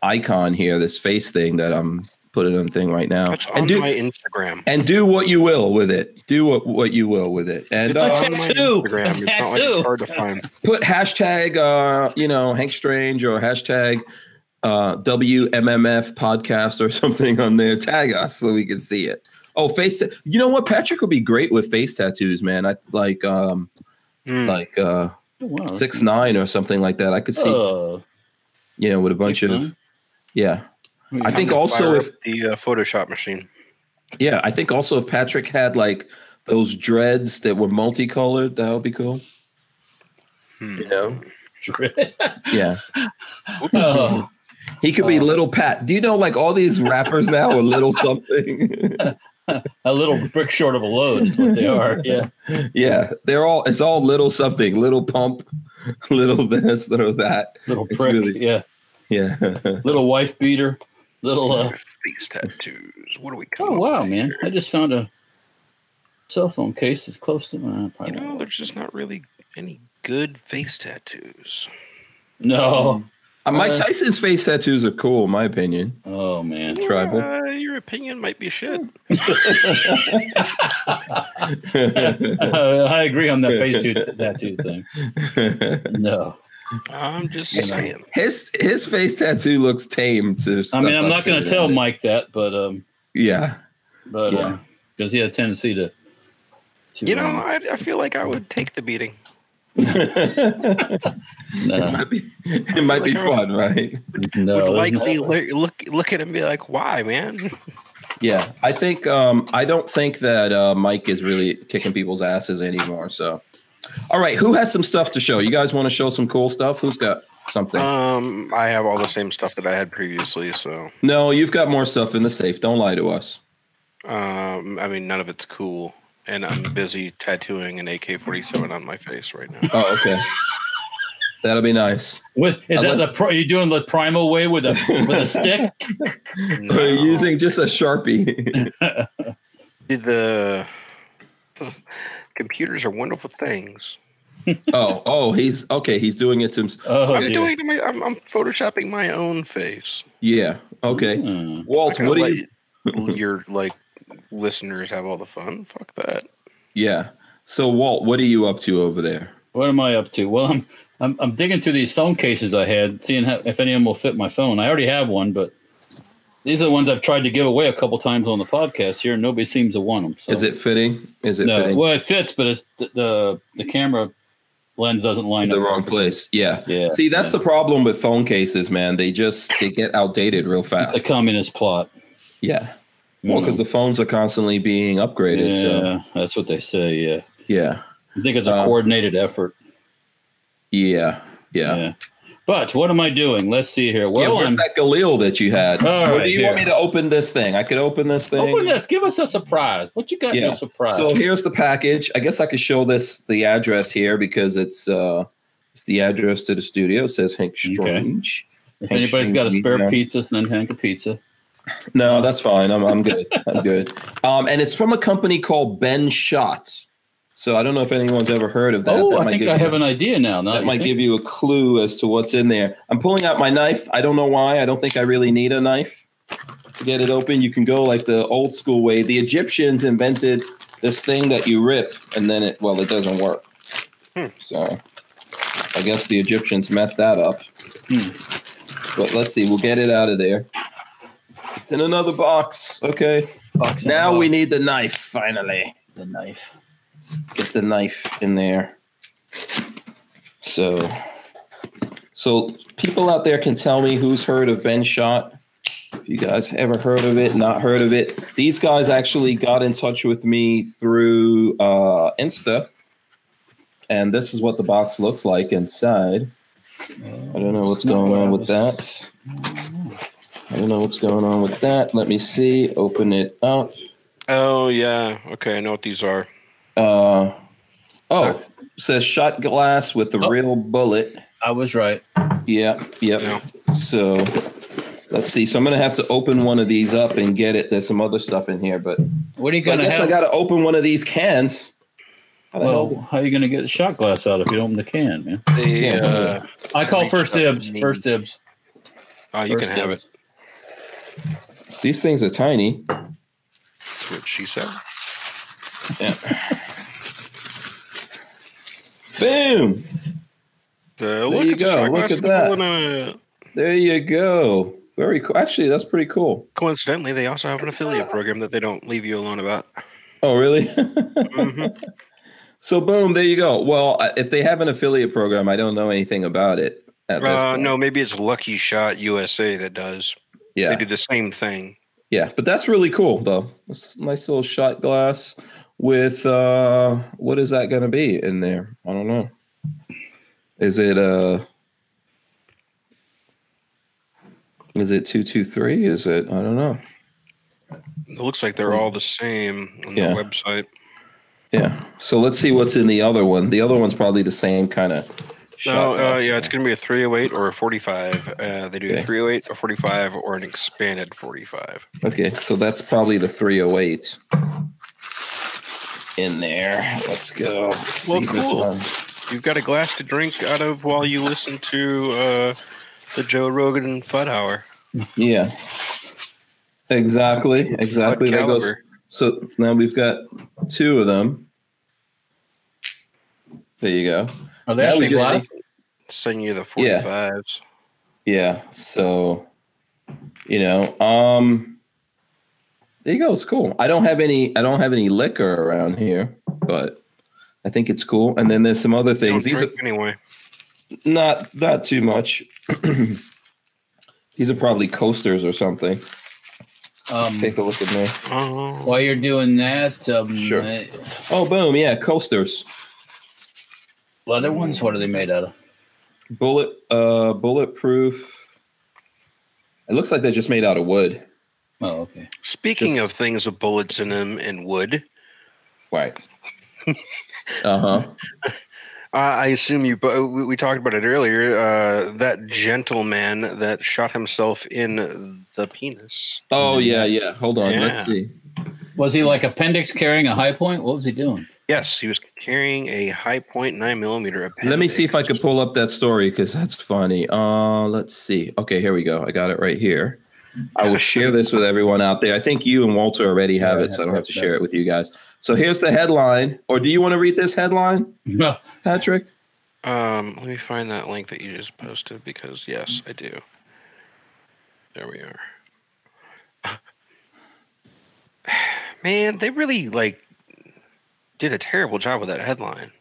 Speaker 1: icon here, this face thing that I'm putting on the thing right now.
Speaker 2: That's on
Speaker 1: Oh. And do,
Speaker 2: my Instagram.
Speaker 1: and do what you will with it. Do what, what you will with it. And
Speaker 2: It's
Speaker 1: uh,
Speaker 2: on my
Speaker 3: tattoo!
Speaker 2: Instagram.
Speaker 3: A
Speaker 2: It's not like
Speaker 3: tattoo!
Speaker 2: it's hard to find.
Speaker 1: put hashtag uh you know hank strange or hashtag uh wmmf podcast or something on there tag us so we can see it oh face you know what patrick would be great with face tattoos man i like um
Speaker 2: Hmm.
Speaker 1: like uh
Speaker 3: Oh, wow.
Speaker 1: six nine or something like that i could see
Speaker 3: Oh,
Speaker 1: you know with a bunch of
Speaker 3: six
Speaker 1: yeah
Speaker 3: nine.
Speaker 1: I think
Speaker 2: Fire
Speaker 1: also
Speaker 2: up
Speaker 1: if-
Speaker 2: the uh, Photoshop machine.
Speaker 1: yeah i think also if patrick had like those dreads that were multicolored that would be cool
Speaker 2: Hmm.
Speaker 1: you know
Speaker 3: Dread.
Speaker 1: yeah
Speaker 3: Oh,
Speaker 1: He could be
Speaker 3: Oh.
Speaker 1: Little Pat. Do you know like all these rappers now are Little something?
Speaker 3: a little brick short of a load is what they are. Yeah.
Speaker 1: yeah, they're all it's all Little something, Little Pump, Little this, Little that.
Speaker 3: Little
Speaker 1: It's
Speaker 3: prick.
Speaker 1: really-
Speaker 3: yeah.
Speaker 1: Yeah, Uh,
Speaker 3: Little wife beater. Little uh,
Speaker 2: Face tattoos. What do we call?
Speaker 3: Oh wow, man! I just found a cell phone case that's close to mine.
Speaker 2: You
Speaker 3: Probably
Speaker 2: know, there's just not really any good face tattoos.
Speaker 3: no.
Speaker 1: Uh, Mike
Speaker 3: Uh,
Speaker 1: Tyson's face tattoos are cool, in my opinion.
Speaker 3: Oh man.
Speaker 1: Tribal.
Speaker 2: Uh, your opinion might be shit.
Speaker 3: Hmm. I agree on that face two tattoo thing. No,
Speaker 2: I'm just
Speaker 3: You know.
Speaker 2: saying.
Speaker 1: his his face tattoo looks tame. To
Speaker 3: I
Speaker 1: stuff
Speaker 3: mean I'm
Speaker 1: I've
Speaker 3: not going to
Speaker 1: seen.
Speaker 3: tell Mike that, but um,
Speaker 1: Yeah,
Speaker 3: but uh,
Speaker 1: Yeah.
Speaker 3: because he had a tendency to, to
Speaker 2: You know,
Speaker 3: um,
Speaker 2: I, I feel like I would take the beating.
Speaker 1: it
Speaker 3: No,
Speaker 1: might be, it might be fun, right?
Speaker 3: no,
Speaker 2: would likely
Speaker 3: no.
Speaker 2: look, look look at it and be like, "Why, man?"
Speaker 1: Yeah, I think um, I don't think that uh, Mike is really kicking people's asses anymore. So, all right, who has some stuff to show? You guys want to show some cool stuff? Who's got something?
Speaker 3: Uh,
Speaker 2: Um, I have all the same stuff that I had previously, so
Speaker 1: no, you've got more stuff in the safe. Don't lie to us.
Speaker 2: um, I mean, none of it's cool, and I'm busy tattooing an AK-47 on my face right now.
Speaker 1: Oh, okay. That'll be nice.
Speaker 3: What, is
Speaker 1: I
Speaker 3: that
Speaker 1: like-
Speaker 3: the pro, are you doing the primal way with a with a stick?
Speaker 2: No.
Speaker 1: Using just a sharpie.
Speaker 2: Did the computers are wonderful things.
Speaker 1: oh, oh, he's okay. He's doing it to himself.
Speaker 3: Oh,
Speaker 2: I'm
Speaker 3: dear.
Speaker 2: doing my, I'm, I'm photoshopping my own face.
Speaker 1: Yeah. Okay.
Speaker 3: Hmm.
Speaker 1: Walt,
Speaker 2: Not
Speaker 1: Oh, what
Speaker 2: gonna
Speaker 1: do you?
Speaker 2: let your like listeners have all the fun? Fuck that.
Speaker 1: Yeah. So, Walt, what are you up to over there?
Speaker 3: What am I up to? Well, I'm I'm, I'm digging through these phone cases I had, seeing how, if any of them will fit my phone. I already have one, but these are the ones I've tried to give away a couple times on the podcast here, and nobody seems to want them. So.
Speaker 1: Is it fitting? Is it
Speaker 3: Oh. no,
Speaker 1: fitting?
Speaker 3: well, it fits, but it's the the, the camera lens doesn't line
Speaker 1: the
Speaker 3: up.
Speaker 1: wrong place. Yeah.
Speaker 3: Yeah,
Speaker 1: See, that's
Speaker 3: yeah.
Speaker 1: the problem with phone cases, man. They just they get outdated real
Speaker 3: It's a
Speaker 1: fast.
Speaker 3: communist plot.
Speaker 1: Yeah.
Speaker 3: mm.
Speaker 1: Well, because the phones are constantly being upgraded.
Speaker 3: yeah,
Speaker 1: So
Speaker 3: that's what they say. Yeah,
Speaker 1: yeah.
Speaker 3: I think it's a
Speaker 1: Um,
Speaker 3: coordinated effort.
Speaker 1: Yeah.
Speaker 3: Yeah.
Speaker 1: Yeah.
Speaker 3: But what am I doing? Let's see here.
Speaker 1: Yeah,
Speaker 3: Well,
Speaker 1: where's
Speaker 3: I'm
Speaker 1: that Galil that you had?
Speaker 3: All
Speaker 1: Or
Speaker 3: right,
Speaker 1: do you want me
Speaker 3: here.
Speaker 1: to open this thing? I could open this thing.
Speaker 3: open this. Oh, Give us a surprise. What you got? in
Speaker 1: Yeah.
Speaker 3: your surprise.
Speaker 1: So here's the package. I guess I could show this the address here because it's uh it's the address to the studio. It says Hank
Speaker 3: Okay.
Speaker 1: Strange.
Speaker 3: if anybody's got a spare
Speaker 1: Yeah.
Speaker 3: pizza, send Hank a pizza.
Speaker 1: No, that's fine. I'm, I'm good. I'm good. Um, and it's from a company called Ben Shot. So I don't know if anyone's ever heard of that.
Speaker 3: oh,
Speaker 1: that
Speaker 3: I think
Speaker 1: give
Speaker 3: I
Speaker 1: you,
Speaker 3: have an idea now. now
Speaker 1: that
Speaker 3: you
Speaker 1: might
Speaker 3: think-
Speaker 1: give you a clue as to what's in there. I'm pulling out my knife. I don't know why. I don't think I really need a knife to get it open. You can go like the old school way. The Egyptians invented this thing that you ripped, and then it well, it doesn't work.
Speaker 2: Hmm.
Speaker 1: So I guess the Egyptians messed that up.
Speaker 3: Hmm.
Speaker 1: But let's see. We'll get it out of there. It's in another box. Okay.
Speaker 3: Box and
Speaker 1: Now
Speaker 3: box.
Speaker 1: we need the knife, finally.
Speaker 3: the knife.
Speaker 1: Get the knife in there. So so people out there can tell me who's heard of Ben Shot. If you guys ever heard of it, not heard of it. These guys actually got in touch with me through uh, Insta. And this is what the box looks like inside. I don't know what's going on with that. I don't know what's going on with that. Let me see. Open it up.
Speaker 2: Oh yeah. Okay, I know what these are.
Speaker 1: Uh, oh, says shot glass with a
Speaker 3: Oh.
Speaker 1: real bullet.
Speaker 3: I was right.
Speaker 1: Yeah, yep. So let's see. So I'm gonna have to open one of these up and get it. There's some other stuff in here, but
Speaker 3: What are you
Speaker 1: so I
Speaker 3: gonna
Speaker 1: guess
Speaker 3: have?
Speaker 1: I gotta open one of these cans. How the hell
Speaker 3: well,
Speaker 1: do-
Speaker 3: how are you gonna get the shot glass out if you don't open the can, man?
Speaker 2: They,
Speaker 1: Yeah.
Speaker 2: uh,
Speaker 3: I call
Speaker 2: Reach
Speaker 3: first
Speaker 2: up
Speaker 3: dibs.
Speaker 2: and meet.
Speaker 3: First dibs.
Speaker 2: oh, you
Speaker 3: first
Speaker 2: can have it.
Speaker 3: dibs.
Speaker 1: these things are tiny.
Speaker 2: That's what she said.
Speaker 1: Boom!
Speaker 2: Uh, look
Speaker 1: you
Speaker 2: at the
Speaker 1: go,
Speaker 2: shot
Speaker 1: look
Speaker 2: glass
Speaker 1: at
Speaker 2: and
Speaker 1: that.
Speaker 2: all in a-
Speaker 1: There you go. Very cool. Actually, that's pretty cool.
Speaker 2: Coincidentally, they also have an affiliate program that they don't leave you alone about.
Speaker 1: Oh, really?
Speaker 2: Mhm.
Speaker 1: so boom, there you go. Well, I- if they have an affiliate program, I don't know anything about it. At this
Speaker 2: Uh,
Speaker 1: point.
Speaker 2: no, maybe it's Lucky Shot USA that does.
Speaker 1: yeah.
Speaker 2: They do the same thing.
Speaker 1: Yeah, but that's really cool though. It's a nice little shot glass with uh what is that gonna be in there? I don't know. Is it uh is it two two three? Is it I don't know.
Speaker 2: It looks like they're all the same on
Speaker 1: Yeah.
Speaker 2: the website.
Speaker 1: Yeah. So let's see what's in the other one. The other one's probably the same kind of
Speaker 2: No,
Speaker 1: shot.
Speaker 2: uh,
Speaker 1: glass.
Speaker 2: yeah, it's going to be a 308 or a 45. Uh, they do
Speaker 1: Okay.
Speaker 2: a 308, a 45, or an expanded 45.
Speaker 1: Okay, so that's probably the 308 in there. Let's go. see this
Speaker 2: cool.
Speaker 1: one.
Speaker 2: You've got a glass to drink out of while you listen to uh, the Joe Rogan Fud Hour.
Speaker 1: Yeah. Exactly. Exactly.
Speaker 2: Fud
Speaker 1: That goes.
Speaker 2: Caliber.
Speaker 1: So now we've got two of them. There you go.
Speaker 3: Are they
Speaker 1: Now we
Speaker 3: actually
Speaker 1: just
Speaker 3: glass?
Speaker 2: Send you the 45s.
Speaker 1: Yeah. Yeah. So, you know, um, there you go. It's cool. I don't have any. I don't have any liquor around here, but I think it's cool. And then there's some other things.
Speaker 2: Don't
Speaker 1: These are
Speaker 2: drink anyway.
Speaker 1: not not too much. These are probably coasters or something.
Speaker 3: Um,
Speaker 1: Take a look at me.
Speaker 2: Oh,
Speaker 3: while you're doing that, um,
Speaker 1: Sure.
Speaker 3: uh,
Speaker 1: Oh, boom! Yeah, coasters.
Speaker 3: leather ones. What are they made out of?
Speaker 1: Bullet, uh, bulletproof. It looks like they're just made out of wood.
Speaker 3: Oh, okay.
Speaker 2: speaking
Speaker 1: Just-
Speaker 2: of things with bullets in them and wood,
Speaker 1: Right. uh huh.
Speaker 2: uh, I assume you. But we, we talked about it earlier. Uh, that gentleman that shot himself in the penis.
Speaker 1: Oh yeah, yeah. Hold on.
Speaker 2: Yeah.
Speaker 1: Let's see.
Speaker 3: Was he like appendix carrying a high point? What was he doing?
Speaker 2: Yes, he was carrying a high point nine millimeter.
Speaker 1: Let me see if I
Speaker 2: appendix.
Speaker 1: could pull up that story because that's funny. Uh, let's see. Okay, here we go. I got it right here. I will share this with everyone out there. I think you and Walter already have
Speaker 3: Yeah, I
Speaker 1: it, so I
Speaker 3: have
Speaker 1: don't have
Speaker 3: that.
Speaker 1: to share it with you guys. So here's the headline. Or do you want to read this headline,
Speaker 3: No.
Speaker 1: Patrick?
Speaker 2: Um, let me find that link that you just posted because yes, I do. There we are. Man, they really like did a terrible job with that headline.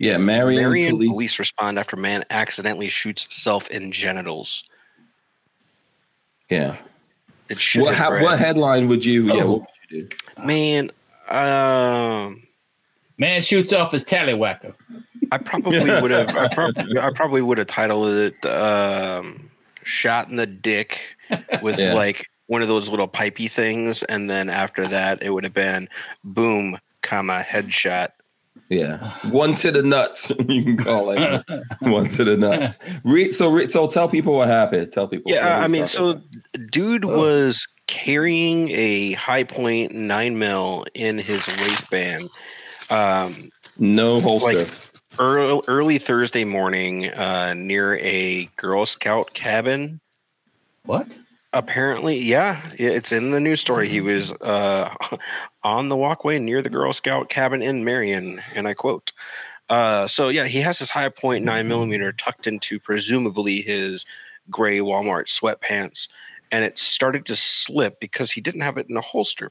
Speaker 1: Yeah, Marion,
Speaker 2: Marion police.
Speaker 1: police.
Speaker 2: respond after man accidentally shoots self in genitals.
Speaker 1: Yeah.
Speaker 2: It should
Speaker 1: What,
Speaker 2: have
Speaker 1: how,
Speaker 2: read,
Speaker 1: what headline would you? Yeah.
Speaker 3: Oh.
Speaker 1: What would you do?
Speaker 2: man, um
Speaker 3: Man shoots off his tallywhacker.
Speaker 2: I probably would have I probably, I probably would have titled it um shot in the dick with
Speaker 1: Yeah.
Speaker 2: like one of those little pipey things and then after that it would have been boom comma headshot
Speaker 1: Yeah. One to the nuts. you can call it one to the nuts. Read. So re, so tell people what happened. Tell people. what
Speaker 2: yeah
Speaker 1: are
Speaker 2: i
Speaker 1: we
Speaker 2: mean
Speaker 1: talking
Speaker 2: so
Speaker 1: about?
Speaker 2: dude
Speaker 1: Oh.
Speaker 2: was carrying a high point 9 mil in his waistband um
Speaker 1: no holster.
Speaker 2: like- early, early thursday morning uh near a girl scout cabin
Speaker 3: What?
Speaker 2: Apparently, yeah, it's in the news story. He was uh, on the walkway near the Girl Scout cabin in Marion, and I quote. Uh, so yeah, he has his high point nine millimeter tucked into presumably his gray Walmart sweatpants, and it started to slip because he didn't have it in a holster.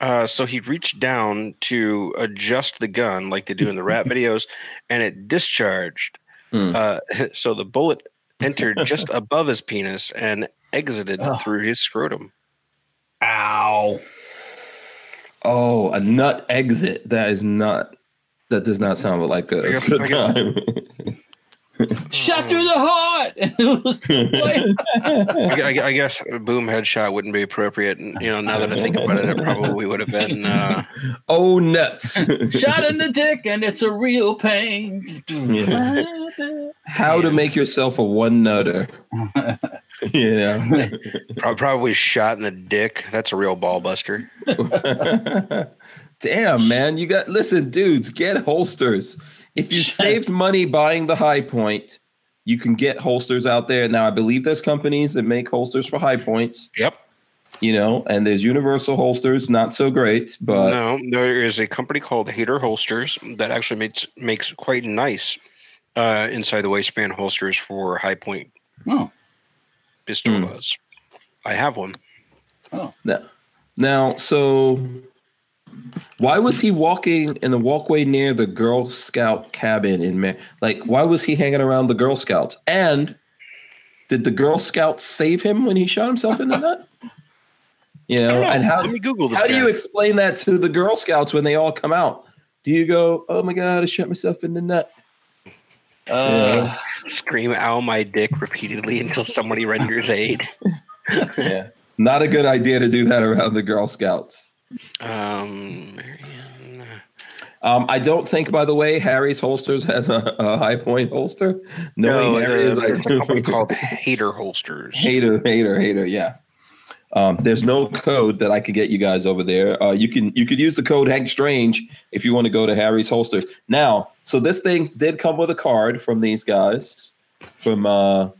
Speaker 2: Uh, so he reached down to adjust the gun like they do in the rap videos, and it discharged.
Speaker 1: Mm.
Speaker 2: Uh, so the bullet entered just above his penis and exited
Speaker 3: Oh.
Speaker 2: through his scrotum.
Speaker 3: Ow.
Speaker 1: Oh, a nut exit. That is not. That does not sound like a
Speaker 2: I guess-
Speaker 1: good
Speaker 2: I guess-
Speaker 1: time.
Speaker 3: Shot through the heart. It was like-
Speaker 2: I, gu- I gu- I guess a boom headshot wouldn't be appropriate. And, you know, now that I think about it, it probably would have been. Uh,
Speaker 1: oh nuts!
Speaker 3: Shot in the dick, and it's a real pain.
Speaker 1: Yeah. How to make yourself a one nutter? yeah.
Speaker 2: prob- probably shot in the dick. That's a real ball buster.
Speaker 1: Damn, man. You got, listen, dudes, get holsters. If you saved money buying the high point, you can get holsters out there. Now, I believe there's companies that make holsters for high points,
Speaker 2: Yep.
Speaker 1: you know, and there's universal holsters, not so great, but
Speaker 2: no, there is a company called Hater Holsters that actually makes makes quite nice uh, inside the waistband holsters for high point
Speaker 3: Oh,
Speaker 2: pistolas. I have one.
Speaker 1: now, so why was he walking in the walkway near the Girl Scout cabin in Mar- like why was he hanging around the Girl Scouts? And did the Girl Scouts save him when he shot himself in the nut? You know,
Speaker 2: I don't know.
Speaker 1: Oh, and how
Speaker 2: Let me Google this.
Speaker 1: How do
Speaker 2: guy.
Speaker 1: you explain that to the Girl Scouts when they all come out? Do you go, oh my God, I shot myself in the nut?
Speaker 3: uh,
Speaker 2: scream ow my dick repeatedly until somebody renders aid
Speaker 1: Yeah. Not a good idea to do that around the Girl Scouts.
Speaker 2: um Marion.
Speaker 1: Um, I don't think, by the way, Harry's holsters has a, a high point holster. Knowing
Speaker 2: no,
Speaker 1: Harry is
Speaker 2: there's
Speaker 1: like
Speaker 2: a company called hater holsters
Speaker 1: hater, hater, hater. Yeah. Um, there's no code that I could get you guys over there. Uh, you can you could use the code Hank Strange if you want to go to Harry's holsters. Now, so this thing did come with a card from these guys from uh,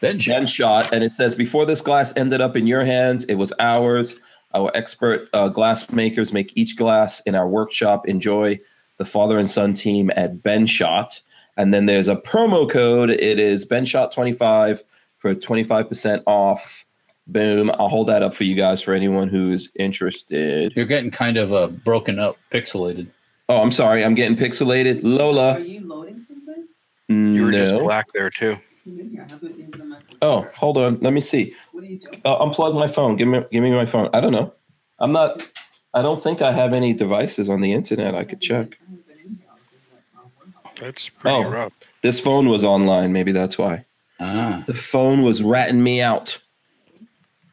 Speaker 3: then shot.
Speaker 1: Jen shot, and it says, "Before this glass ended up in your hands, it was ours. Our expert uh, glass makers make each glass in our workshop. Enjoy the father and son team at Ben Shot." And then there's a promo code. It is Ben Shot twenty five for twenty five percent off. Boom! I'll hold that up for you guys for anyone who's interested.
Speaker 3: You're getting kind of uh, broken up, pixelated.
Speaker 1: Oh, I'm sorry. I'm getting pixelated.
Speaker 4: Are
Speaker 1: Lola.
Speaker 4: you loading something?
Speaker 2: You were just
Speaker 1: No.
Speaker 2: black there too.
Speaker 4: Maybe I haven't even done my computer.
Speaker 1: Oh, hold on. Let me see.
Speaker 4: What are you doing?
Speaker 1: Uh, unplug my phone. Give me, give me my phone. I don't know. I'm not. I don't think I have any devices on the internet. I could check.
Speaker 2: That's pretty
Speaker 1: Oh.
Speaker 2: rough.
Speaker 1: This phone was online. Maybe that's why.
Speaker 3: Ah.
Speaker 1: The phone was ratting me out.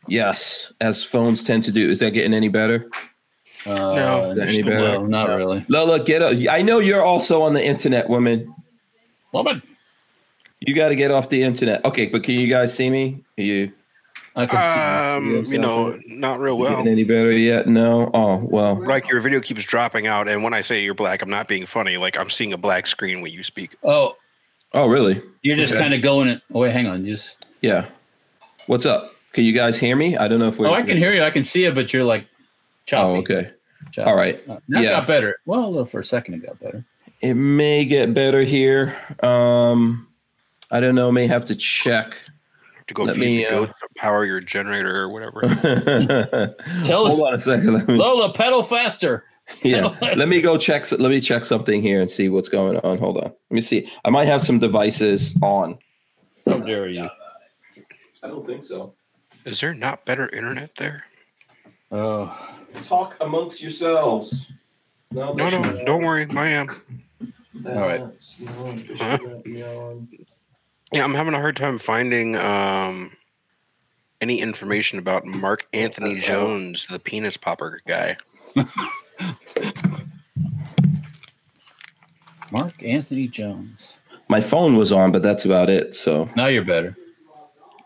Speaker 1: Yes, as phones tend to do. Is that getting any better?
Speaker 3: Uh,
Speaker 2: No,
Speaker 1: any better?
Speaker 3: no, not really.
Speaker 1: Lola, get up. I know you're also on the internet, woman.
Speaker 3: Woman,
Speaker 1: You got to get off the internet. Okay, but can you guys see me? Are you
Speaker 3: I can see.
Speaker 2: Um,
Speaker 1: Yes,
Speaker 2: you know,
Speaker 1: out
Speaker 2: not real
Speaker 1: getting
Speaker 2: well.
Speaker 1: any better yet? No. Oh well.
Speaker 2: Like your video keeps dropping out, and when I say you're black, I'm not being funny. Like I'm seeing a black screen when you speak.
Speaker 3: Oh,
Speaker 1: Oh really?
Speaker 3: you're just
Speaker 1: Okay.
Speaker 3: kind of going. It, oh wait, hang on. You just.
Speaker 1: Yeah. What's up? Can you guys hear me? I don't know if we.
Speaker 3: Oh, I can hear you. I can see it, but you're like choppy.
Speaker 1: Oh okay.
Speaker 3: choppy.
Speaker 1: All right.
Speaker 3: Uh, that
Speaker 1: Yeah.
Speaker 3: got better. Well, a little for a second, it got better.
Speaker 1: It may get better here. Um, I don't know. May have to check.
Speaker 2: To go
Speaker 1: Let
Speaker 2: feed
Speaker 1: me,
Speaker 2: the
Speaker 1: uh,
Speaker 2: goat to power your generator or whatever.
Speaker 1: Tell Hold on a second. Let me,
Speaker 3: Lola, pedal faster.
Speaker 1: yeah, let me go check. Let me check something here and see what's going on. Hold on. Let me see. I might have some devices on.
Speaker 3: How dare you?
Speaker 1: I don't think so.
Speaker 2: Is there not better internet there?
Speaker 3: Oh,
Speaker 1: Talk amongst yourselves.
Speaker 2: No, no, don't worry, I am.
Speaker 1: All
Speaker 3: right.
Speaker 2: Huh? Yeah, I'm having a hard time finding um, any information about Mark Anthony
Speaker 1: That's uh, all.
Speaker 2: Jones, the penis popper guy.
Speaker 3: Mark Anthony Jones.
Speaker 1: My phone was on, but that's about it. So
Speaker 3: Now you're better.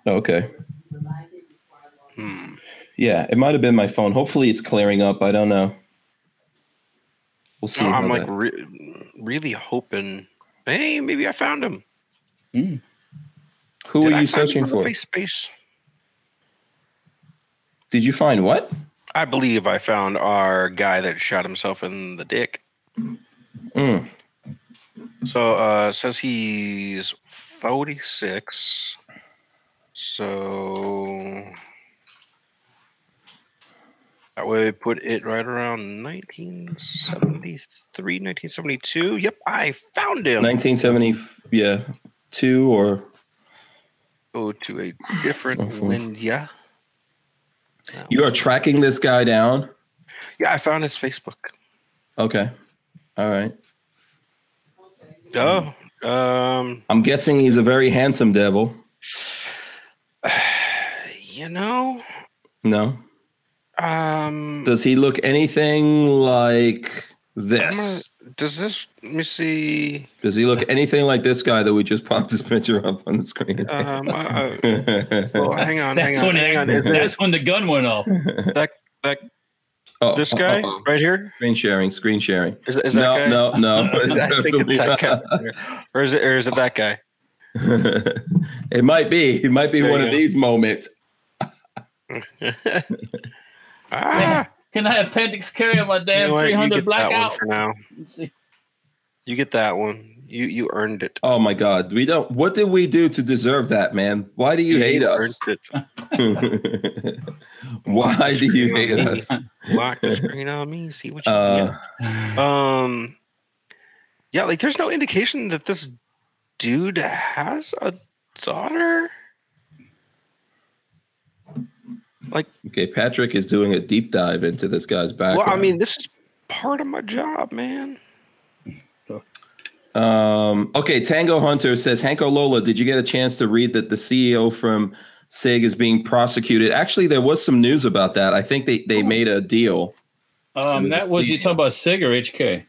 Speaker 1: okay.
Speaker 2: Hmm.
Speaker 1: Yeah, it might have been my phone. Hopefully, it's clearing up. I don't know. We'll see.
Speaker 2: No,
Speaker 1: how
Speaker 2: I'm like
Speaker 1: that-
Speaker 2: re- really hoping. Hey, maybe I found him.
Speaker 1: who
Speaker 2: Did
Speaker 1: are
Speaker 2: I
Speaker 1: you
Speaker 2: find him
Speaker 1: searching
Speaker 2: on
Speaker 1: for?
Speaker 2: Face space.
Speaker 1: Did you find what?
Speaker 2: I believe I found our guy that shot himself in the dick.
Speaker 1: Mm.
Speaker 2: So uh it says he's 46. So that would put it right around 1973, 1972. Yep, I found him.
Speaker 1: 1970, yeah, two or
Speaker 2: Go Oh, to a different
Speaker 1: Oh, four.
Speaker 2: wind. Yeah.
Speaker 1: you are tracking this guy down.
Speaker 2: Yeah, I found his Facebook.
Speaker 1: Okay, all right.
Speaker 2: Oh, um,
Speaker 1: I'm guessing he's a very handsome devil.
Speaker 2: you know,
Speaker 1: No,
Speaker 2: um,
Speaker 1: does he look anything like
Speaker 2: I'm
Speaker 1: this?
Speaker 2: gonna- does this, let me see.
Speaker 1: Does he look anything like this guy that we just popped his picture up on the screen?
Speaker 2: Um, uh, oh, hang on, hang
Speaker 3: That's
Speaker 2: on,
Speaker 3: when,
Speaker 2: hang on.
Speaker 3: it-
Speaker 2: Is it
Speaker 3: that's when the gun went off.
Speaker 1: Oh,
Speaker 2: this guy
Speaker 1: uh-oh.
Speaker 2: right here?
Speaker 1: Screen sharing, screen sharing.
Speaker 2: Is, is that
Speaker 1: no,
Speaker 2: guy?
Speaker 1: no, no,
Speaker 2: I think it's that guy, or is it or is it that guy?
Speaker 1: it might be. It might be
Speaker 2: There
Speaker 1: one
Speaker 2: you
Speaker 1: of
Speaker 2: go.
Speaker 1: these moments.
Speaker 2: ah,
Speaker 3: Can I appendix carry on my
Speaker 2: you
Speaker 3: damn
Speaker 2: know what? You
Speaker 3: 300
Speaker 2: get that one
Speaker 3: blackout?
Speaker 2: for now.
Speaker 3: Let's see.
Speaker 2: You get that one. You you earned it.
Speaker 1: Oh my God, we don't. What did we do to deserve that, man? Why do you hate us?
Speaker 2: earned it.
Speaker 1: Why do you hate us?
Speaker 2: Lock the screen on me. See what you
Speaker 1: Uh,
Speaker 2: get. Um, yeah, like there's no indication that this dude has a daughter.
Speaker 1: okay, Patrick is doing a deep dive into this guy's
Speaker 2: Well,
Speaker 1: background.
Speaker 2: I mean, this is part of my job, man.
Speaker 1: Um, okay, Tango Hunter says, Hanko Lola, did you get a chance to read that the CEO from SIG is being prosecuted? Actually, there was some news about that. I think they, they made a deal.
Speaker 3: Um, that was you talking about Sig or HK?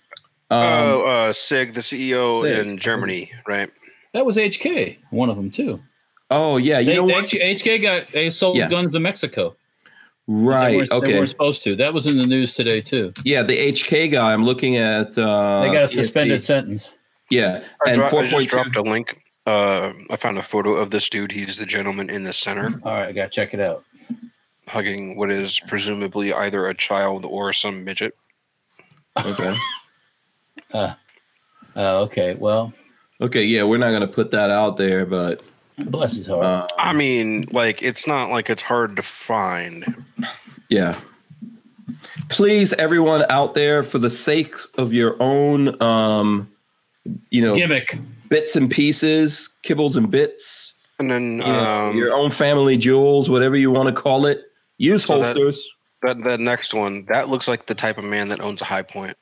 Speaker 1: Um,
Speaker 2: oh, uh, Sig, the CEO
Speaker 1: Sig.
Speaker 2: in Germany, right?
Speaker 3: That was HK, one of them too.
Speaker 1: oh, yeah. You
Speaker 3: They,
Speaker 1: know
Speaker 3: they-
Speaker 1: what?
Speaker 3: HK got they sold
Speaker 1: Yeah.
Speaker 3: guns to Mexico. They
Speaker 1: right.
Speaker 3: weren't, They
Speaker 1: okay.
Speaker 3: weren't supposed to. That was in the news today too.
Speaker 1: Yeah, the HK guy. I'm looking at. Uh,
Speaker 3: They got a
Speaker 1: ESP.
Speaker 3: suspended sentence.
Speaker 1: Yeah,
Speaker 2: I,
Speaker 1: and
Speaker 2: dro- I just
Speaker 1: 4.2.
Speaker 2: dropped a link. Uh, I found a photo of this dude. He's the gentleman in the center
Speaker 3: All right, I gotta check it out.
Speaker 2: hugging what is presumably either a child or some midget.
Speaker 1: Okay.
Speaker 3: Uh, okay, well,
Speaker 1: Okay. Yeah, we're not gonna put that out there, but
Speaker 3: bless his heart.
Speaker 1: uh,
Speaker 2: I mean, like, it's not like it's hard to find.
Speaker 1: yeah, please, everyone out there, for the sakes of your own, um, you know,
Speaker 3: Gimmick.
Speaker 1: bits and pieces, kibbles and bits,
Speaker 2: And then
Speaker 1: you know,
Speaker 2: um,
Speaker 1: your own family jewels, whatever you want to call it. Use
Speaker 2: So that-
Speaker 1: holsters.
Speaker 2: that, that next one, that looks like the type of man that owns a high point.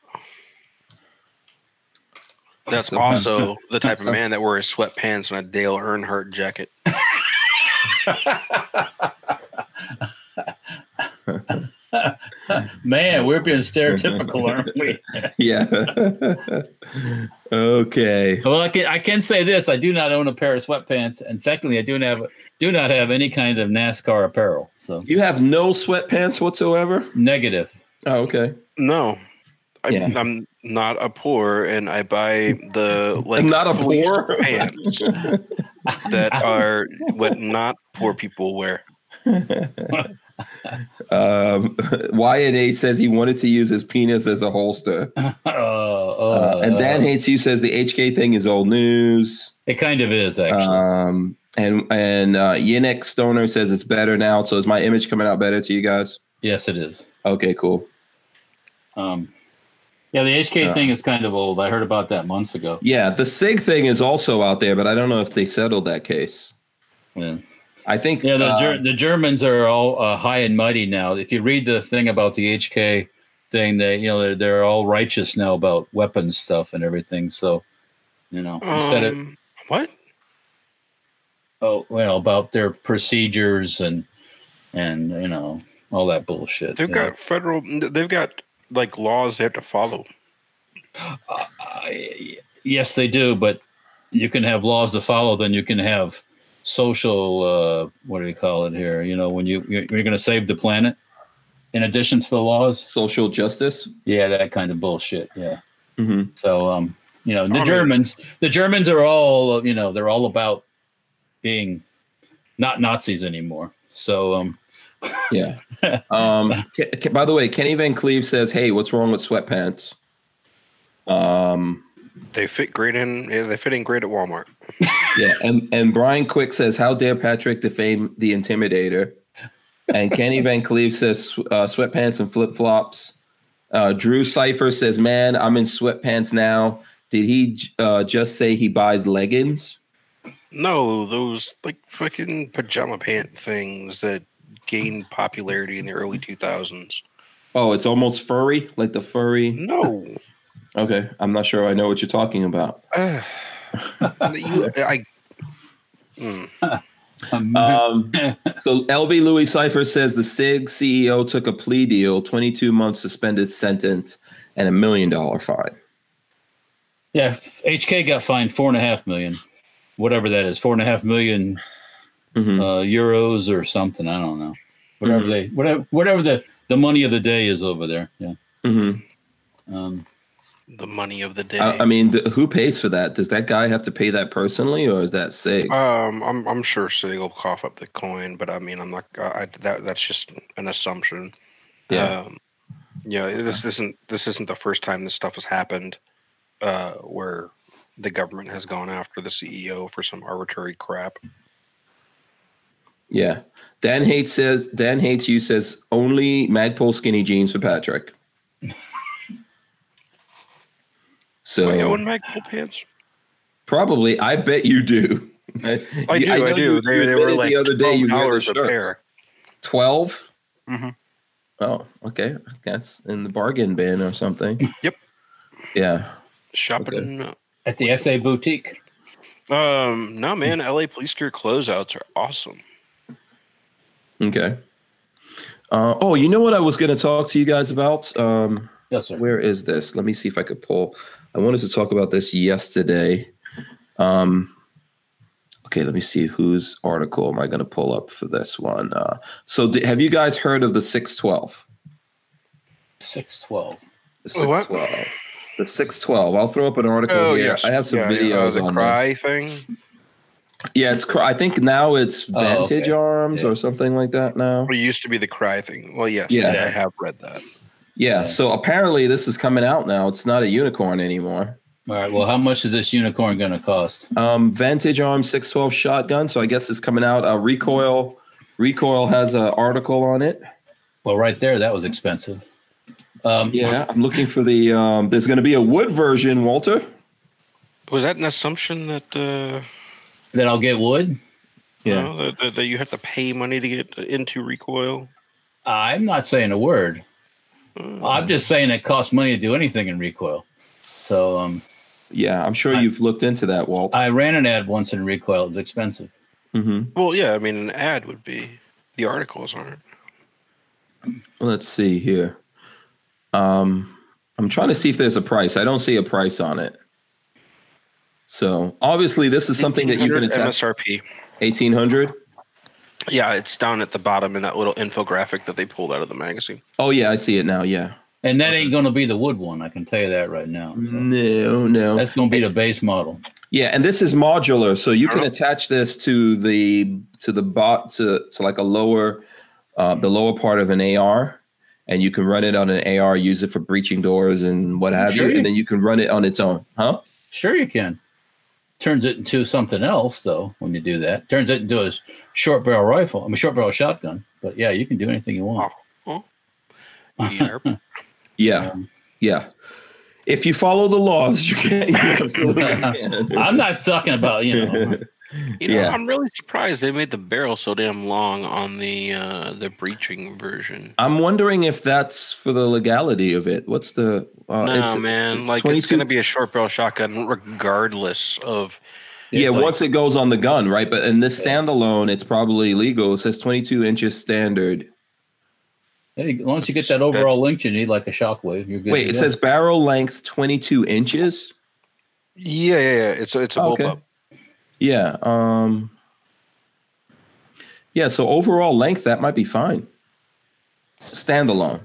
Speaker 2: That's
Speaker 1: So-
Speaker 2: also the type of
Speaker 1: so-
Speaker 2: man that wears sweatpants and a Dale Earnhardt jacket.
Speaker 3: Man, we're being stereotypical, aren't we?
Speaker 1: yeah. okay.
Speaker 3: Well, I can I can say this: I do not own a pair of sweatpants, and secondly, I do not have do not have any kind of NASCAR apparel. So
Speaker 1: You have no sweatpants whatsoever.
Speaker 3: negative.
Speaker 1: Oh, okay.
Speaker 2: No, I,
Speaker 1: Yeah.
Speaker 2: I'm not a poor, and I buy the like
Speaker 1: I'm not a
Speaker 2: fleece
Speaker 1: poor?
Speaker 2: pants that are what not poor people wear.
Speaker 1: Um, Wyatt A says he wanted to use his penis as a holster,
Speaker 3: Uh,
Speaker 1: uh,
Speaker 3: uh,
Speaker 1: and Dan hates you says the HK thing is old news.
Speaker 3: it kind of is actually.
Speaker 1: Um, and and uh, Yannick Stoner says it's better now. So is my image coming out better to you guys?
Speaker 3: yes, it is.
Speaker 1: Okay, cool.
Speaker 3: Um, yeah, the HK
Speaker 1: Uh,
Speaker 3: thing is kind of old. I heard about that months ago.
Speaker 1: Yeah, the Sig thing is also out there, but I don't know if they settled that case.
Speaker 3: Yeah,
Speaker 1: I think
Speaker 3: yeah the, Ger-
Speaker 1: uh,
Speaker 3: the Germans are all uh, high and mighty now. If you read the thing about the HK thing, they you know they're, they're all righteous now about weapons stuff and everything. So you know, instead of
Speaker 2: Um, what?
Speaker 3: oh well about their procedures and and you know all that bullshit.
Speaker 2: They've
Speaker 3: you know.
Speaker 2: got federal. They've got like laws they have to follow.
Speaker 3: I- yes, they do, but you can have laws to follow. Then you can have social. Uh, what do you call it here? You know, when you you're, you're going to save the planet, in addition to the laws.
Speaker 1: social justice.
Speaker 3: Yeah, that kind of bullshit. Yeah.
Speaker 1: hmm
Speaker 3: So, um, you know, the
Speaker 2: Army.
Speaker 3: Germans, the Germans are all, uh, you know, they're all about being not Nazis anymore. So, um,
Speaker 1: Yeah. Um, Ke- Ke- by the way, Kenny Van Cleve says, "Hey, what's wrong with sweatpants?" Um,
Speaker 2: They fit great in. Yeah, they fit in great at Walmart.
Speaker 1: yeah, and and Brian Quick says, "How dare Patrick defame the Intimidator?" And Kenny Van Cleve says, uh, "Sweatpants and flip flops." Uh, Drew Cipher says, "Man, I'm in sweatpants now." Did he j- uh, just say he buys leggings?
Speaker 2: No, those like fucking pajama pant things that gained popularity in the early 2000s.
Speaker 1: Oh, it's almost furry, like the furry.
Speaker 2: No.
Speaker 1: Okay, I'm not sure. I know what you're talking about.
Speaker 2: Ah. you, I, Mm.
Speaker 3: uh,
Speaker 1: Um, so LV Louis Cipher says the SIG CEO took a plea deal, 22 month suspended sentence, and a million dollar fine.
Speaker 3: yeah, HK got fined four and a half million, whatever that is, four and a half million
Speaker 1: Mhm.
Speaker 3: uh, euros or something. I don't know. Whatever they whatever whatever the the money of the day is over there. Yeah.
Speaker 1: Mhm.
Speaker 3: Um,
Speaker 2: the money of the day.
Speaker 1: I, I mean, th- who pays for that? Does that guy have to pay that personally, or is that SIG?
Speaker 2: um, I'm I'm sure Sig will cough up the coin, but I mean, I'm not. I, I- that that's just an assumption.
Speaker 1: Yeah.
Speaker 2: Um, you know, this isn't this isn't the first time this stuff has happened, uh, where the government has gone after the CEO for some arbitrary crap.
Speaker 1: yeah. Dan hates says Dan hates you says only Magpul skinny jeans for Patrick. so
Speaker 2: I own my cool pants.
Speaker 1: probably, I bet you do. I,
Speaker 2: I do.
Speaker 1: know
Speaker 2: I, do.
Speaker 1: you-
Speaker 2: They,
Speaker 1: you
Speaker 2: they were
Speaker 1: admitted
Speaker 2: like
Speaker 1: the other day you wear the
Speaker 2: dollars Oh, a
Speaker 1: shirts.
Speaker 2: pair.
Speaker 1: 12
Speaker 2: Mhm.
Speaker 1: oh okay I guess in the bargain bin or something
Speaker 2: Yep.
Speaker 1: yeah
Speaker 2: Shopping.
Speaker 3: at the SA boutique.
Speaker 2: Um, no, man. LA Police Gear closeouts are awesome.
Speaker 1: okay uh, oh you know what i was going to talk to you guys about um,
Speaker 3: Yes, sir.
Speaker 1: where is this let me see if i could pull i wanted to talk about this yesterday um, okay let me see whose article am i going to pull up for this one uh, so d- have you guys heard of the 612
Speaker 3: Six twelve.
Speaker 1: the
Speaker 2: Oh, what?
Speaker 1: 612 the 612 i'll throw up an article here i have some
Speaker 2: Oh, Yeah, yeah, uh,
Speaker 1: videos
Speaker 2: the
Speaker 1: on this.
Speaker 2: cry thing.
Speaker 1: Yeah, it's. cr- I think now it's
Speaker 3: Oh, okay.
Speaker 1: Vantage Arms
Speaker 3: Yeah.
Speaker 1: or something like that now.
Speaker 2: Or used to be the cry thing. Well, yes,
Speaker 1: Yeah.
Speaker 2: yeah, I have read that.
Speaker 1: Yeah,
Speaker 3: Yeah.
Speaker 1: so apparently this is coming out now. It's not a unicorn anymore.
Speaker 3: All right. Well, how much is this unicorn going to cost?
Speaker 1: Um, Vantage Arms 612 shotgun. So I guess it's coming out. Uh, Recoil. Recoil has an article on it.
Speaker 3: Well, right there, that was expensive. Um,
Speaker 1: Yeah, I'm looking for the. Um, there's going to be a wood version, Walter.
Speaker 2: Was that an assumption that uh,
Speaker 3: That I'll get wood.
Speaker 2: you know, that- that, that you have to pay money to get into recoil?
Speaker 3: I'm not saying a word.
Speaker 2: Uh,
Speaker 3: I'm just saying it costs money to do anything in recoil. So um,
Speaker 1: yeah. I'm sure
Speaker 3: I-
Speaker 1: you've looked into that, Walt.
Speaker 3: I ran an ad once in recoil. It's expensive.
Speaker 1: hmm
Speaker 2: well, yeah, I mean, an ad would be the articles aren't.
Speaker 1: Let's see here. Um, I'm trying to see if there's a price. I don't see a price on it. So obviously, this is something that you can
Speaker 2: 1800
Speaker 1: attach.
Speaker 2: MSRP.
Speaker 1: 1800.
Speaker 2: Yeah, it's down at the bottom in that little infographic that they pulled out of the magazine.
Speaker 1: Oh yeah, I see it now. Yeah.
Speaker 3: And that ain't going to be the wood one. I can tell you that right now. So
Speaker 1: Mm. No, no.
Speaker 3: Mm-hmm. That's going to be the base model.
Speaker 1: Yeah, and this is modular, so you can
Speaker 2: Uh-huh.
Speaker 1: attach this to the to the bot to to like a lower uh, the lower part of an AR, and you can run it on an AR, use it for breaching doors and what have
Speaker 3: Sure.
Speaker 1: you, and then you can run it on its own, huh?
Speaker 3: Sure, you can. Turns it into something else, though, when you do that. Turns it into a s- short barrel rifle. I'm a short barrel shotgun. But yeah, you can do anything you want.
Speaker 2: Yerp.
Speaker 1: Yeah,
Speaker 3: Um,
Speaker 1: yeah. If you follow the laws, you can. You absolutely can.
Speaker 3: I'm not talking about, you know,
Speaker 2: You know,
Speaker 1: Yeah.
Speaker 2: I'm really surprised they made the barrel so damn long on the uh, the breaching version.
Speaker 1: I'm wondering if that's for the legality of it. What's the? Uh,
Speaker 2: no,
Speaker 1: it's-
Speaker 2: man,
Speaker 1: it's
Speaker 2: like it's
Speaker 1: 22
Speaker 2: gonna be a short barrel shotgun regardless of.
Speaker 1: Yeah,
Speaker 3: like-
Speaker 1: once it goes on the gun, right? But in this standalone, it's probably legal. It says 22 inches standard.
Speaker 3: hey, as long as you get that overall length you need, like a shockwave, you're good.
Speaker 1: Wait,
Speaker 3: to
Speaker 1: it
Speaker 3: go.
Speaker 1: says barrel length 22 inches.
Speaker 2: Yeah, yeah, yeah. It's a, it's a
Speaker 1: Okay.
Speaker 2: bulb up.
Speaker 1: Yeah. Um. Yeah. So overall length, that might be fine. Standalone.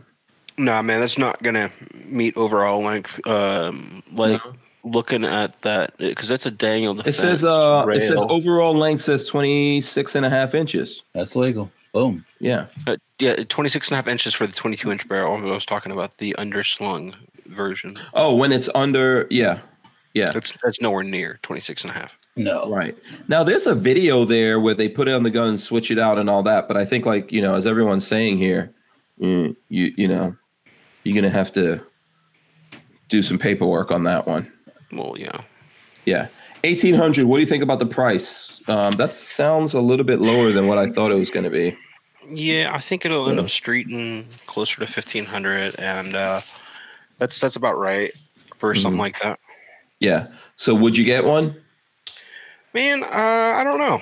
Speaker 2: Nah, man, that's not gonna meet overall length. Um, like looking at that because that's a Daniel.
Speaker 1: It
Speaker 2: Defense
Speaker 1: says uh. It says
Speaker 2: rail.
Speaker 1: overall length says 26 and a half inches.
Speaker 3: That's legal. Boom.
Speaker 1: Yeah.
Speaker 2: Uh, yeah, 26 and a half inches for the 22 inch barrel. I was talking about the underslung version.
Speaker 1: Oh, when it's under. Yeah. Yeah.
Speaker 2: That's that's nowhere near 26 and a half.
Speaker 3: No.
Speaker 1: Right. Now there's a video there where they put it on the gun, switch it out and all that, but I think like, you know, as everyone's saying here, mm, you you know, you're going to have to do some paperwork on that one.
Speaker 2: Well, yeah.
Speaker 1: Yeah. 1800, what do you think about the price? Um, that sounds a little bit lower than what I thought it was going to be.
Speaker 2: Yeah, I think it'll end
Speaker 1: Yeah.
Speaker 2: up streeting closer to 1500 and uh that's that's about right for
Speaker 1: Mhm.
Speaker 2: something like that.
Speaker 1: Yeah. So would you get one?
Speaker 2: Man, uh I don't know.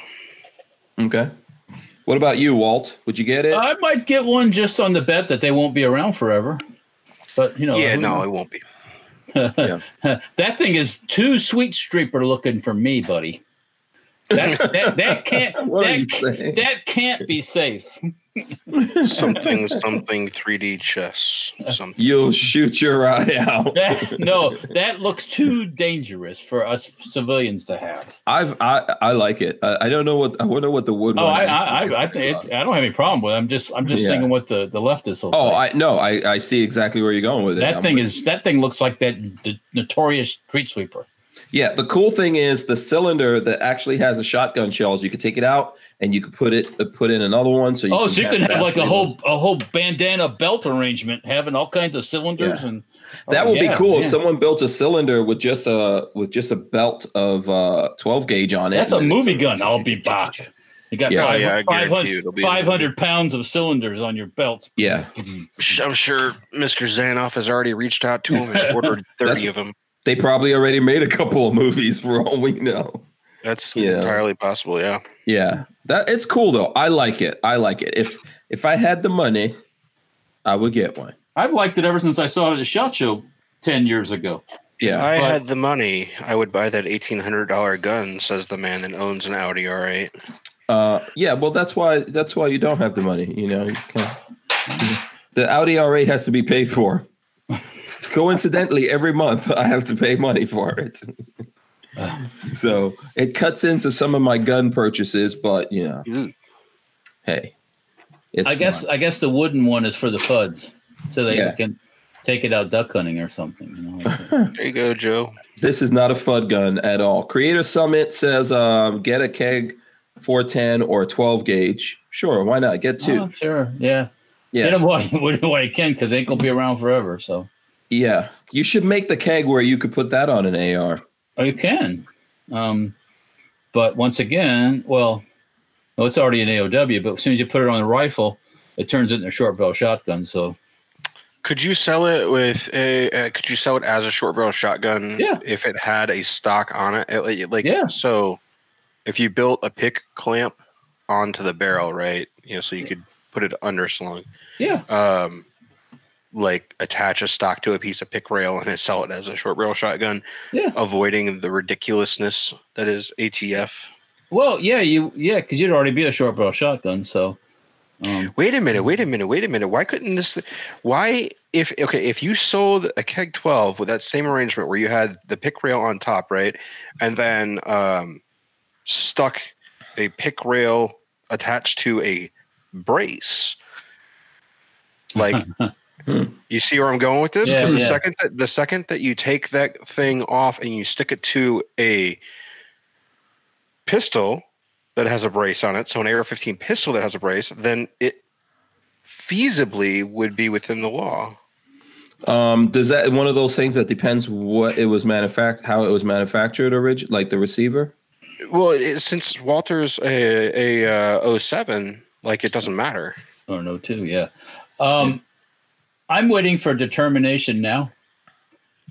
Speaker 1: Okay. What about you, Walt? Would you get it?
Speaker 3: I might get one just on the bet that they won't be around forever. But, you know,
Speaker 2: yeah,
Speaker 3: who
Speaker 2: no,
Speaker 3: knows?
Speaker 2: it won't be.
Speaker 3: that thing is too sweet streaper looking for me, buddy. That that, that can't
Speaker 1: What are you
Speaker 3: that,
Speaker 1: saying?
Speaker 3: that can't be safe.
Speaker 2: Something something 3D chess something.
Speaker 1: You'll shoot your eye out.
Speaker 3: That, no, that looks too dangerous for us civilians to have.
Speaker 1: I've I, I like it. I, I don't know what I wonder what the wood.
Speaker 3: Oh,
Speaker 1: one
Speaker 3: I I,
Speaker 1: actually
Speaker 3: I, I
Speaker 1: is gonna
Speaker 3: think uh,
Speaker 1: cost.
Speaker 3: it, I don't have any problem with. It. I'm just I'm just
Speaker 1: Yeah.
Speaker 3: thinking what the the leftists will
Speaker 1: Oh,
Speaker 3: say.
Speaker 1: I no, I, I see exactly where you're going with it.
Speaker 3: that
Speaker 1: I'm
Speaker 3: thing
Speaker 1: with-
Speaker 3: is that thing looks like that d- notorious street sweeper.
Speaker 1: yeah. The cool thing is the cylinder that actually has a shotgun shell. Is you could take it out and you could put it uh, put in another one. So you
Speaker 3: Oh, so you could have
Speaker 1: fast
Speaker 3: like a
Speaker 1: reloads.
Speaker 3: whole a whole bandana belt arrangement, having all kinds of cylinders and
Speaker 1: That
Speaker 3: oh,
Speaker 1: would
Speaker 3: yeah,
Speaker 1: be cool if
Speaker 3: man.
Speaker 1: someone built a cylinder with just a with just a belt of uh 12 gauge on it.
Speaker 3: That's a
Speaker 1: and then it's-
Speaker 3: movie gun. I'll be back. You got
Speaker 1: Yeah.
Speaker 2: Oh,
Speaker 3: five-
Speaker 2: yeah, I guarantee
Speaker 3: 500
Speaker 2: you it'll be in the
Speaker 3: 500 pounds of cylinders on your belt.
Speaker 1: Yeah,
Speaker 2: Sh- I'm sure Mr. Zanoff has already reached out to him and ordered 30
Speaker 1: That's-
Speaker 2: of them.
Speaker 1: they probably already made a couple of movies for all we know.
Speaker 2: That's
Speaker 1: Yeah.
Speaker 2: entirely possible, yeah.
Speaker 1: Yeah, that it's cool though. I like it. I like it. If if I had the money, I would get one.
Speaker 3: I've liked it ever since I saw it at a shot show 10 years ago.
Speaker 1: Yeah.
Speaker 2: I
Speaker 3: but-
Speaker 2: had the money, I would buy that $1800 gun, says the man that owns an Audi R8.
Speaker 1: Uh, yeah, well, that's why that's why you don't have the money. You know, you can the Audi R8 has to be paid for. Coincidentally, every month I have to pay money for it. so it cuts into some of my gun purchases, but you know,
Speaker 2: Ooh.
Speaker 1: hey, it's
Speaker 3: I guess
Speaker 1: fine.
Speaker 3: I guess the wooden one is for the fuds so they
Speaker 1: Yeah.
Speaker 3: can take it out duck hunting or something, you know. like-
Speaker 2: There you go, Joe.
Speaker 1: this is not a FUD gun at all. Creator Summit says, um, get a keg 410 or 12 gauge. Sure, why not? Get two.
Speaker 3: Uh-huh. Oh, sure. Yeah. Hit
Speaker 1: Yeah.
Speaker 3: him while, while you can because ain't gonna be around forever. So
Speaker 1: Yeah. You should make the keg where you could put that on an AR.
Speaker 3: oh, you can. Um, but once again, well, no, it's already an AOW. But as soon as you put it on a rifle, it turns into a short barrel shotgun. So
Speaker 2: Could you sell it with a? Uh, could you sell it as a short barrel shotgun?
Speaker 3: Yeah.
Speaker 2: If it had a stock on it, It- like, like
Speaker 3: Yeah.
Speaker 2: So, if you built a pick clamp onto the barrel, right? You know, so you could put it under slung.
Speaker 3: yeah,
Speaker 2: Um, like attach a stock to a piece of pick rail and then sell it as a short barrel shotgun.
Speaker 3: Yeah.
Speaker 2: Avoiding the ridiculousness that is ATF.
Speaker 3: well, yeah, you yeah, because you'd already be a short barrel shotgun. So um,
Speaker 2: Wait a minute, wait a minute, wait a minute. Why couldn't this why if okay, if you sold a keg 12 with that same arrangement where you had the pick rail on top, right? And then um stuck a pick rail attached to a brace. Like you see where I'm going with this?
Speaker 3: Yeah,
Speaker 2: 'Cause the
Speaker 3: yeah.
Speaker 2: second that the second that you take that thing off and you stick it to a pistol that has a brace on it, so an AR-15 pistol that has a brace, then it feasibly would be within the law.
Speaker 1: Um, does that one of those things that depends what it was manufact how it was manufactured orig like the receiver?
Speaker 2: Well, it, since Walter's a, a uh, 07, like it doesn't matter.
Speaker 3: or no two, yeah. Um, I'm waiting for determination now.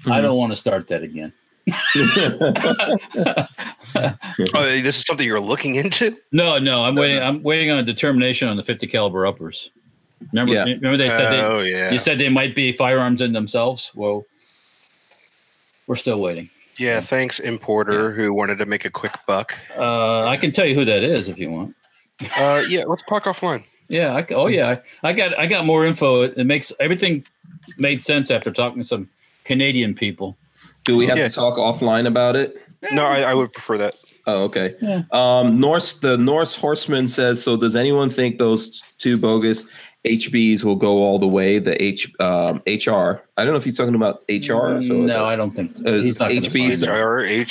Speaker 3: I don't want to start that again.
Speaker 2: Oh, this is something you're looking into.
Speaker 3: No, no, I'm
Speaker 1: No,
Speaker 3: waiting.
Speaker 1: no.
Speaker 3: I'm waiting on a determination on the 50 caliber uppers. Remember,
Speaker 1: Yeah.
Speaker 3: remember they said they,
Speaker 2: oh yeah,
Speaker 3: you said they might be firearms in themselves. Well, we're still waiting.
Speaker 2: yeah. Thanks, importer who wanted to make a quick buck.
Speaker 3: Uh, I can tell you who that is if you want.
Speaker 2: Uh, yeah, let's talk offline.
Speaker 3: Yeah. I, oh yeah. I got I got more info. It makes everything made sense after talking to some Canadian people.
Speaker 1: Do we have
Speaker 2: Yeah.
Speaker 1: to talk offline about it?
Speaker 2: No, I, I would prefer that.
Speaker 1: Oh, okay.
Speaker 3: Yeah.
Speaker 1: Um, Norse the Norse horseman says. So, does anyone think those two bogus HBs will go all the way? The H um, HR. I don't know if he's talking about HR. So
Speaker 3: no, I don't think
Speaker 1: Uh,
Speaker 3: he's not gonna
Speaker 1: HB
Speaker 3: sign it.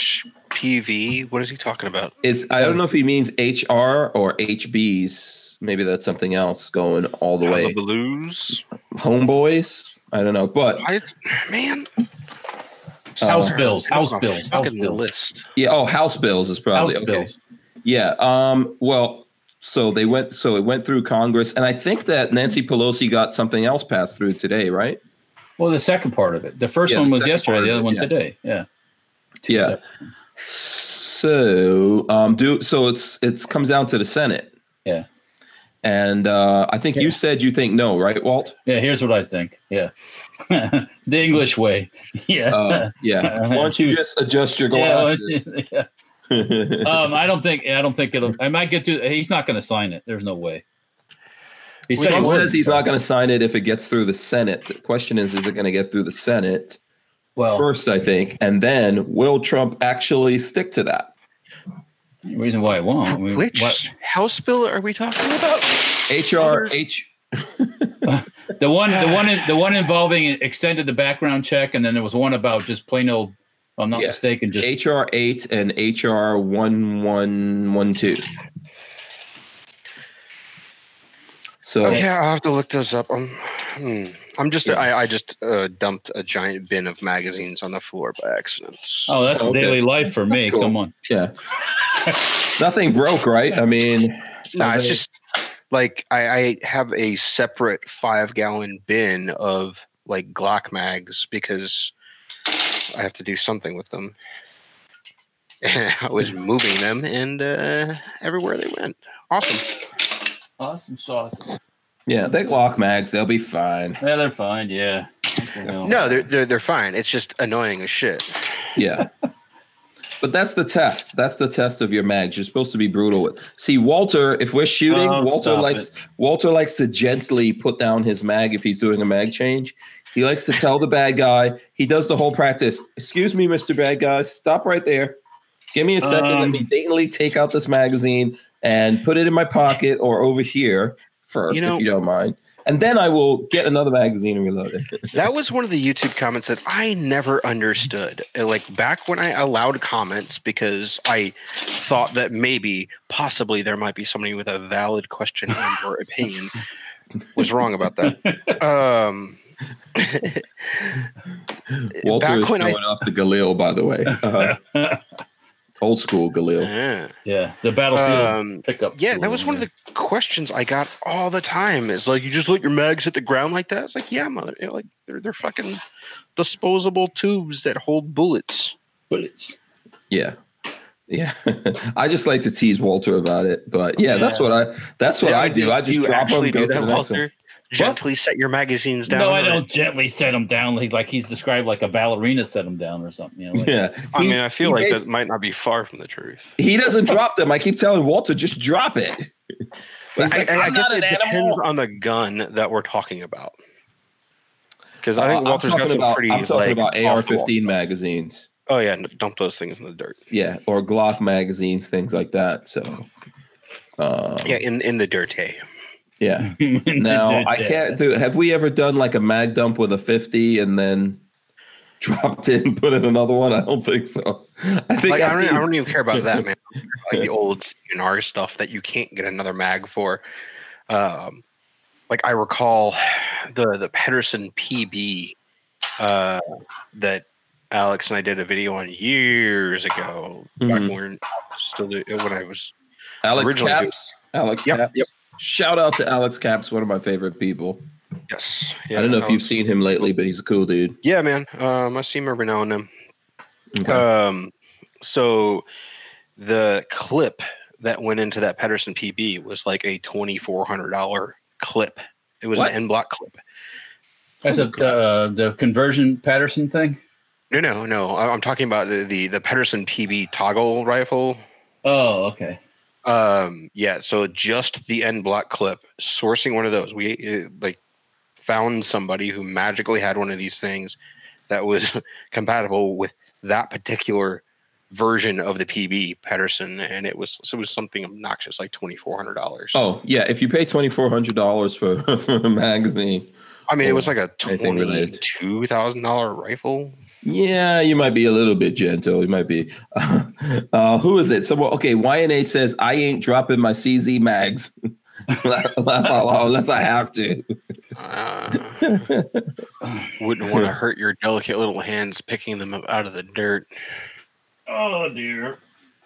Speaker 2: HRHPV. What is he talking about?
Speaker 1: it's. I don't know if he means HR or HBs. Maybe that's something else going all the way.
Speaker 2: Hullabaloos.
Speaker 1: Homeboys. I don't know, but
Speaker 2: I, man.
Speaker 3: House
Speaker 2: Uh,
Speaker 3: bills,
Speaker 2: I don't
Speaker 3: house
Speaker 2: know,
Speaker 3: bills,
Speaker 2: fucking
Speaker 3: house bills.
Speaker 2: List.
Speaker 1: yeah. Oh, house bills is
Speaker 3: House
Speaker 1: probably okay.
Speaker 3: bills.
Speaker 1: Yeah. Um, well, so they went. So it went through Congress, and I think that Nancy Pelosi got something else passed through today, right?
Speaker 3: Well, the second part of it. The first
Speaker 1: Yeah,
Speaker 3: one
Speaker 1: the
Speaker 3: was
Speaker 1: second
Speaker 3: yesterday.
Speaker 1: part
Speaker 3: The
Speaker 1: of
Speaker 3: other
Speaker 1: it,
Speaker 3: one
Speaker 1: yeah.
Speaker 3: today. Yeah. Two
Speaker 1: Yeah.
Speaker 3: separate-
Speaker 1: So um, do so. It's it's comes down to the Senate.
Speaker 3: Yeah.
Speaker 1: And uh, I think
Speaker 3: Yeah.
Speaker 1: you said you think no, right, Walt?
Speaker 3: Yeah, here's what I think. Yeah. the English way. Yeah.
Speaker 1: Uh, yeah. Why don't you just adjust your
Speaker 3: yeah, well,
Speaker 1: glasses?
Speaker 3: yeah. Um, I don't think I don't think it'll I might get to he's not gonna sign it. There's no way. He said he
Speaker 1: Trump
Speaker 3: wouldn't.
Speaker 1: says he's not going to sign it if it gets through the Senate. The question is, is it going to get through the Senate
Speaker 3: well
Speaker 1: first? I think, and then will Trump actually stick to that?
Speaker 3: the reason why it won't. I mean,
Speaker 2: Which
Speaker 3: what-
Speaker 2: house bill are we talking about?
Speaker 1: HR H
Speaker 3: the one the one in, the one involving extended the background check and then there was one about just plain old if I'm not
Speaker 1: Yeah.
Speaker 3: mistaken, just
Speaker 1: HR eight and HR one one one two. So
Speaker 2: Oh, yeah, I'll have to look those up. Um, hmm. I'm just, I, I just uh, dumped a giant bin of magazines on the floor by accident.
Speaker 3: Oh, that's
Speaker 1: Okay.
Speaker 3: daily life for me.
Speaker 1: That's cool.
Speaker 3: Come on.
Speaker 1: yeah, nothing broke, right? I mean,
Speaker 2: no,
Speaker 1: okay.
Speaker 2: it's just like I, I have a separate five gallon bin of like Glock mags because I have to do something with them. I was moving them and uh, everywhere they went. Awesome.
Speaker 3: Awesome sauce.
Speaker 1: yeah, they Glock mags, they'll be fine.
Speaker 3: Yeah, they're fine. Yeah.
Speaker 2: No, they're, they're, they're fine. It's just annoying as shit.
Speaker 1: Yeah. But that's the test. That's the test of your mags. You're supposed to be brutal with. See, Walter, if we're shooting,
Speaker 3: Oh,
Speaker 1: Walter
Speaker 3: stop
Speaker 1: likes Walter likes to gently put down his mag if he's doing a mag change. He likes to tell the bad guy. He does the whole practice. Excuse me, Mr. Bad Guy. Stop right there. Give me a second. Let
Speaker 3: Um,
Speaker 1: me daintily take out this magazine and put it in my pocket or over here first,
Speaker 2: You know-
Speaker 1: if you don't mind. And then I will get another magazine and reload it.
Speaker 2: That was one of the YouTube comments that I never understood. Uh, Like back when I allowed comments because I thought that maybe, possibly, there might be somebody with a valid question and or opinion. was wrong about that. Um,
Speaker 1: Walter
Speaker 2: back
Speaker 1: is
Speaker 2: when
Speaker 1: showing
Speaker 2: I-
Speaker 1: off the Galil, by the way. Uh, old school Galil.
Speaker 2: yeah.
Speaker 3: yeah, the battlefield
Speaker 2: Um,
Speaker 3: pickup.
Speaker 2: yeah, that was one of the questions I got all the time. Is like you just let your mags hit the ground like that? It's like yeah, mother. you know, like they're they're fucking disposable tubes that hold bullets.
Speaker 3: bullets.
Speaker 1: Yeah. Yeah. I just like to tease Walter about it. But yeah, that's
Speaker 3: Yeah.
Speaker 1: what I that's what
Speaker 2: Yeah,
Speaker 1: I do. I just
Speaker 2: you
Speaker 1: drop them,
Speaker 2: actually
Speaker 1: go to
Speaker 2: do
Speaker 1: the
Speaker 2: that,
Speaker 1: next one.
Speaker 2: Walter? Gently set your magazines down.
Speaker 3: no, I
Speaker 2: or-
Speaker 3: don't gently set him down. He's like he's described like a ballerina set him down or something. You know, like,
Speaker 1: Yeah.
Speaker 2: I
Speaker 1: He-
Speaker 2: mean, I feel
Speaker 1: he
Speaker 2: like
Speaker 1: makes-
Speaker 2: that might not be far from the truth.
Speaker 1: he doesn't drop them. I keep telling Walter, just drop it. He's like, I'm not an animal.
Speaker 2: on the gun that we're talking about. Because I
Speaker 1: Uh,
Speaker 2: think Walter's
Speaker 1: I'm
Speaker 2: got
Speaker 1: talking
Speaker 2: some
Speaker 1: about,
Speaker 2: pretty.
Speaker 1: I'm talking
Speaker 2: like,
Speaker 1: about
Speaker 2: off-the-wall-
Speaker 1: AR-15 magazines.
Speaker 2: Oh yeah, n- dump those things in the dirt.
Speaker 1: Yeah, or Glock magazines, things like that. So, um,
Speaker 2: Yeah, in in the dirt. Hey.
Speaker 1: yeah. No, I can't do. Have we ever done like a mag dump with a fifty and then dropped it and put in another one? I don't think so. I think
Speaker 2: Like, I,
Speaker 1: after
Speaker 2: don't,
Speaker 1: you-
Speaker 2: I don't even care about that, man. Like the old CNR stuff that you can't get another mag for. Um, like I recall the the Pedersen PB uh, that Alex and I did a video on years ago. Back
Speaker 1: Mhm.
Speaker 2: when I was still do- when I was
Speaker 1: Alex
Speaker 2: originally do-
Speaker 1: Caps. Alex
Speaker 2: Yep,
Speaker 1: Caps.
Speaker 2: yep.
Speaker 1: Shout out to Alex Caps, one of my favorite people.
Speaker 2: yes. Yeah,
Speaker 1: I don't know if
Speaker 2: Alex-
Speaker 1: you've seen him lately, but he's a cool dude.
Speaker 2: Yeah, man. Um, I see him every now and then.
Speaker 1: Okay.
Speaker 2: Um, so the clip that went into that Pedersen PB was like a twenty four hundred dollar clip. It was
Speaker 1: What?
Speaker 2: an N block clip.
Speaker 3: That's a uh, the conversion Patterson thing.
Speaker 2: No, no, no. I- I'm talking about the the, the Pedersen PB toggle rifle.
Speaker 3: Oh, okay.
Speaker 2: Um, yeah. So just the N block clip. Sourcing one of those, we uh, like found somebody who magically had one of these things that was compatible with that particular version of the PB Pedersen, and it was so it was something obnoxious, like twenty four hundred dollars.
Speaker 1: Oh yeah, if you pay twenty four hundred dollars for, for a magazine,
Speaker 2: I mean, it was like a
Speaker 1: anything
Speaker 2: twenty
Speaker 1: related.
Speaker 2: two thousand dollar rifle.
Speaker 1: yeah, you might be a little bit gentle. You might be. Uh, who is it? Someone. Okay, YNA says I ain't dropping my CZ mags. Laugh out loud, unless I have to.
Speaker 2: Uh, wouldn't want to hurt your delicate little hands picking them up out of the dirt.
Speaker 3: Oh dear.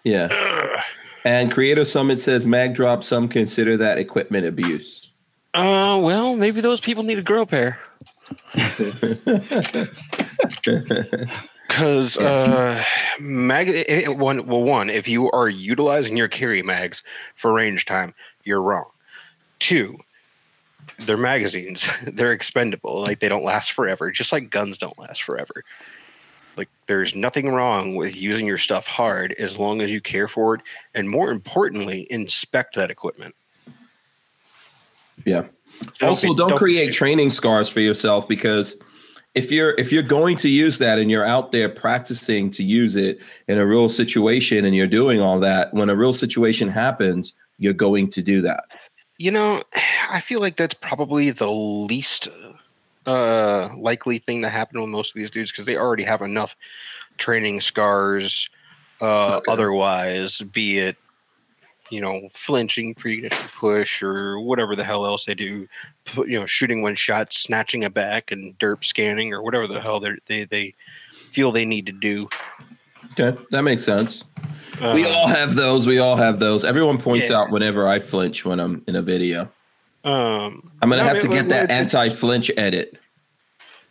Speaker 1: yeah.
Speaker 2: Ugh.
Speaker 1: And Creator Summit says mag drop. Some consider that equipment abuse.
Speaker 2: Uh, well, maybe those people need a girl pair. Because uh, mag it- it- one well one if you are utilizing your carry mags for range time, you're wrong. Two, they're magazines. they're expendable. Like they don't last forever. Just like guns don't last forever. Like there's nothing wrong with using your stuff hard as long as you care for it, and more importantly, inspect that equipment.
Speaker 1: Yeah.
Speaker 2: Don't
Speaker 1: also,
Speaker 2: be-
Speaker 1: don't,
Speaker 2: be
Speaker 1: create
Speaker 2: stupid.
Speaker 1: training scars for yourself because if you're if you're going to use that and you're out there practicing to use it in a real situation and you're doing all that, when a real situation happens, you're going to do that.
Speaker 2: You know, I feel like that's probably the least uh, likely thing to happen with most of these dudes because they already have enough training scars uh,
Speaker 1: Okay.
Speaker 2: otherwise, be it, you know, flinching pre push or whatever the hell else they do, pu- you know, shooting one shot, snatching it back, and derp scanning or whatever the hell they're- they they feel they need to do.
Speaker 1: Okay, that makes sense.
Speaker 2: Uh,
Speaker 1: We all have those. We all have those. Everyone points
Speaker 2: Yeah.
Speaker 1: out whenever I flinch when I'm in a video.
Speaker 2: um,
Speaker 1: I'm gonna
Speaker 2: no,
Speaker 1: have to
Speaker 2: it-
Speaker 1: get that
Speaker 2: it's- it's-
Speaker 1: anti-flinch edit.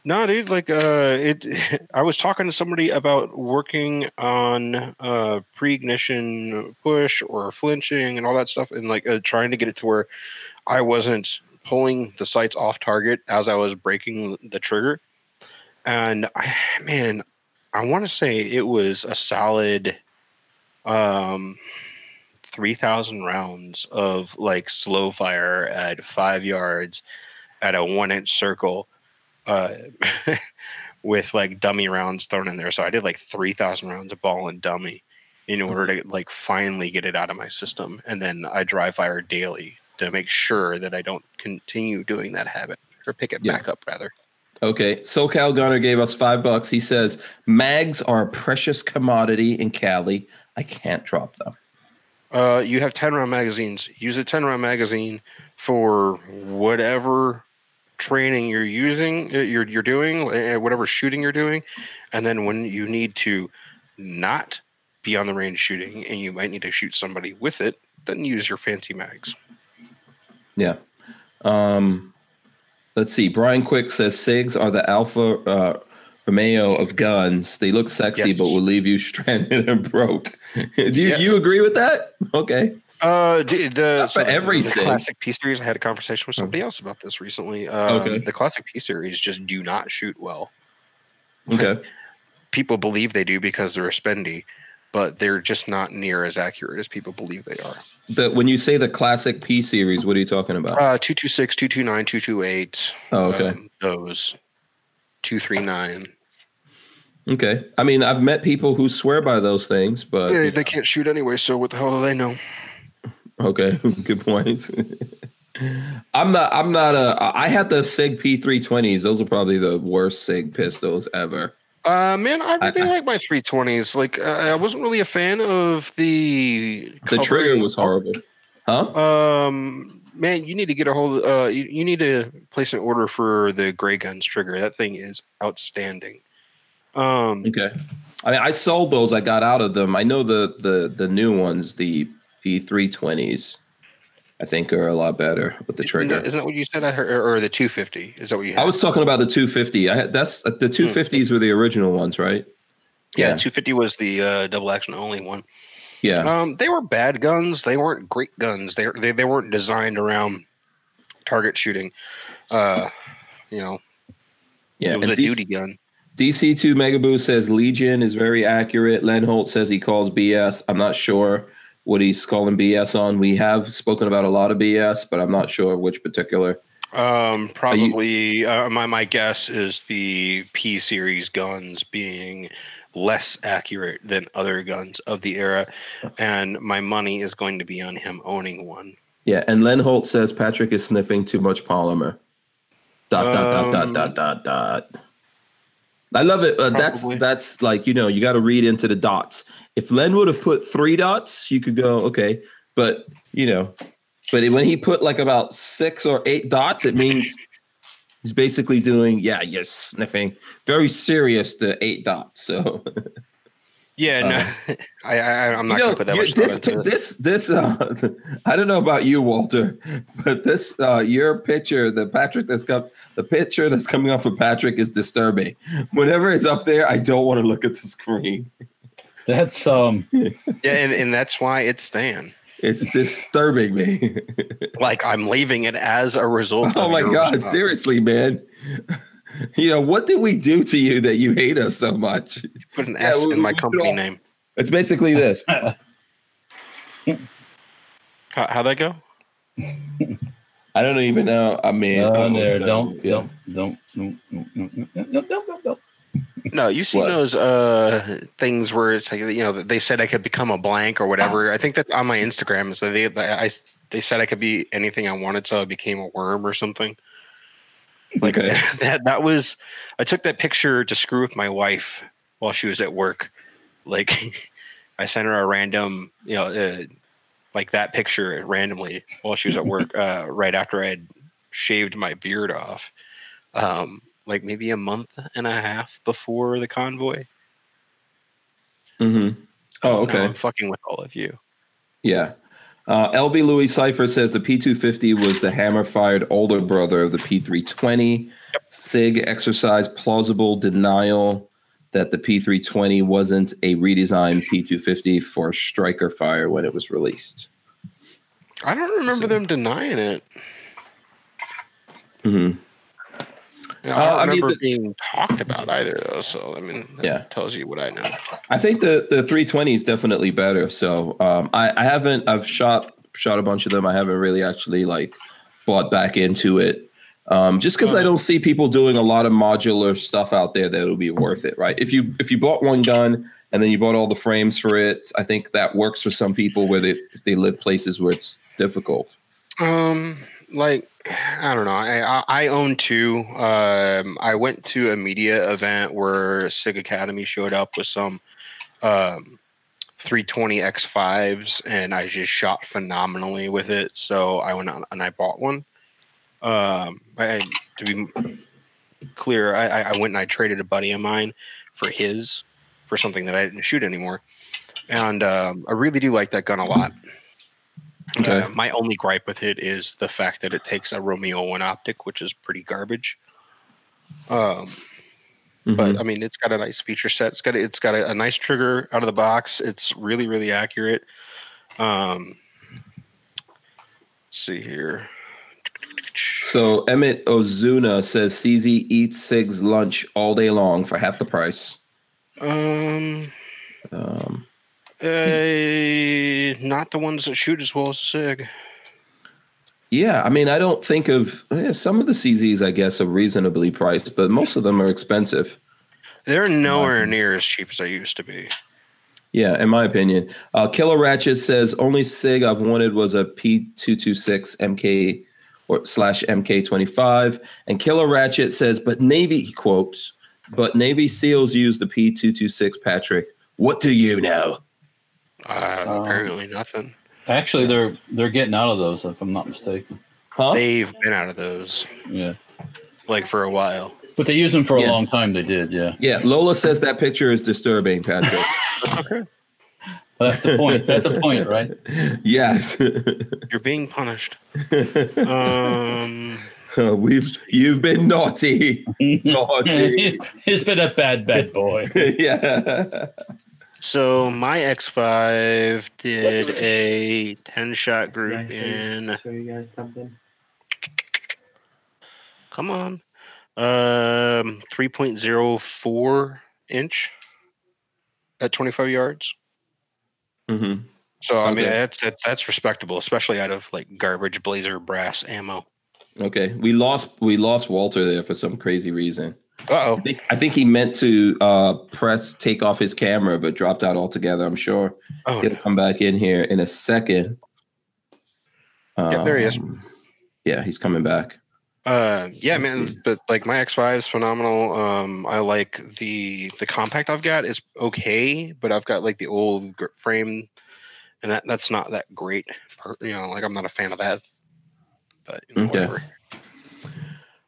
Speaker 2: No, dude, like uh it I was talking to somebody about working on uh pre-ignition push or flinching and all that stuff and like uh, trying to get it to where I wasn't pulling the sights off target as I was breaking the trigger. And I, man, I want to say it was a solid um 3000 rounds of like slow fire at 5 yards at a 1 inch circle uh, with like dummy rounds thrown in there. So I did like 3,000 rounds of ball and dummy in order to like finally get it out of my system. And then I dry fire daily to make sure that I don't continue doing that habit or pick it
Speaker 1: Yeah.
Speaker 2: back up rather.
Speaker 1: Okay, SoCal Gunner gave us five bucks. He says mags are a precious commodity in Cali. I can't drop them.
Speaker 2: Uh, you have 10 round magazines. Use a 10 round magazine for whatever training you're using, uh, you're you're doing, uh, whatever shooting you're doing, and then when you need to not be on the range shooting, and you might need to shoot somebody with it, then use your fancy mags.
Speaker 1: Yeah. Um, let's see. Brian Quick says SIGs are the alpha uh, Romeo of guns. They look sexy,
Speaker 2: Yes.
Speaker 1: but will leave you stranded and broke. Do you,
Speaker 2: Yes.
Speaker 1: you agree with that? Okay.
Speaker 2: Uh, d- the,
Speaker 1: Not for
Speaker 2: so the-
Speaker 1: every
Speaker 2: the
Speaker 1: sig.
Speaker 2: classic P series. I had a conversation with somebody else about this recently. Um,
Speaker 1: Okay.
Speaker 2: The classic P series just do not shoot well.
Speaker 1: Okay.
Speaker 2: People believe they do because they're spendy, but they're just not near as accurate as people believe they are.
Speaker 1: The, when you say the classic P series, what are you talking about?
Speaker 2: Uh, 226, 229, 228.
Speaker 1: Oh, okay.
Speaker 2: um, those 239.
Speaker 1: Okay. I mean, I've met people who swear by those things, but
Speaker 2: they, they can't shoot anyway, so what the hell do they know?
Speaker 1: Okay, good point. I'm not. I'm not a. I had the Sig P320s. Those are probably the worst Sig pistols ever.
Speaker 2: Uh, man, I really
Speaker 1: I-
Speaker 2: like my 320s. Like, uh, I wasn't really a fan of the.
Speaker 1: The trigger
Speaker 2: covering-
Speaker 1: was horrible. Huh?
Speaker 2: Um, man, you need to get a hold. Uh, you, you need to place an order for the Gray Guns trigger. That thing is outstanding. Um,
Speaker 1: Okay. I mean, I sold those. I got out of them. I know the the the new ones, the P320s. I think are a lot better with the
Speaker 2: isn't that-
Speaker 1: trigger. Oh,
Speaker 2: isn't that what you said? I heard, or the 250? Is that what you had?
Speaker 1: I was talking about the 250. I had, that's uh, the 250s were the original ones, right?
Speaker 2: Hmm. yeah,
Speaker 1: yeah.
Speaker 2: 250 was the uh, double action only one.
Speaker 1: Yeah.
Speaker 2: Um, they were bad guns. They weren't great guns. They they, they weren't designed around target shooting. Uh, you know,
Speaker 1: yeah.
Speaker 2: it was
Speaker 1: and
Speaker 2: a
Speaker 1: these-
Speaker 2: duty gun.
Speaker 1: DC2 Megaboo says Legion is very accurate. Len Holt says he calls BS. I'm not sure what he's calling BS on. We have spoken about a lot of BS, but I'm not sure which particular.
Speaker 2: Um, probably uh, my my guess is the P series guns being less accurate than other guns of the era, and my money is going to be on him owning one.
Speaker 1: Yeah, and Len Holt says Patrick is sniffing too much polymer. Dot dot
Speaker 2: Um,
Speaker 1: dot dot dot dot dot. I love it. Uh, that's
Speaker 2: Probably.
Speaker 1: that's like you know you got to read into the dots. If Len would have put three dots, you could go okay, but you know, but when he put like about six or eight dots, it means he's basically doing yeah, you're sniffing very serious to eight dots. So
Speaker 2: Yeah, no, I, I I'm not
Speaker 1: Uh-huh. you know,
Speaker 2: gonna put that
Speaker 1: you-
Speaker 2: much
Speaker 1: this,
Speaker 2: thought into it.
Speaker 1: this this uh, I don't know about you, Walter, but this uh, your picture, the Patrick that's come, the picture that's coming off of Patrick is disturbing. Whenever it's up there, I don't want to look at the screen.
Speaker 3: That's um.
Speaker 2: Yeah, and, and that's why it's Stan.
Speaker 1: It's disturbing me.
Speaker 2: Like I'm leaving it as a result.
Speaker 1: oh
Speaker 2: of
Speaker 1: my
Speaker 2: your
Speaker 1: god,
Speaker 2: response.
Speaker 1: seriously, man. You know what did we do to you that you hate us so much?
Speaker 2: Put an
Speaker 1: Yeah,
Speaker 2: S
Speaker 1: we-
Speaker 2: in my
Speaker 1: we should
Speaker 2: company
Speaker 1: all-
Speaker 2: name.
Speaker 1: It's basically this.
Speaker 2: How, how'd that go?
Speaker 1: I don't even know. I mean,
Speaker 3: No,
Speaker 1: oh,
Speaker 3: uh, there,
Speaker 1: so,
Speaker 3: don't,
Speaker 1: yeah.
Speaker 3: don't, don't, don't, don't, don't, don't, don't, don't, don't.
Speaker 2: No, you've seen
Speaker 1: What?
Speaker 2: those uh, things where it's like you know they said I could become a blank or whatever. I think that's on my Instagram. So they I they said I could be anything I wanted, so I became a worm or something. Like
Speaker 1: Okay.
Speaker 2: that. That was I took that picture to screw with my wife while she was at work. Like I sent her a random, you know, uh, like that picture randomly while she was at work uh, right after I had shaved my beard off um, like maybe a month and a half before the convoy.
Speaker 1: Mhm. Oh,
Speaker 2: Now
Speaker 1: okay.
Speaker 2: I'm fucking with all of you.
Speaker 1: Yeah. Uh, LB Louis Cipher says the P250 was the hammer fired older brother of the P320. SIG exercised plausible denial that the P320 wasn't a redesigned P250 for striker fire when it was released.
Speaker 2: I don't remember
Speaker 1: So-
Speaker 2: them denying it.
Speaker 1: Mhm.
Speaker 2: You know, I
Speaker 1: Uh,
Speaker 2: don't
Speaker 1: I mean,
Speaker 2: remember
Speaker 1: the-
Speaker 2: being talked about either, though. So I mean, that
Speaker 1: Yeah.
Speaker 2: tells you what I know.
Speaker 1: I think the, the 320 is definitely better. So um, I, I haven't, I've shot shot a bunch of them. I haven't really actually like bought back into it. Um, just because I don't see people doing a lot of modular stuff out there that'll be worth it, right? If you if you bought one gun and then you bought all the frames for it, I think that works for some people where they if they live places where it's difficult.
Speaker 2: Um, like I don't know. I I, I own two. Um, I went to a media event where Sig Academy showed up with some um 320X5s and I just shot phenomenally with it. So I went out and I bought one. Um, I, I- to be clear, I, I- I went and I traded a buddy of mine for his for something that I didn't shoot anymore. And um, I really do like that gun a lot.
Speaker 1: Okay.
Speaker 2: Uh, my only gripe with it is the fact that it takes a Romeo 1 optic, which is pretty garbage. Um, but I mean, it's got a nice feature set. It's got a, it's got a, a nice trigger out of the box. It's really really accurate. Um, let's see here.
Speaker 1: So Emmett Ozuna says CZ eats Sig's lunch all day long for half the price.
Speaker 2: Um,
Speaker 1: Um,
Speaker 2: uh, not the ones that shoot as well as the Sig.
Speaker 1: yeah, I mean, I don't think of yeah, some of the CZs, I guess, are reasonably priced, but most of them are expensive.
Speaker 2: They're nowhere near as cheap as they used to be.
Speaker 1: Yeah, in my opinion. Uh, Killer Ratchet says only SIG I've wanted was a P226 MK or slash MK25. And Killer Ratchet says, but Navy, he quotes, but Navy SEALs use the P226, Patrick. What do you know?
Speaker 2: Uh,
Speaker 3: Oh.
Speaker 2: apparently nothing.
Speaker 3: Actually, they're they're getting out of those, if I'm not mistaken.
Speaker 1: Huh?
Speaker 2: They've been out of those
Speaker 3: Yeah,
Speaker 2: like for a while.
Speaker 3: but they used them for a
Speaker 1: Yeah.
Speaker 3: long time. They did. Yeah,
Speaker 1: yeah, Lola says that picture is disturbing, Patrick.
Speaker 3: that's the point. That's the point, right?
Speaker 1: yes.
Speaker 2: You're being punished. Um,
Speaker 1: We've you've been naughty. naughty.
Speaker 3: He's been a bad, bad boy.
Speaker 1: yeah.
Speaker 2: So my X5 did a 10 shot group in.
Speaker 5: show you guys something.
Speaker 2: Come on. Um, 3.04 inch at 25 yards.
Speaker 1: hmm
Speaker 2: So I mean
Speaker 1: Okay.
Speaker 2: that's, that's that's respectable, especially out of like garbage blazer brass ammo.
Speaker 1: Okay. We lost we lost Walter there for some crazy reason.
Speaker 2: Uh
Speaker 1: I think, I think he meant to uh, press take off his camera, but dropped out altogether. I'm sure
Speaker 2: oh.
Speaker 1: he'll come back in here in a second.
Speaker 2: Yeah, there he is.
Speaker 1: Um, Yeah, he's coming back.
Speaker 2: Uh, yeah,
Speaker 1: That's
Speaker 2: man.
Speaker 1: weird.
Speaker 2: But like my X5 is phenomenal. Um, I like the the compact I've got is okay, but I've got like the old gr- frame, and that that's not that great. per- You know, like I'm not a fan of that. But you know,
Speaker 1: Okay.
Speaker 2: whatever.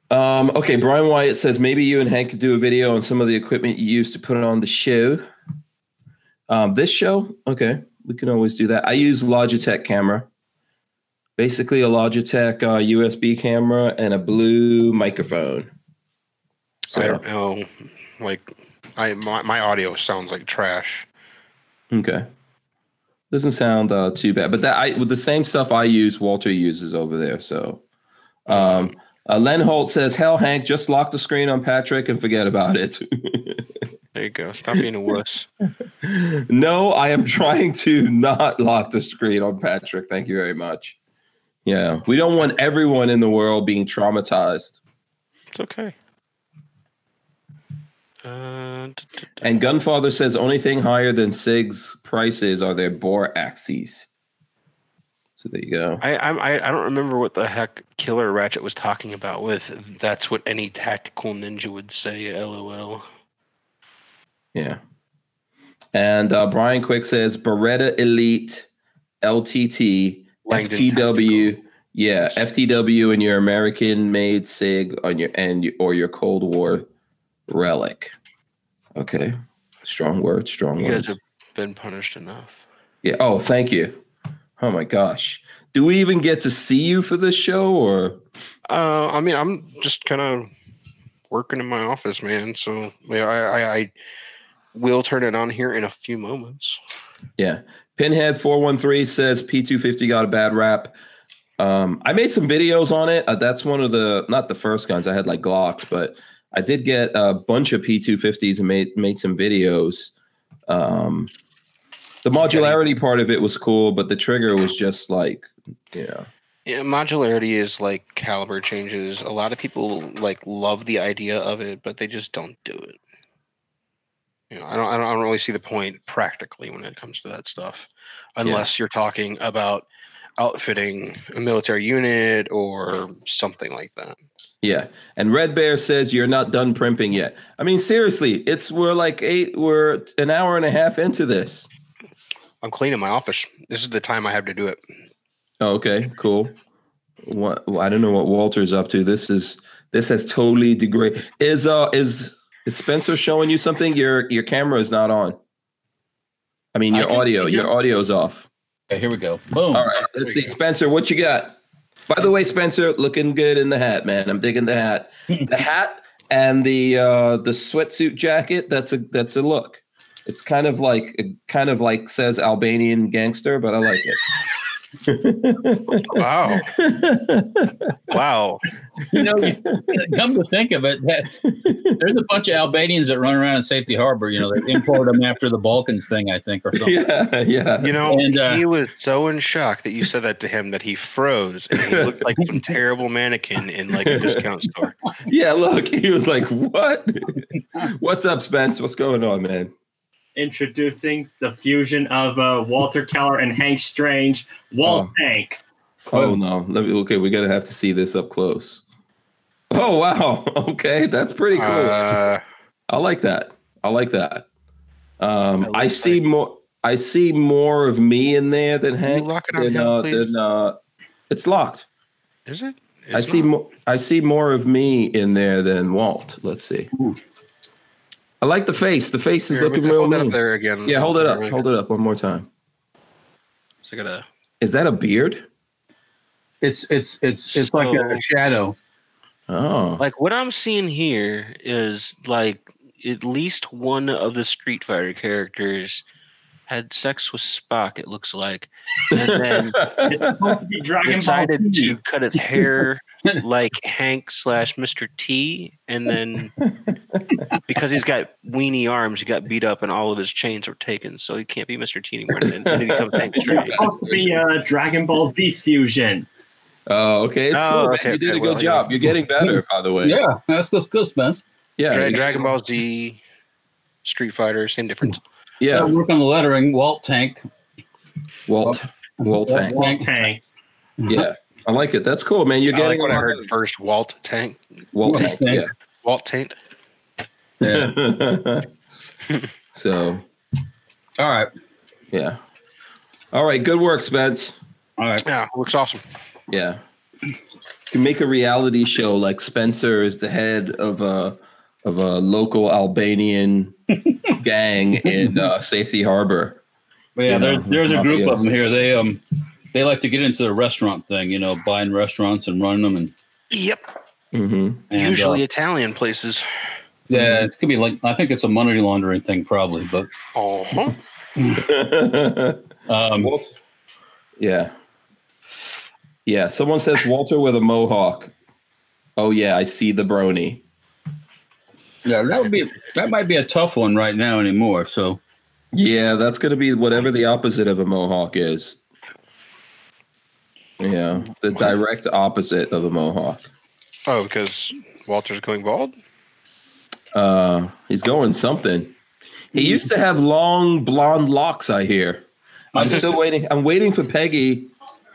Speaker 1: Um, okay, Brian Wyatt says maybe you and Hank could do a video on some of the equipment you use to put on the show. Um, this show, okay, we can always do that. I use Logitech camera, basically a Logitech uh, USB camera and a blue microphone.
Speaker 2: I don't know. Like, I my, my audio sounds like trash.
Speaker 1: Okay. Doesn't sound uh, too bad, but that I with the same stuff I use, Walter uses over there. So, um, uh, Len Holt says, "Hell, Hank, just lock the screen on Patrick and forget about it."
Speaker 2: There you go. Stop being a wuss.
Speaker 1: no, I am trying to not lock the screen on Patrick. Thank you very much. Yeah, we don't want everyone in the world being traumatized.
Speaker 2: It's okay. Uh, t- t- t-
Speaker 1: And Gunfather says, "Only thing higher than Sig's prices are their bore axes." So there you go.
Speaker 2: I, I'm- I I don't remember what the heck Killer Ratchet was talking about with that's what any tactical ninja would say, lol.
Speaker 1: Yeah. And uh, Brian Quick says Beretta Elite LTT
Speaker 2: Langdon
Speaker 1: FTW.
Speaker 2: Tactical.
Speaker 1: Yeah, FTW and your American made SIG on your and or your Cold War relic. Okay. Strong word, strong
Speaker 2: You
Speaker 1: word.
Speaker 2: guys have been punished enough.
Speaker 1: yeah. Oh, thank you. Oh my gosh. Do we even get to see you for this show or
Speaker 2: Uh, I mean, I'm just kind of working in my office, man. So yeah, I, I, I will turn it on here in a few moments.
Speaker 1: Yeah. Pinhead 413 says P250 got a bad rap. Um, I made some videos on it. Uh, that's one of the not the first guns. I had like Glocks, but I did get a bunch of P250s and made made some videos. Um, the modularity part of it was cool, but the trigger was just like, yeah.
Speaker 2: Yeah, modularity is like caliber changes. A lot of people like love the idea of it, but they just don't do it. You know, I don't, I don't, I don't really see the point practically when it comes to that stuff, unless you're talking about outfitting a military unit or something like that.
Speaker 1: Yeah. And Red Bear says you're not done primping yet. I mean, seriously, it's we're like eight, we're an hour and a half into this.
Speaker 2: I'm cleaning my office. This is the time I have to do it.
Speaker 1: Oh, okay, cool. What well, I don't know what Walter's up to. This is this has totally degraded. Is uh is is Spencer showing you something? Your your camera is not on. I mean
Speaker 3: I
Speaker 1: your
Speaker 3: can
Speaker 1: audio.
Speaker 3: see Oh, it.
Speaker 1: Your audio's off.
Speaker 3: Okay, here we go. Boom.
Speaker 1: All right, let's see, Spencer. What you got? By the way, Spencer, looking good in the hat, man. I'm digging the hat. The hat and the uh the sweatsuit jacket. That's a that's a look. It's kind of like it kind of like says Albanian gangster, but I like it.
Speaker 2: Wow. wow.
Speaker 3: You know, come to think of it, that, there's a bunch of Albanians that run around in Safety Harbor. You know, they import them after the Balkans thing, I think, or something.
Speaker 1: yeah, yeah.
Speaker 2: You know,
Speaker 3: And, uh,
Speaker 2: he was so in shock that you said that to him that he froze and he looked like some terrible mannequin in like a discount store.
Speaker 1: Yeah, look, he was like, "What? What's up, Spence? What's going on, man?"
Speaker 5: Introducing the fusion of uh, Walter Keller and Hank Strange, Walt
Speaker 1: Oh.
Speaker 5: Hank.
Speaker 1: Oh no, let me. Okay, we're gonna have to see this up close. Oh wow, okay, that's pretty cool.
Speaker 2: Uh,
Speaker 1: I like that. I like that.
Speaker 2: I
Speaker 1: Um, I
Speaker 2: like
Speaker 1: see more. I see more of me in there than Hank.
Speaker 2: lock it on
Speaker 1: than,
Speaker 2: him,
Speaker 1: uh,
Speaker 2: please?
Speaker 1: than, uh, it's locked.
Speaker 2: is it?
Speaker 1: I
Speaker 2: It's
Speaker 1: see
Speaker 2: not.
Speaker 1: more. I see more of me in there than Walt. Let's see.
Speaker 3: Ooh.
Speaker 1: I like the face. The face is
Speaker 2: Here,
Speaker 1: looking
Speaker 2: wait,
Speaker 1: real
Speaker 2: hold that
Speaker 1: mean.
Speaker 2: up there again.
Speaker 1: Yeah, hold it up.
Speaker 2: Really
Speaker 1: Hold it up one more time.
Speaker 2: good. So I gotta-
Speaker 1: Is that a beard?
Speaker 3: It's it's it's it's like a
Speaker 2: So-
Speaker 3: shadow.
Speaker 1: Oh,
Speaker 2: like what I'm seeing here is like at least one of the Street Fighter characters had sex with Spock. It looks like, and then
Speaker 5: It's supposed to be Dragon Ball
Speaker 2: decided
Speaker 5: Z.
Speaker 2: to cut his hair like Hank slash Mr. T, and then because he's got weenie arms, he got beat up, and all of his chains were taken, so he can't be Mr. T anymore. And then he becomes Hank Mr.
Speaker 5: It's
Speaker 2: T.
Speaker 5: supposed to be uh, Dragon Ball Z fusion.
Speaker 1: oh, okay. It's
Speaker 2: Oh,
Speaker 1: cool, man.
Speaker 2: okay,
Speaker 1: you did
Speaker 2: okay,
Speaker 1: a good
Speaker 2: well,
Speaker 1: job. You're getting better, by the way.
Speaker 3: Yeah, that's what's good, Spence.
Speaker 1: yeah,
Speaker 2: Dra-
Speaker 1: you-
Speaker 2: Dragon Ball Z, Street Fighter, same difference.
Speaker 1: yeah.
Speaker 3: Gotta Work on the lettering. Walt Tank.
Speaker 1: Walt, Walt Tank.
Speaker 5: Walt Hank.
Speaker 1: Yeah, I like it. That's cool, man. You're
Speaker 2: I like
Speaker 1: getting
Speaker 2: what I
Speaker 1: a lot
Speaker 2: heard
Speaker 1: of-
Speaker 2: first. Walt Tank,
Speaker 1: Walt
Speaker 3: Walt
Speaker 1: Tank.
Speaker 3: Tank.
Speaker 1: Yeah.
Speaker 2: Walt Taint.
Speaker 3: Yeah.
Speaker 1: so
Speaker 3: All right.
Speaker 1: yeah. All right, good work, Spence.
Speaker 3: All right.
Speaker 2: Yeah, looks awesome.
Speaker 1: Yeah. You can make a reality show like Spencer is the head of a of a local Albanian gang in uh, Safety Harbor.
Speaker 3: But yeah,
Speaker 1: You
Speaker 3: there,
Speaker 1: know,
Speaker 3: there's a group of
Speaker 1: obvious.
Speaker 3: them here. They um they like to get into the restaurant thing, you know, buying restaurants and running them and,
Speaker 2: Yep.
Speaker 1: Mm-hmm.
Speaker 3: and
Speaker 2: Usually
Speaker 3: uh,
Speaker 2: Italian places.
Speaker 3: yeah, it could be like I think it's a money laundering thing probably, but
Speaker 2: Oh, huh.
Speaker 3: um
Speaker 1: Walt- Yeah. Yeah. Someone says Walter with a mohawk. Oh yeah, I see the brony.
Speaker 3: yeah, that would be that might be a tough one right now anymore. So
Speaker 1: Yeah, that's gonna be whatever the opposite of a mohawk is. Yeah, the direct opposite of a mohawk.
Speaker 2: oh, because Walter's going bald.
Speaker 1: Uh, he's going something. He used to have long blonde locks. I hear. I'm still waiting. I'm waiting for Peggy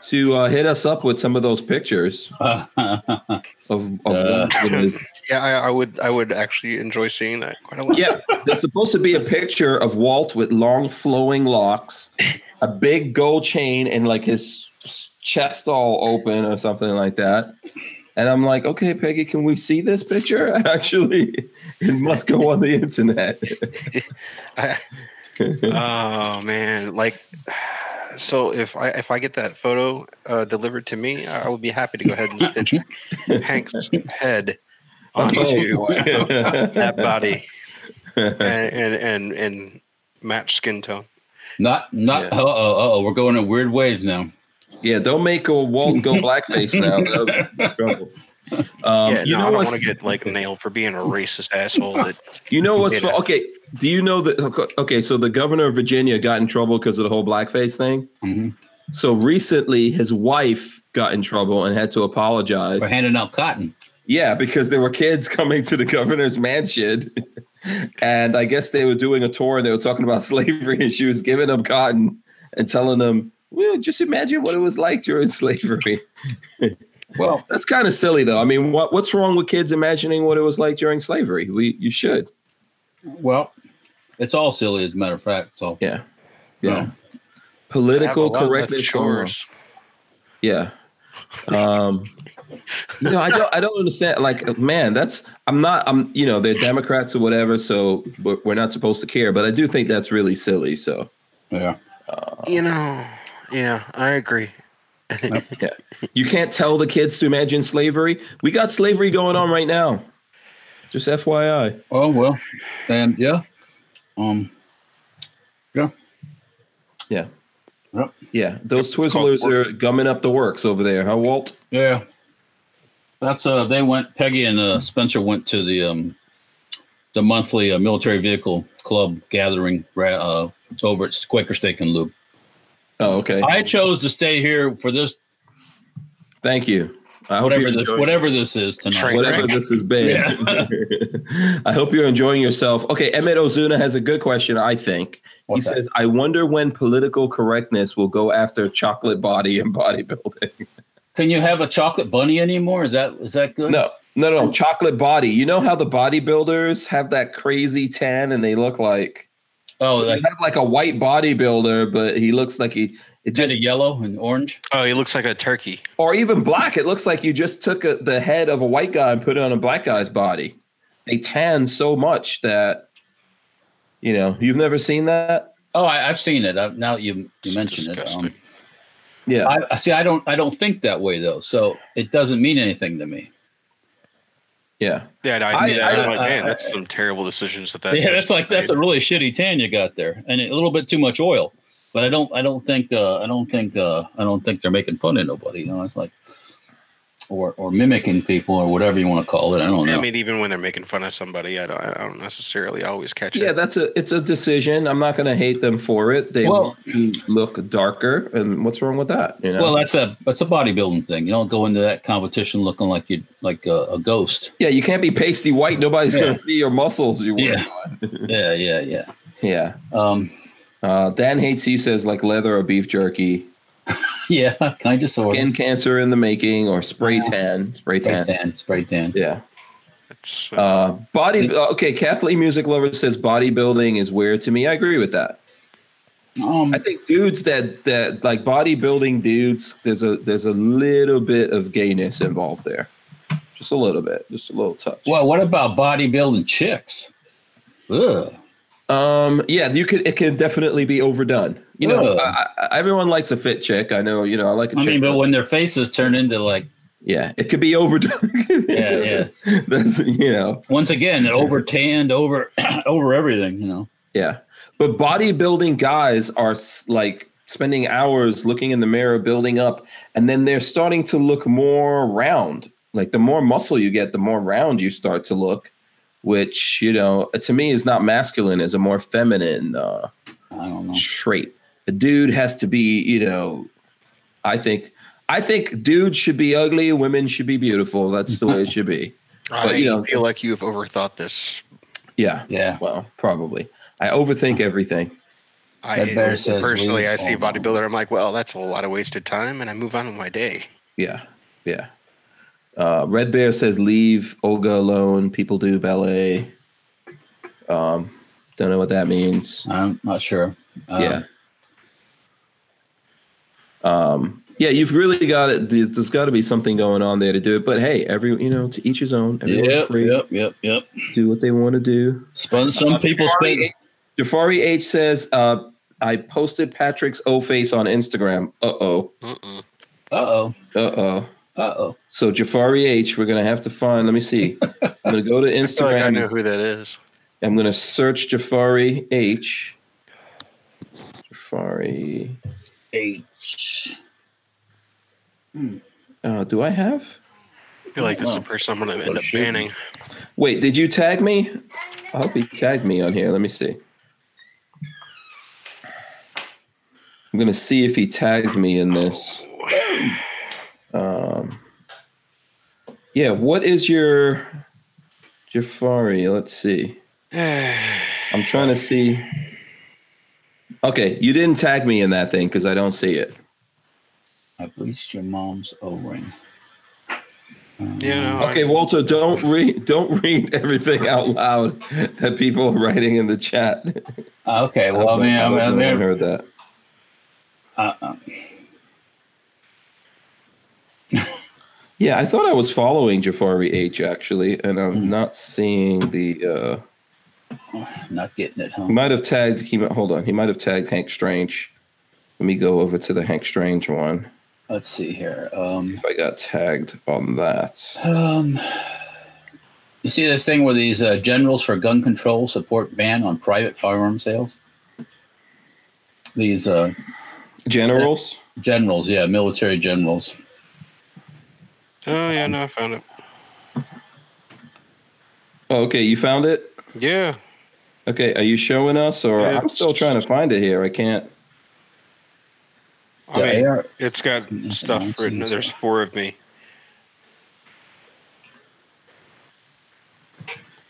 Speaker 1: to uh, hit us up with some of those pictures of. of
Speaker 3: Uh.
Speaker 1: what it is.
Speaker 2: Yeah, I, I would. I would actually enjoy seeing that quite a lot.
Speaker 1: Yeah, there's supposed to be a picture of Walt with long flowing locks, a big gold chain, and like his chest all open or something like that. And I'm like, okay, Peggy, can we see this picture? Actually, it must go on the internet.
Speaker 2: I- oh man, like. So if I if I get that photo uh, delivered to me, I would be happy to go ahead and stitch Hank's head Oh, onto that body and, and and and match skin tone.
Speaker 3: not not
Speaker 1: Yeah.
Speaker 3: uh oh oh we're going in weird ways now.
Speaker 1: yeah, don't make a Walt go blackface now. That'll be trouble. Um,
Speaker 2: yeah,
Speaker 1: you
Speaker 2: no,
Speaker 1: know
Speaker 2: I don't
Speaker 1: what's-
Speaker 2: want to get like nailed for being a racist asshole. That
Speaker 1: You know what's
Speaker 2: Yeah.
Speaker 1: fu- okay? Do you know that? Okay, so the governor of Virginia got in trouble because of the whole blackface thing.
Speaker 3: Mhm.
Speaker 1: So recently, his wife got in trouble and had to apologize.
Speaker 3: We're handing out cotton.
Speaker 1: Yeah, because there were kids coming to the governor's mansion, and I guess they were doing a tour and they were talking about slavery, and she was giving them cotton and telling them, "Well, just imagine what it was like during slavery."
Speaker 3: Well,
Speaker 1: That's kind of silly, though. I mean, what what's wrong with kids imagining what it was like during slavery? We you should.
Speaker 3: well, it's all silly as a matter of fact. So
Speaker 1: Yeah. Yeah.
Speaker 2: I have a
Speaker 1: Political
Speaker 2: lot less
Speaker 1: correctness. going on.
Speaker 2: chores.
Speaker 1: Yeah. Um, you know, I don't, I don't understand. Like, man, that's I'm not. I'm you know, they're Democrats or whatever, so we're, we're not supposed to care. But I do think that's really silly. So
Speaker 3: Yeah.
Speaker 2: You know, yeah, Uh, I agree.
Speaker 1: you can't tell the kids to imagine slavery. We got slavery going on right now. Just FYI.
Speaker 3: Oh well. And yeah. Um.
Speaker 1: Yeah, those Twizzlers are gumming up the works over there, huh, Walt?
Speaker 3: Yeah. That's uh. They went. Peggy and uh, Spencer went to the um, the monthly uh, military vehicle club gathering ra- uh it's over at Quaker Steak and Lube.
Speaker 1: Oh, okay.
Speaker 3: I chose to stay here for this
Speaker 1: Thank you. I hope
Speaker 3: whatever
Speaker 1: you're
Speaker 3: this
Speaker 1: enjoying-
Speaker 3: whatever this is tonight.
Speaker 2: Train
Speaker 1: whatever
Speaker 2: wreck.
Speaker 1: this has been. I hope you're enjoying yourself. Okay, Emmett Ozuna has a good question, I think.
Speaker 3: What's
Speaker 1: he
Speaker 3: that?
Speaker 1: says, I wonder when political correctness will go after chocolate body and bodybuilding.
Speaker 3: Can you have a chocolate bunny anymore? Is that is that good?
Speaker 1: no, no, no, chocolate body. You know how the bodybuilders have that crazy tan and they look like
Speaker 3: Oh,
Speaker 1: so
Speaker 3: like
Speaker 1: they have like a white bodybuilder, but he looks like he it
Speaker 3: just
Speaker 1: just
Speaker 3: a yellow and orange.
Speaker 2: Oh, he looks like a turkey.
Speaker 1: or even black. It looks like you just took a, the head of a white guy and put it on a black guy's body. They tan so much that you know you've never seen that.
Speaker 3: Oh, I, I've seen it. I, now that you you mentioned it. Um,
Speaker 2: Disgusting.
Speaker 1: Yeah,
Speaker 3: I I- see. I don't. I don't think that way though. So it doesn't mean anything to me.
Speaker 1: yeah.
Speaker 2: Yeah, no,
Speaker 1: I-
Speaker 2: I see that.
Speaker 1: I-
Speaker 2: I'm like,
Speaker 3: I-
Speaker 2: man,
Speaker 3: I-
Speaker 2: that's some terrible decisions that that.
Speaker 3: yeah,
Speaker 2: person
Speaker 3: that's like that's a
Speaker 2: made.
Speaker 3: really shitty tan you got there, and a little bit too much oil. But I don't. I don't think. Uh, I don't think. Uh, I don't think they're making fun of nobody. You know, it's like, or or mimicking people or whatever you want to call it. I don't know.
Speaker 2: I mean, even when they're making fun of somebody, I don't, I don't necessarily always catch
Speaker 1: Yeah,
Speaker 2: it.
Speaker 1: that's a it's a decision. I'm not going to hate them for it. They
Speaker 3: Well-
Speaker 1: look darker, and what's wrong with that? You know.
Speaker 3: Well, uh, that's a that's a bodybuilding thing. You don't go into that competition looking like you like a, a ghost.
Speaker 1: yeah, you can't be pasty white. Nobody's
Speaker 3: Yeah.
Speaker 1: going to see your muscles. You
Speaker 3: Yeah.
Speaker 1: yeah,
Speaker 3: Yeah, yeah, yeah.
Speaker 1: yeah.
Speaker 3: Um,
Speaker 1: Uh, Dan hates. He says like leather or beef jerky,
Speaker 3: yeah, kind of sort.
Speaker 1: skin cancer in the making, or spray
Speaker 3: Yeah.
Speaker 1: tan, spray
Speaker 3: Spray
Speaker 1: tan.
Speaker 3: tan, spray tan.
Speaker 1: Yeah.
Speaker 2: It's, uh,
Speaker 1: Uh, body. Okay, Kathleen Music Lover says bodybuilding is weird to me. I agree with that.
Speaker 3: Um,
Speaker 1: I think dudes that that like bodybuilding dudes, there's a there's a little bit of gayness involved there, just a little bit, just a little touch.
Speaker 3: well, what about bodybuilding chicks? Ugh.
Speaker 1: Um, yeah, you could it can definitely be overdone. You know,
Speaker 3: Ugh.
Speaker 1: I, I, everyone likes a fit chick. I know. You know, I like. A
Speaker 3: I
Speaker 1: chick
Speaker 3: mean, but
Speaker 1: that's-
Speaker 3: when their faces turn into like,
Speaker 1: yeah, it could be overdone.
Speaker 3: Yeah,
Speaker 1: yeah. That's you know,
Speaker 3: once again, over tanned, over over everything, you know.
Speaker 1: yeah. But bodybuilding guys are s- like spending hours looking in the mirror, building up, and then they're starting to look more round. Like the more muscle you get, the more round you start to look, which, you know, uh, to me is not masculine, is a more feminine uh,
Speaker 3: I don't know.
Speaker 1: trait. A dude has to be, you know, I think. I think dudes should be ugly, women should be beautiful. That's the way it should be.
Speaker 2: I
Speaker 1: but, you know-
Speaker 2: feel like you've overthought this.
Speaker 1: Yeah.
Speaker 3: Yeah,
Speaker 1: Well, probably. I overthink everything.
Speaker 2: I
Speaker 3: That bear says
Speaker 2: personally,
Speaker 3: leave
Speaker 2: I see a
Speaker 3: alone.
Speaker 2: bodybuilder. I'm like, well, that's a lot of wasted time, and I move on with my day.
Speaker 1: Yeah, yeah. Uh, Red Bear says leave Olga alone. People do ballet. Um, don't know what that means.
Speaker 3: I'm not sure. Um,
Speaker 1: yeah. Um, yeah, you've really got it. there- There's got to be something going on there to do it. But hey, every you know, to each his own. Everyone's
Speaker 3: Yep,
Speaker 1: free.
Speaker 3: yep, yep, yep.
Speaker 1: Do what they want to do.
Speaker 3: Spun, some people spend.
Speaker 1: Jafari H says, uh, "I posted Patrick's O face on Instagram. Uh oh,
Speaker 2: Mm-mm.
Speaker 3: Uh oh,
Speaker 1: uh oh."
Speaker 3: uh oh.
Speaker 1: So Jafari H, we're gonna have to find. Let me see. I'm gonna go to
Speaker 2: I feel like
Speaker 1: Instagram.
Speaker 2: I know who that is.
Speaker 1: I'm gonna search Jafari H. Jafari.
Speaker 3: H.
Speaker 1: Uh, do I have?
Speaker 2: I feel like this is the
Speaker 3: Wow.
Speaker 2: person I'm going to
Speaker 3: Oh,
Speaker 2: end up
Speaker 3: shoot.
Speaker 2: banning.
Speaker 1: Wait, did you tag me? I hope he tagged me on here. Let me see. I'm gonna see if he tagged me in this. Um, yeah. What is your Jafari? Let's see. I'm trying to see. Okay, you didn't tag me in that thing because I don't see it.
Speaker 3: I bleached your mom's O ring.
Speaker 2: you know,
Speaker 1: Okay, Walter, don't read don't read everything out loud that people are writing in the chat.
Speaker 3: Okay, well, I
Speaker 1: hope
Speaker 3: mean, I
Speaker 1: hope
Speaker 3: mean, I
Speaker 1: no one
Speaker 3: mean,
Speaker 1: heard that.
Speaker 3: Uh, uh,
Speaker 1: Yeah, I thought I was following Jafari H actually, and I'm
Speaker 3: Hmm.
Speaker 1: not seeing the. uh
Speaker 3: not getting it, huh?
Speaker 1: He might have tagged. He might- hold on. He might have tagged Hank Strange. Let me go over to the Hank Strange one.
Speaker 3: Let's see here. Um,
Speaker 1: If I got tagged on that,
Speaker 3: um, you see this thing where these uh, generals for gun control support ban on private firearm sales? These uh,
Speaker 1: generals.
Speaker 3: generals, yeah, military generals.
Speaker 6: Oh yeah, no, I found it.
Speaker 1: Oh, okay, you found it.
Speaker 6: Yeah,
Speaker 1: Okay, are you showing us, or I'm still trying to find it here? I can't.
Speaker 6: I
Speaker 3: The
Speaker 6: mean,
Speaker 3: AR
Speaker 6: it's got stuff written. There's four of me.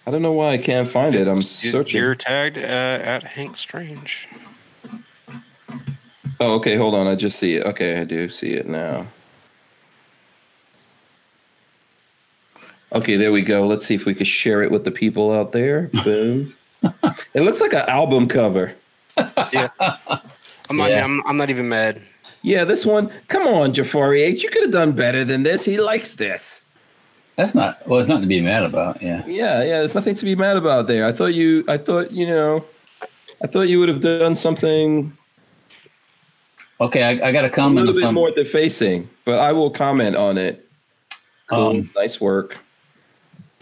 Speaker 1: I don't know why I can't find it. I'm
Speaker 6: You-
Speaker 1: searching.
Speaker 6: You're tagged uh, at Hank Strange.
Speaker 1: Oh, okay, hold on. I just see it. Okay, I do see it now. Okay, there we go. Let's see if we can share it with the people out there. Boom. it looks like an album cover.
Speaker 6: I'm not.
Speaker 3: Yeah.
Speaker 6: I'm, I'm not even mad.
Speaker 1: Yeah, this one. Come on, Jafari H. You could have done better than this. He likes this.
Speaker 3: That's not well. It's nothing to be mad about. Yeah.
Speaker 1: Yeah, yeah. There's nothing to be mad about there. I thought you. I thought you know. I thought you would have done something
Speaker 3: Okay, I, I got a
Speaker 1: a
Speaker 3: comment
Speaker 1: little
Speaker 3: on
Speaker 1: bit
Speaker 3: some.
Speaker 1: more defacing, but I will comment on it. Cool.
Speaker 3: Um,
Speaker 1: nice work.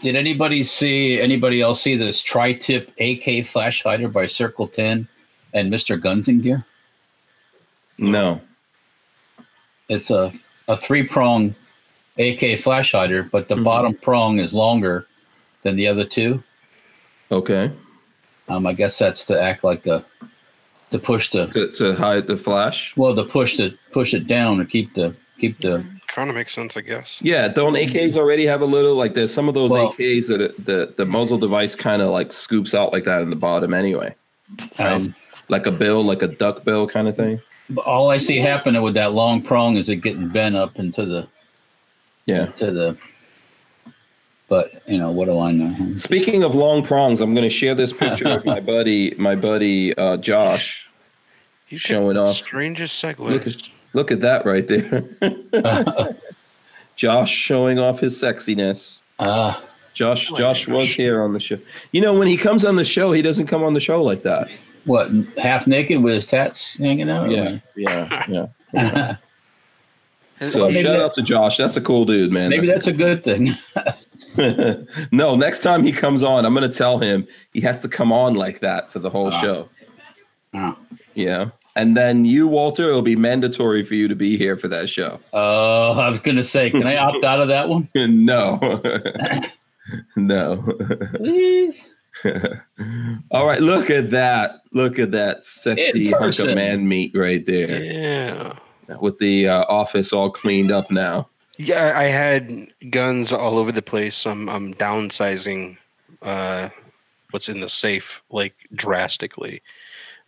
Speaker 3: Did anybody see anybody else see this tri-tip AK flash hider by Circle Ten and Mister Guns and Gear?
Speaker 1: No.
Speaker 3: It's a a three prong AK flash hider, but the
Speaker 1: Mhm.
Speaker 3: bottom prong is longer than the other two.
Speaker 1: Okay.
Speaker 3: Um, I guess that's to act like a to push the
Speaker 1: to, to hide the flash.
Speaker 3: well to push the push it down to keep the keep the
Speaker 6: Kind of makes sense, I guess.
Speaker 1: Yeah, don't AKs already have a little like there's some of those
Speaker 3: Well-
Speaker 1: AKs that it- the the muzzle device kind of like scoops out like that in the bottom anyway,
Speaker 3: um,
Speaker 1: like a bill, like a duck bill kind of thing.
Speaker 3: but all I see happening with that long prong is it getting bent up into the
Speaker 1: Yeah.
Speaker 3: to the but you know what do i know
Speaker 1: Speaking of long prongs, I'm going to share this picture of my buddy, my buddy uh, Josh.
Speaker 6: You
Speaker 1: Showing
Speaker 6: the
Speaker 1: off.
Speaker 6: Strangest
Speaker 1: Look at-
Speaker 6: segue.
Speaker 1: Look at that right there. Josh showing off his sexiness.
Speaker 3: uh
Speaker 1: Josh,
Speaker 6: Oh my
Speaker 1: Josh was
Speaker 6: gosh.
Speaker 1: here on the show. You know, when he comes on the show, he doesn't come on the show like that.
Speaker 3: what half naked with his tats hanging out
Speaker 1: Yeah, yeah, yeah.
Speaker 6: His-
Speaker 1: So
Speaker 3: Maybe
Speaker 1: shout
Speaker 3: that-
Speaker 1: out to Josh. That's a cool dude, man.
Speaker 3: maybe that's a good thing
Speaker 1: no, next time he comes on, I'm going to tell him he has to come on like that for the whole
Speaker 3: Ah.
Speaker 1: show.
Speaker 3: Ah.
Speaker 1: Yeah. And then you, Walter, it'll be mandatory for you to be here for that show.
Speaker 3: uh i was gonna say can i opt out of that one
Speaker 1: no. no.
Speaker 3: please
Speaker 1: All right. Look at that. Look at that sexy
Speaker 3: In
Speaker 1: hunk of
Speaker 3: person.
Speaker 1: man meat right there
Speaker 6: yeah.
Speaker 1: with the uh, office all cleaned up now.
Speaker 6: Yeah, I I had guns all over the place. I'm I'm downsizing uh what's in the safe like drastically.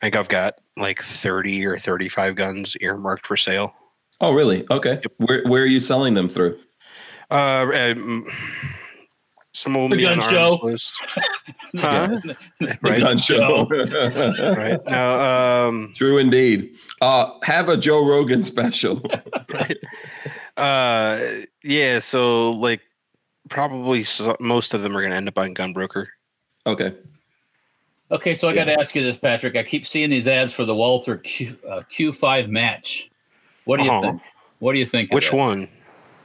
Speaker 6: I think I've got like 30 or 35 guns earmarked for sale.
Speaker 1: Oh, really? Okay. Where, where are you selling them through?
Speaker 6: Uh um, some old
Speaker 3: The gun show.
Speaker 6: List. Huh?
Speaker 1: The
Speaker 6: Right.
Speaker 1: gun show.
Speaker 6: Right. No, um
Speaker 1: True indeed. Uh, have a Joe Rogan special.
Speaker 6: uh yeah, so like probably so, most of them are going to end up on gun broker.
Speaker 1: okay.
Speaker 3: okay so i gotta ask you this patrick i keep seeing these ads for the walter q uh, q5 match what do you
Speaker 6: Oh.
Speaker 3: think what do you think of
Speaker 6: Which
Speaker 3: that?
Speaker 6: one?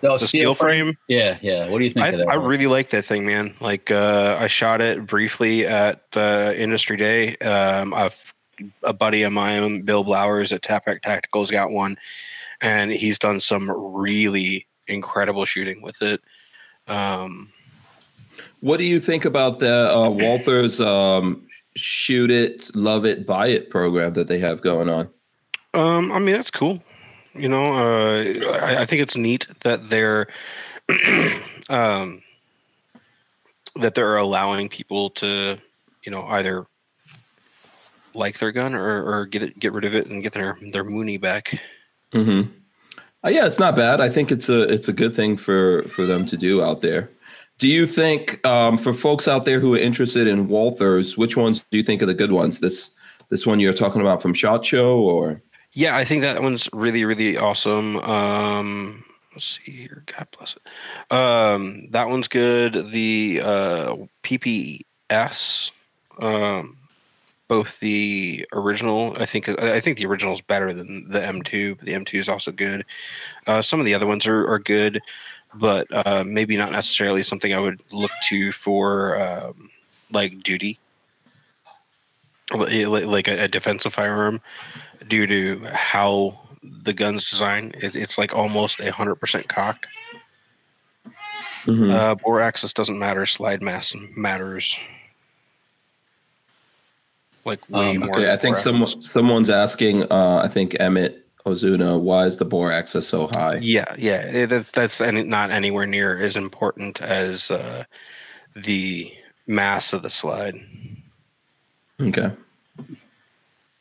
Speaker 3: Oh,
Speaker 6: The steel frame?
Speaker 3: yeah yeah what do you think
Speaker 6: I,
Speaker 3: of that
Speaker 6: I
Speaker 3: one?
Speaker 6: really like that thing, man. Like uh, I shot it briefly at uh, Industry Day. Um, I've, a buddy of mine, Bill Blowers at Tapac Tactical's got one, and he's done some really incredible shooting with it. Um,
Speaker 1: What do you think about the uh, Walther's um, shoot it, love it, buy it program that they have going on?
Speaker 6: Um, I mean that's cool. You know, uh, I, I think it's neat that they're um, that they're allowing people to, you know, either like their gun or, or get it, get rid of it and get their their Mooney back.
Speaker 1: hmm Uh, yeah, it's not bad. I think it's a it's a good thing for for them to do out there. Do you think um, for folks out there who are interested in Walther's, which ones do you think are the good ones? This this one you're talking about from Shot Show, or
Speaker 6: Yeah, I think that one's really, really awesome. Um, let's see here. God bless it. Um, that one's good. The uh, PPS, um, both the original. I think I think the original is better than the M2, but the M2 is also good. Uh, some of the other ones are, are good, but uh, maybe not necessarily something I would look to for um, like duty, Li- li- like a, a defensive firearm due to how the gun's designed. It, it's like almost a hundred percent cocked.
Speaker 1: Mhm.
Speaker 6: Uh, bore axis doesn't matter. Slide mass matters. Like way
Speaker 3: Um,
Speaker 6: more.
Speaker 1: Okay,
Speaker 6: than
Speaker 1: I think
Speaker 6: bore
Speaker 1: some
Speaker 6: axis.
Speaker 1: someone's asking. Uh, I think Emmett Ozuna, why is the bore access so high?
Speaker 6: Yeah, yeah. it- that's that's any, not anywhere near as important as uh, the mass of the slide.
Speaker 1: Okay,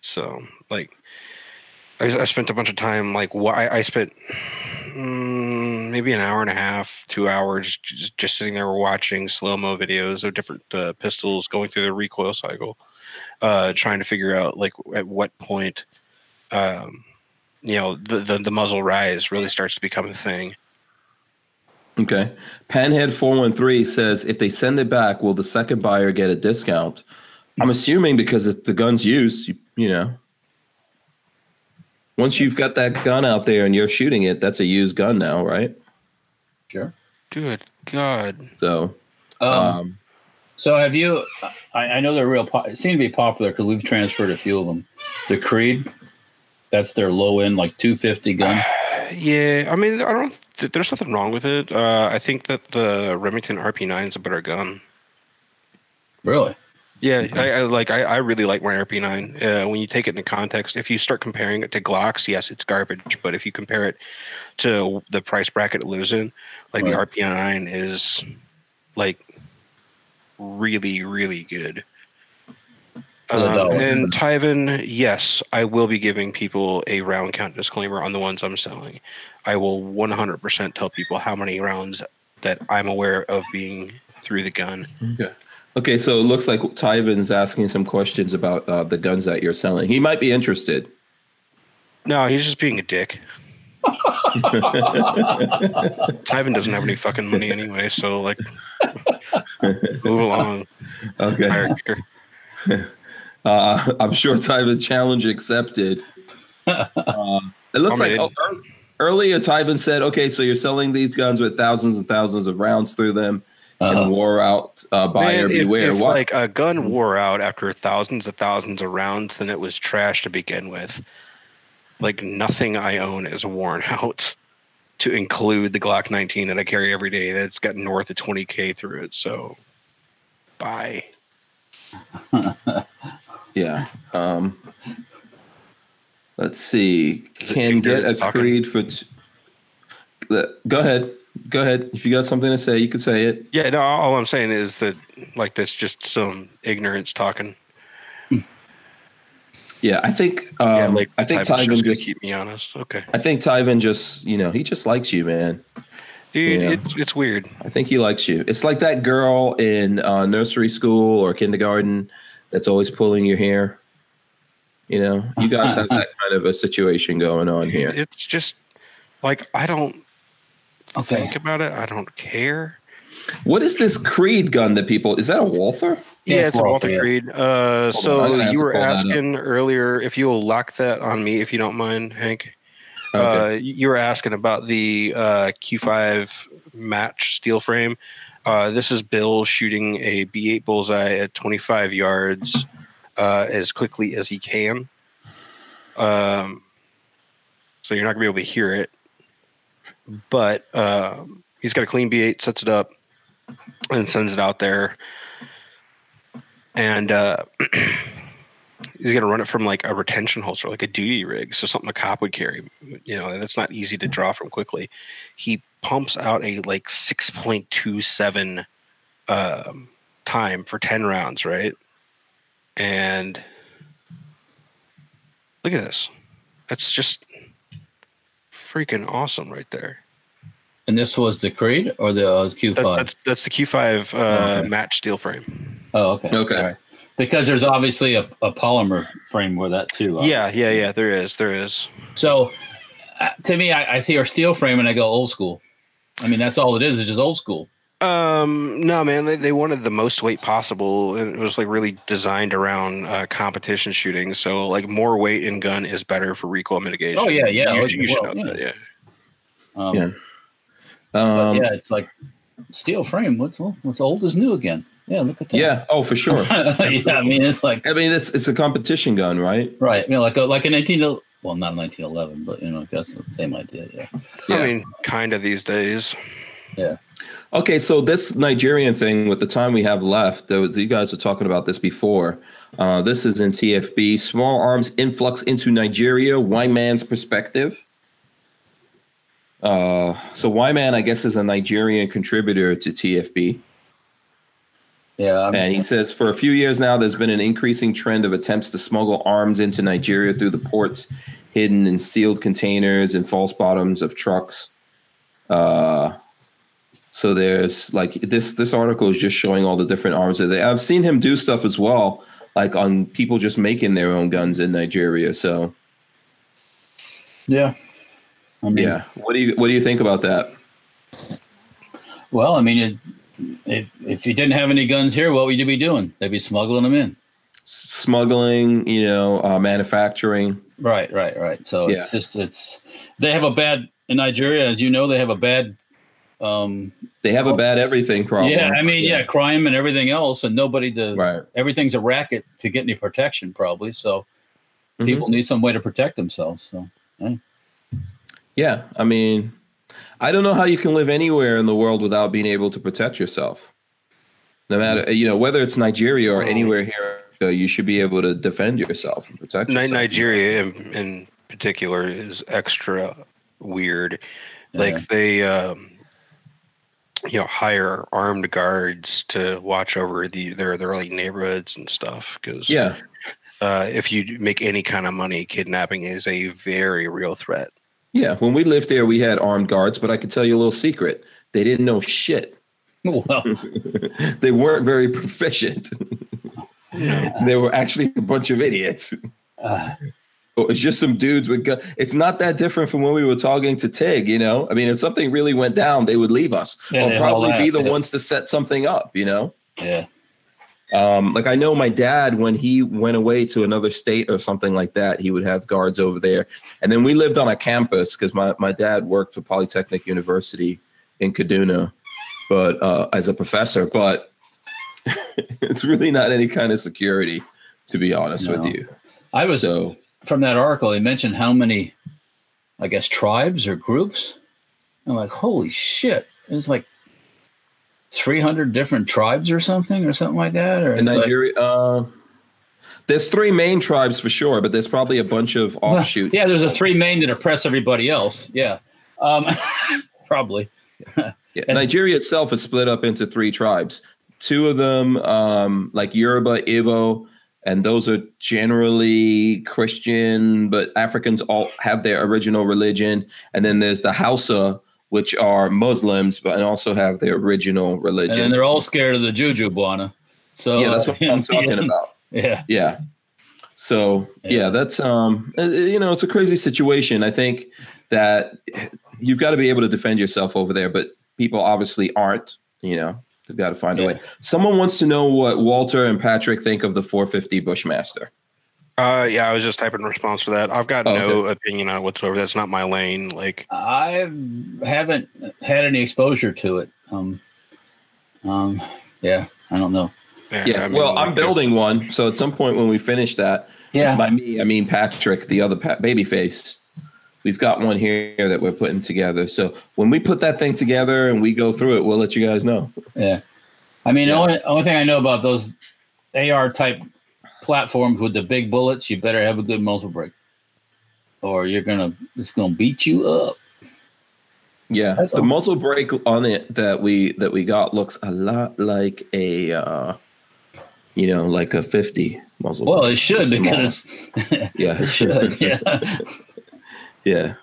Speaker 6: So like, I, I spent a bunch of time like why I, I spent mm, maybe an hour and a half, two hours just, just sitting there watching slow mo videos of different uh, pistols going through the recoil cycle, uh, trying to figure out like at what point, um, you know, the, the the muzzle rise really starts to become a thing.
Speaker 1: okay. Panhead four one three says if they send it back, will the second buyer get a discount? I'm assuming because it's the gun's used. You, you know, once you've got that gun out there and you're shooting it, that's a used gun now, right?
Speaker 3: Sure.
Speaker 6: Good God.
Speaker 1: So,
Speaker 3: Um,
Speaker 1: um,
Speaker 3: so have you? I, I know they're real. Po- it seemed to be popular because we've transferred a few of them. The Creed, that's their low end, like 250 gun.
Speaker 6: Yeah, I mean, I don't. Th- there's nothing wrong with it. Uh, I think that the Remington RP9 is a better gun.
Speaker 3: Really?
Speaker 6: Yeah, I, I like. I, I really like my RP9. Uh, when you take it into context, if you start comparing it to Glocks, yes, it's garbage. But if you compare it to the price bracket it lives in, like
Speaker 3: Right.
Speaker 6: the RP9 is like really, really good.
Speaker 3: For the
Speaker 6: Um,
Speaker 3: dollar.
Speaker 6: and Tyven, yes, I will be giving people a round count disclaimer on the ones I'm selling. I will 100% tell people how many rounds that I'm aware of being through the gun.
Speaker 1: okay. So it looks like Tyvin's asking some questions about uh, the guns that you're selling. He might be interested.
Speaker 6: No, he's just being a dick. Tyven doesn't have any fucking money anyway, so like, move along,
Speaker 1: Okay.
Speaker 6: tire kicker.
Speaker 1: Uh, I'm sure Tyvin challenge accepted. Um, it looks
Speaker 6: I mean,
Speaker 1: like oh, ear- earlier Tyvin said, "Okay, so you're selling these guns with thousands and thousands of rounds through them,
Speaker 3: Uh-huh.
Speaker 1: and wore out uh, buyer
Speaker 6: Man, if-
Speaker 1: beware."
Speaker 6: If,
Speaker 1: Why-
Speaker 6: like a gun wore out after thousands and thousands of rounds, then it was trash to begin with. Like nothing I own is worn out. To include the Glock 19 that I carry every day, that's got north of 20k through it. So, bye.
Speaker 1: Yeah. Um, let's see. Can
Speaker 6: Victor
Speaker 1: get a
Speaker 6: is talking.
Speaker 1: creed for. T- the- go ahead. Go ahead. If you got something to say, you could say it.
Speaker 6: Yeah, no, all I'm saying is that like that's just some ignorance talking.
Speaker 1: Yeah, I think. Um,
Speaker 6: yeah, like
Speaker 1: I think
Speaker 6: Tyven's
Speaker 1: Tyvin
Speaker 6: gonna
Speaker 1: just.
Speaker 6: keep me honest. Okay.
Speaker 1: I think Tyvin just. You know, he just likes you, man.
Speaker 6: Dude,
Speaker 1: Yeah.
Speaker 6: it's it's weird.
Speaker 1: I think he likes you. It's like that girl in uh, nursery school or kindergarten that's always pulling your hair. You know, you guys have that kind of a situation going on here.
Speaker 6: It's just like I don't
Speaker 3: Okay.
Speaker 6: think about it. I don't care.
Speaker 1: What is this Creed gun that people? Is that a Walther?
Speaker 6: Yeah,
Speaker 3: Yes,
Speaker 6: it's a
Speaker 3: Walter,
Speaker 6: Walter
Speaker 3: yeah.
Speaker 6: Creed. Uh,
Speaker 1: Hold on, I'm
Speaker 6: so
Speaker 1: gonna have
Speaker 6: you
Speaker 1: to
Speaker 6: were
Speaker 1: pull that up.
Speaker 6: asking earlier if you'll lock that on me, if you don't mind, Hank. Uh,
Speaker 1: Okay.
Speaker 6: you were asking about the uh, Q5 match steel frame. Uh, this is Bill shooting a B8 bullseye at 25 yards uh, as quickly as he can. Um, so you're not gonna be able to hear it, but um, he's got a clean B8, sets it up, and sends it out there. And uh, he's gonna run it from like a retention holster, like a duty rig, so something a cop would carry. You know, and it's not easy to draw from quickly. He pumps out a like six point two seven um, time for ten rounds, right? And look at this. That's just freaking awesome right there.
Speaker 3: And this was the Creed or the uh, Q5?
Speaker 6: That's that's, that's the Q5 uh,
Speaker 3: Okay.
Speaker 6: match steel frame.
Speaker 3: Oh, okay.
Speaker 1: Okay.
Speaker 3: All right. Because there's obviously a, a polymer frame with that too. uh,
Speaker 2: Yeah, yeah, yeah. There is, there is.
Speaker 3: So uh, to me, I, I see our steel frame and I go old school. I mean, that's all it is. It's just old school.
Speaker 2: Um, no, man, they, they wanted the most weight possible, and it was like really designed around uh, competition shooting. So like more weight in gun is better for recoil mitigation.
Speaker 3: Oh, yeah, yeah,
Speaker 2: You,
Speaker 3: oh,
Speaker 2: you should
Speaker 3: well,
Speaker 2: know
Speaker 3: yeah.
Speaker 2: that. Yeah.
Speaker 3: Um,
Speaker 1: Yeah.
Speaker 3: but
Speaker 1: Um,
Speaker 3: yeah, it's like steel frame. What's old? What's old is new again. Yeah, look at that.
Speaker 1: yeah. Oh, for sure.
Speaker 3: yeah. I mean, it's like
Speaker 1: I mean, it's it's a competition gun, right?
Speaker 3: right. You know, like a, like a nineteen. Well, not nineteen eleven, but you know, that's the same idea. Yeah.
Speaker 1: Yeah.
Speaker 2: I mean, kind of these days.
Speaker 1: Okay, so this Nigerian thing with the time we have left, there was- you guys were talking about this before. Uh, this is in TFB. Small arms influx into Nigeria, Wyman's perspective. Uh, so Wyman, I guess, is a Nigerian contributor to TFB.
Speaker 3: Yeah. I mean,
Speaker 1: And he says for a few years now, there's been an increasing trend of attempts to smuggle arms into Nigeria through the ports, hidden in sealed containers and false bottoms of trucks. Uh, so there's like this. This article is just showing all the different arms that they. I've seen him do stuff as well, like on people just making their own guns in Nigeria. So
Speaker 3: yeah. I mean,
Speaker 1: yeah, what do you what do you think about that?
Speaker 3: Well, I mean, it, if if you didn't have any guns here, what would you be doing? They'd be smuggling them in.
Speaker 1: S- Smuggling, you know, uh, manufacturing.
Speaker 3: Right, right, right. So it's
Speaker 1: Yeah.
Speaker 3: just it's they have a bad in Nigeria, as you know, they have a bad. Um,
Speaker 1: They have a bad everything problem.
Speaker 3: yeah, I mean, yeah. crime and everything else, and nobody to
Speaker 1: right.
Speaker 3: everything's a racket to get any protection, probably. So
Speaker 1: Mhm.
Speaker 3: people need some way to protect themselves. So
Speaker 1: Yeah, I mean, I don't know how you can live anywhere in the world without being able to protect yourself. No matter you know whether it's Nigeria or
Speaker 2: Well-
Speaker 1: anywhere here, uh, you should be able to defend yourself and protect
Speaker 2: Ni-
Speaker 1: yourself.
Speaker 2: Nigeria in, in particular is extra weird. Like
Speaker 3: yeah.
Speaker 2: they, um, you know, hire armed guards to watch over the their their like neighborhoods and stuff. Because
Speaker 1: Yeah,
Speaker 2: uh, if you make any kind of money, kidnapping is a very real threat.
Speaker 1: yeah. When we lived there, we had armed guards, but I could tell you a little secret: they didn't know shit.
Speaker 3: well, uh,
Speaker 1: they weren't very proficient. they were actually a bunch of idiots.
Speaker 3: uh,
Speaker 1: Oh, It's just some dudes with gun. It's not that different from when we were talking to Tig, you know. I mean, if something really went down, they would leave us
Speaker 3: Yeah,
Speaker 1: or
Speaker 3: they'd
Speaker 1: probably
Speaker 3: haul
Speaker 1: be
Speaker 3: ass,
Speaker 1: the
Speaker 3: yeah.
Speaker 1: ones to set something up, you know.
Speaker 3: yeah,
Speaker 1: Um, like I know my dad when he went away to another state or something like that, he would have guards over there. And then we lived on a campus because my, my dad worked for Polytechnic University in Kaduna, but uh, as a professor. But it's really not any kind of security, to be honest
Speaker 3: No.
Speaker 1: with you.
Speaker 3: I was
Speaker 1: So
Speaker 3: from that article. They mentioned how many, I guess, tribes or groups. I'm like, holy shit! It's like three hundred different tribes or something, or something like that. Or
Speaker 1: in
Speaker 3: it's like-
Speaker 1: Nigeria, uh, there's three main tribes for sure, but there's probably a bunch of
Speaker 3: Well,
Speaker 1: offshoot.
Speaker 3: yeah, there's a three main that oppress everybody else. Yeah, um, probably.
Speaker 1: Yeah,
Speaker 3: And-
Speaker 1: Nigeria itself is split up into three tribes. Two of them, um, like Yoruba, Igbo, and those are generally Christian, but Africans all have their original religion. And then there's the Hausa, which are Muslims, but and also have their original
Speaker 3: And
Speaker 1: religion.
Speaker 3: then they're all scared of the juju buana. So
Speaker 1: yeah, that's
Speaker 3: uh,
Speaker 1: what I'm talking about.
Speaker 3: Yeah.
Speaker 1: Yeah. So
Speaker 3: Yeah.
Speaker 1: yeah, that's um, uh, you know, it's a crazy situation. I think that you've got to be able to defend yourself over there, but people obviously aren't. You know, they've got to find a
Speaker 3: Yeah.
Speaker 1: way. Someone wants to know what Walter and Patrick think of the 450 Bushmaster.
Speaker 2: Uh, yeah, I was just typing a response for that. I've got
Speaker 1: Oh,
Speaker 2: no opinion on it whatsoever. That's not my lane. Like,
Speaker 3: I haven't had any exposure to it. Um, um, yeah, I don't know.
Speaker 1: Yeah.
Speaker 2: eh, I mean,
Speaker 1: well, I'm
Speaker 2: like,
Speaker 1: building one, so at some point when we finish that,
Speaker 3: Yeah,
Speaker 1: by me I mean Patrick, the other pa- babyface. We've got one here that we're putting together. So when we put that thing together and we go through it, we'll let you guys know.
Speaker 3: yeah. I mean, the only, only thing I know about those AR type platforms with the big bullets, you better have a good muzzle brake, or you're gonna it's gonna beat you up.
Speaker 1: Yeah,
Speaker 3: That's
Speaker 1: the
Speaker 3: all.
Speaker 1: muzzle brake on it that we that we got looks a lot like a, uh, you know, like a fifty muzzle.
Speaker 3: Well,
Speaker 1: brake.
Speaker 3: it should
Speaker 1: Small.
Speaker 3: because
Speaker 1: yeah,
Speaker 3: it should. Yeah,
Speaker 1: yeah,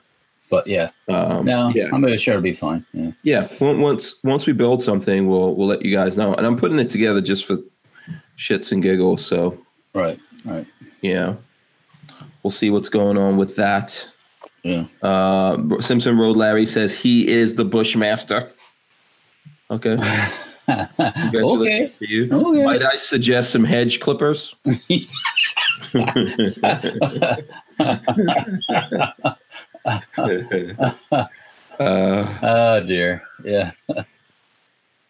Speaker 3: but yeah,
Speaker 1: um,
Speaker 3: no,
Speaker 1: yeah,
Speaker 3: I'm sure it'll be fine. Yeah,
Speaker 1: yeah. on- Once once we build something, we'll we'll let you guys know. And I'm putting it together just for shits and giggles. So
Speaker 3: Right. Right.
Speaker 1: yeah, we'll see what's going on with that.
Speaker 3: Yeah.
Speaker 1: Uh, Simpson Road Larry says he is the Bushmaster. Okay.
Speaker 3: okay.
Speaker 1: Congratulations to you.
Speaker 3: Okay.
Speaker 1: Might I suggest some hedge clippers? uh,
Speaker 3: Oh dear. Yeah.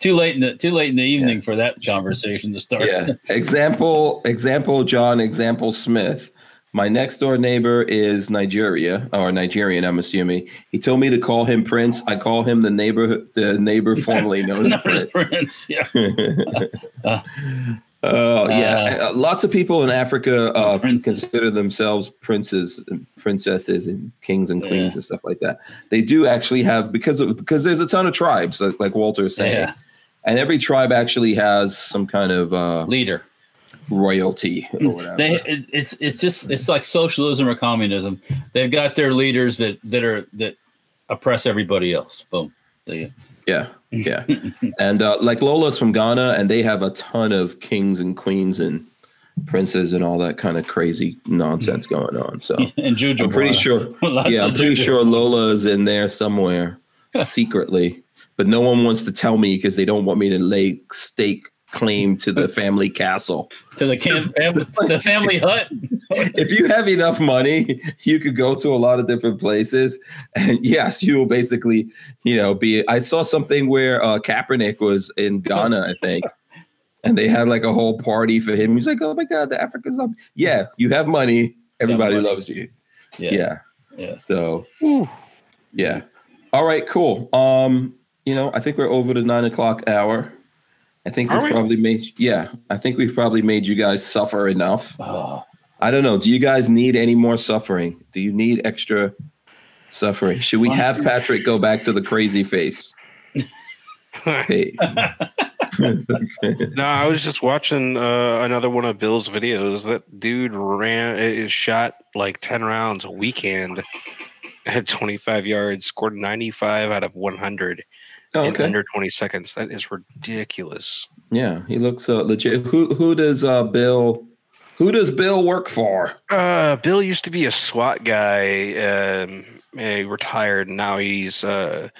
Speaker 3: too late in the too late in the evening for that conversation to start.
Speaker 1: yeah. Example, example, John, example, Smith. My next door neighbor is Nigeria or Nigerian, I'm assuming. He told me to call him Prince. I call him the neighbor, the neighbor formerly known as
Speaker 3: Not his
Speaker 1: Prince.
Speaker 3: friends. Yeah. Uh,
Speaker 1: Oh yeah, Uh, lots of people in Africa uh,
Speaker 3: Princes.
Speaker 1: consider themselves princes, and princesses, and kings and queens
Speaker 3: Yeah.
Speaker 1: and stuff like that. They do actually have because of, because there's a ton of tribes, like, like Walter is saying,
Speaker 3: Yeah.
Speaker 1: and every tribe actually has some kind of uh,
Speaker 3: Leader.
Speaker 1: royalty or whatever.
Speaker 3: Hmm. They it, it's it's just it's like socialism or communism. They've got their leaders that that are that oppress everybody else. Boom. They,
Speaker 1: yeah, yeah, and uh, like Lola's from Ghana, and they have a ton of kings and queens and princes and all that kind of crazy nonsense
Speaker 3: Hmm.
Speaker 1: going on. So.
Speaker 3: and Juju.
Speaker 1: Oh. I'm pretty sure.
Speaker 3: Lots
Speaker 1: yeah,
Speaker 3: of
Speaker 1: I'm pretty
Speaker 3: juju.
Speaker 1: sure Lola is in there somewhere secretly, but no one wants to tell me because they don't want me to lay stake claim to the family castle.
Speaker 3: to the camp, fam- the family hut.
Speaker 1: If you have enough money, you could go to a lot of different places, and yes, you will basically, you know, be. I saw something where uh, Kaepernick was in Ghana, I think. And they had like a whole party for him. He's like, "Oh my god, the Africa's up." Yeah, you have money. Everybody
Speaker 3: money.
Speaker 1: loves you.
Speaker 3: Yeah.
Speaker 1: yeah.
Speaker 3: yeah.
Speaker 1: So yeah. All right, cool. Um, you know, I think we're over the nine o'clock hour. I think
Speaker 2: Are
Speaker 1: we've
Speaker 2: we?
Speaker 1: probably made yeah, I think we've probably made you guys suffer enough.
Speaker 3: Oh,
Speaker 1: I don't know. Do you guys need any more suffering? Do you need extra suffering? Should we have Patrick go back to the crazy face? Hey.
Speaker 2: No, I was just watching uh, another one of Bill's videos. That dude ran, uh, shot like ten rounds a weekend, had twenty five yards, scored ninety five out of one hundred
Speaker 1: Oh,
Speaker 2: in
Speaker 1: okay.
Speaker 2: under twenty seconds. That is ridiculous.
Speaker 1: Yeah, he looks uh, legit. Who who does uh Bill who does Bill work for?
Speaker 2: Uh, Bill used to be a SWAT guy. Um, he retired. Now he's uh,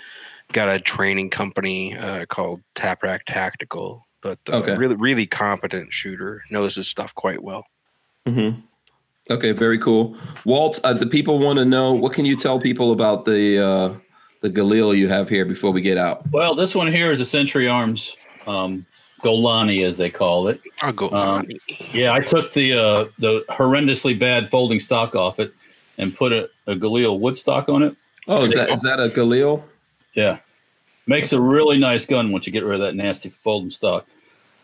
Speaker 2: got a training company uh, called Taprak Tactical. But uh,
Speaker 1: Okay.
Speaker 2: really, really competent shooter. Knows his stuff quite well.
Speaker 1: hmm Okay, very cool. Walt, uh, the people want to know what can you tell people about the uh, the Galil you have here before we get out?
Speaker 3: well, this one here is a Century Arms um, Golani, as they call it.
Speaker 2: I'll go.
Speaker 3: Um,
Speaker 2: on.
Speaker 3: Yeah, I took the uh, the horrendously bad folding stock off it and put a, a Galil wood stock on it.
Speaker 1: Oh, is that is that a Galil?
Speaker 3: Yeah, makes a really nice gun once you get rid of that nasty folding stock.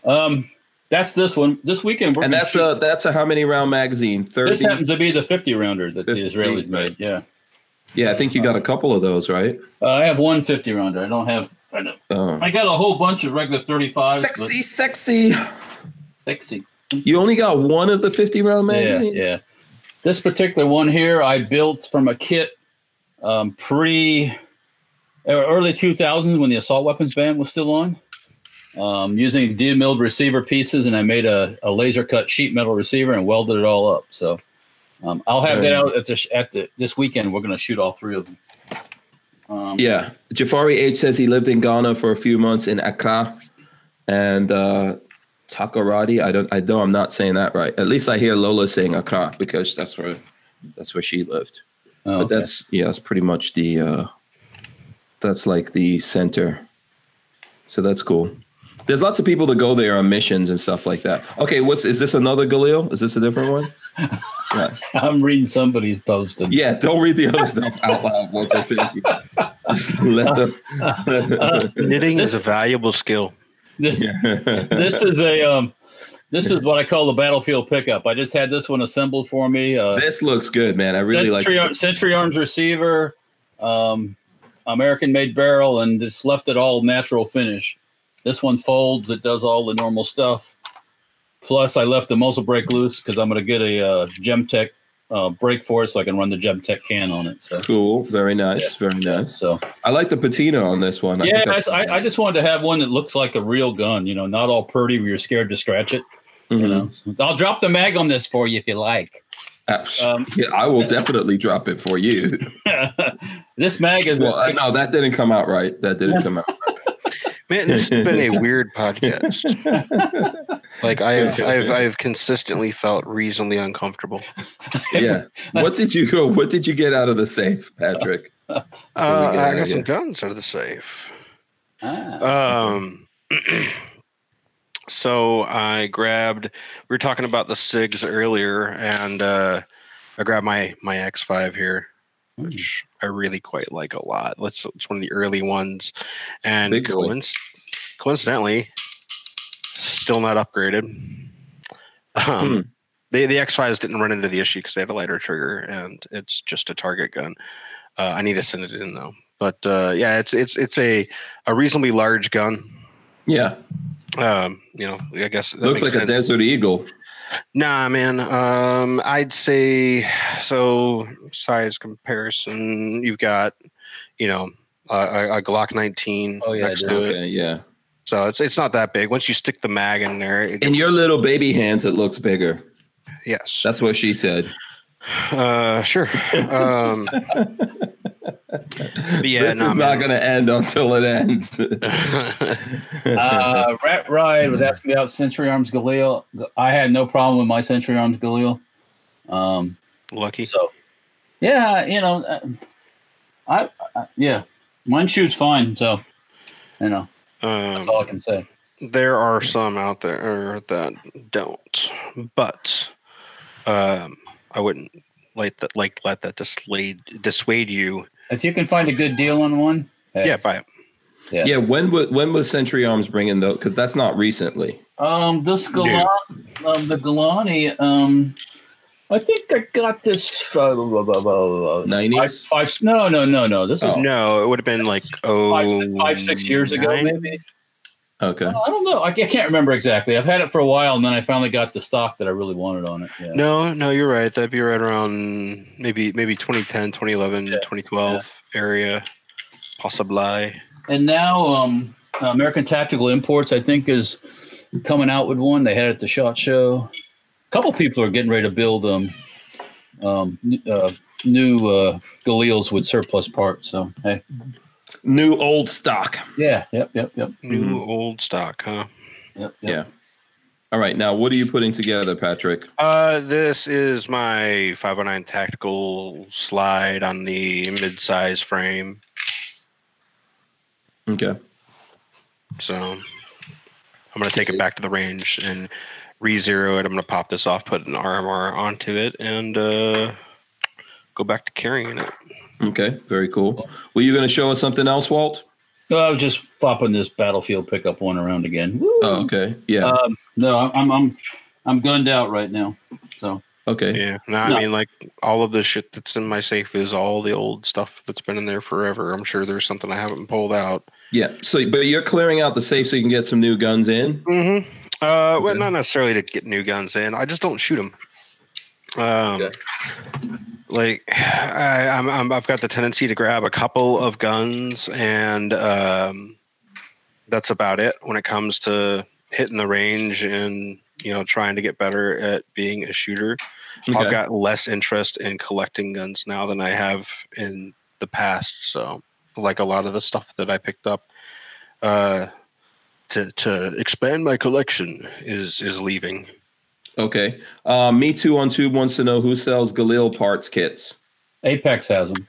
Speaker 3: Um, that's this one. This weekend, we're
Speaker 1: And
Speaker 3: gonna
Speaker 1: that's
Speaker 3: shoot-
Speaker 1: a that's a how many round magazine?
Speaker 3: This
Speaker 1: Thirty.
Speaker 3: happens to be the 50 rounder that
Speaker 1: 50,
Speaker 3: the Israelis
Speaker 1: right.
Speaker 3: made. Yeah.
Speaker 1: Yeah, I think you got a couple of those, right?
Speaker 3: Uh, I have one 50 rounder. I don't have, I, don't,
Speaker 1: Oh.
Speaker 3: I got a whole bunch of regular 35s. but-
Speaker 1: Sexy, sexy.
Speaker 3: Sexy.
Speaker 1: You only got one of the fifty round
Speaker 3: Yeah,
Speaker 1: magazine.
Speaker 3: yeah. This particular one here, I built from a kit um, pre or early 2000s when the assault weapons ban was still on, um, using demilled receiver pieces, and I made a, a laser cut sheet metal receiver and welded it all up. So um, I'll have that
Speaker 1: Very
Speaker 3: out at the sh- at the this weekend. We're going to shoot all three of them. Um,
Speaker 1: Yeah. Jafari H says he lived in Ghana for a few months in Accra and uh Takoradi. I don't I know I'm not saying that right. At least I hear Lola saying Accra because that's where that's where she lived.
Speaker 3: oh,
Speaker 1: But
Speaker 3: okay.
Speaker 1: that's yeah, that's pretty much the uh that's like the center. So that's cool. There's lots of people that go there on missions and stuff like that. Okay, what's is this another Galil? Is this a different one? Yeah.
Speaker 3: I'm reading somebody's posting.
Speaker 1: Yeah, don't read the other stuff out loud. Walter. Thank you. Just let them.
Speaker 2: Knitting is a valuable skill.
Speaker 3: this is a um, this is what I call the battlefield pickup. I just had this one assembled for me. Uh,
Speaker 1: this looks good, man. I really like.
Speaker 3: Century,
Speaker 1: it.
Speaker 3: Ar- Century Arms receiver, um, American made barrel, and just left it all natural finish. This one folds. It does all the normal stuff. Plus, I left the muzzle brake loose because I'm going to get a uh, Gemtech uh, brake for it, so I can run the Gemtech can on it. So,
Speaker 1: Cool. Very nice. Very nice.
Speaker 3: so
Speaker 1: I like the patina on this one.
Speaker 3: yeah,
Speaker 1: think
Speaker 3: I, I, I just wanted to have one that looks like a real gun. You know, not all pretty where you're scared to scratch it. You know, so
Speaker 1: Mm-hmm.
Speaker 3: I'll drop the mag on this for you if you like.
Speaker 1: Abs-
Speaker 3: Um,
Speaker 1: Mm-hmm. yeah, I will definitely drop it for you.
Speaker 3: this mag is a-
Speaker 1: Well, uh, no, that didn't come out right. That didn't come out.
Speaker 6: Man, this has been a weird podcast. Like I've I've I've consistently felt reasonably uncomfortable.
Speaker 1: Yeah. What did you go? What did you get out of the safe, Patrick?
Speaker 6: Uh,
Speaker 1: get out
Speaker 6: I
Speaker 1: of
Speaker 6: got some
Speaker 1: here.
Speaker 6: guns out of the safe.
Speaker 1: Uh,
Speaker 3: Ah,
Speaker 6: Um, so I grabbed. We were talking about the sigs earlier, and uh, I grabbed my my X5 here,
Speaker 3: hmm.
Speaker 6: which I really quite like a lot. Let's it's one of the early ones, and
Speaker 1: big boy.
Speaker 6: coinc- coincidentally, still not upgraded.
Speaker 1: Hmm.
Speaker 6: Um, the the X5s didn't run into the issue because they had a lighter trigger, and it's just a target gun. Uh, I need to send it in though. But uh, yeah, it's it's it's a a reasonably large gun.
Speaker 1: Yeah.
Speaker 6: Um, you know, I guess that
Speaker 1: Looks like
Speaker 6: makes
Speaker 1: a
Speaker 6: sense.
Speaker 1: desert eagle.
Speaker 6: Nah, man. Um, I'd say so. Size comparison. You've got, you know, a, a, a Glock 19
Speaker 3: Oh, yeah,
Speaker 6: next
Speaker 3: dude.
Speaker 6: to it,
Speaker 1: Okay, yeah.
Speaker 6: so it's it's not that big. Once you stick the mag in there, it
Speaker 1: In
Speaker 6: gets-
Speaker 1: your little baby hands, it looks bigger.
Speaker 6: yes,
Speaker 1: That's what she said.
Speaker 6: uh, sure. Um, but yeah,
Speaker 1: this
Speaker 6: nah,
Speaker 1: is not
Speaker 6: man.
Speaker 1: going to end until it ends.
Speaker 3: uh, Rat Ride was asking about Century Arms Galil. I had no problem with my Century Arms Galil. Um,
Speaker 6: Lucky.
Speaker 3: So, yeah, you know, uh, I, I yeah, mine shoots fine. So, you know, that's all I
Speaker 6: Um,
Speaker 3: can say.
Speaker 6: there are some out there that don't, but um, I wouldn't like that. Like let that dissuade dissuade you.
Speaker 3: If you can find a good deal on one, hey.
Speaker 6: Yeah, buy it.
Speaker 1: yeah. When was when was Century Arms bringing though? Because that's not recently.
Speaker 3: Um, this Galan, um, the Galani, um, I think I got this. Uh, blah, blah, blah, blah, five,
Speaker 1: Nineties.
Speaker 3: five, no, no, no, no. This is
Speaker 1: Oh.
Speaker 6: No, it would have been like oh
Speaker 3: five, six, five, six years ago,
Speaker 6: nine?
Speaker 3: maybe.
Speaker 1: Okay.
Speaker 3: I don't know. I ca- I can't remember exactly. I've had it for a while, and then I finally got the stock that I really wanted on it. Yeah.
Speaker 6: No, no, you're right. That'd be right around maybe maybe 2010, 2011,
Speaker 3: Yeah,
Speaker 6: 2012 area, possibly.
Speaker 3: And now, um, American Tactical Imports, I think, is coming out with one. They had it at the Shot Show. A couple people are getting ready to build um, um, n- uh, new uh, Galeals with surplus parts. So, hey,
Speaker 1: New old stock.
Speaker 3: yeah, yep, yep, yep,
Speaker 6: New old stock, huh?
Speaker 3: yep, yep.
Speaker 1: Yeah. All right. Now, what are you putting together, Patrick?
Speaker 6: Uh, this is my 509 tactical slide on the mid-size frame.
Speaker 1: Okay.
Speaker 6: So I'm gonna take it back to the range and re-zero it. I'm gonna pop this off, put an RMR onto it, and uh, go back to carrying it.
Speaker 1: Okay. Very cool. Were you going to show us something else, Walt?
Speaker 3: No, I was just flopping this battlefield pickup one around again. Woo!
Speaker 1: Oh, okay. Yeah.
Speaker 6: Uh,
Speaker 3: um, no, I'm- I'm I'm I'm gunned out right now. So,
Speaker 1: Okay.
Speaker 6: Yeah, no, I
Speaker 3: No.
Speaker 6: mean, like all of the shit that's in my safe is all the old stuff that's been in there forever. I'm sure there's something I haven't pulled out.
Speaker 1: Yeah. So, but you're clearing out the safe so you can get some new guns in.
Speaker 6: Mm-hmm. Uh, well,
Speaker 1: Okay.
Speaker 6: not necessarily to get new guns in. I just don't shoot them. Um,
Speaker 1: Okay.
Speaker 6: like I, I'm, I'm, I've got the tendency to grab a couple of guns, and um, that's about it when it comes to hitting the range and you know trying to get better at being a shooter. I've
Speaker 1: Okay.
Speaker 6: got less interest in collecting guns now than I have in the past. So, like a lot of the stuff that I picked up uh, to to expand my collection is is leaving.
Speaker 1: Okay. Uh, Me too on tube wants to know who sells Galil parts kits.
Speaker 3: Apex has them.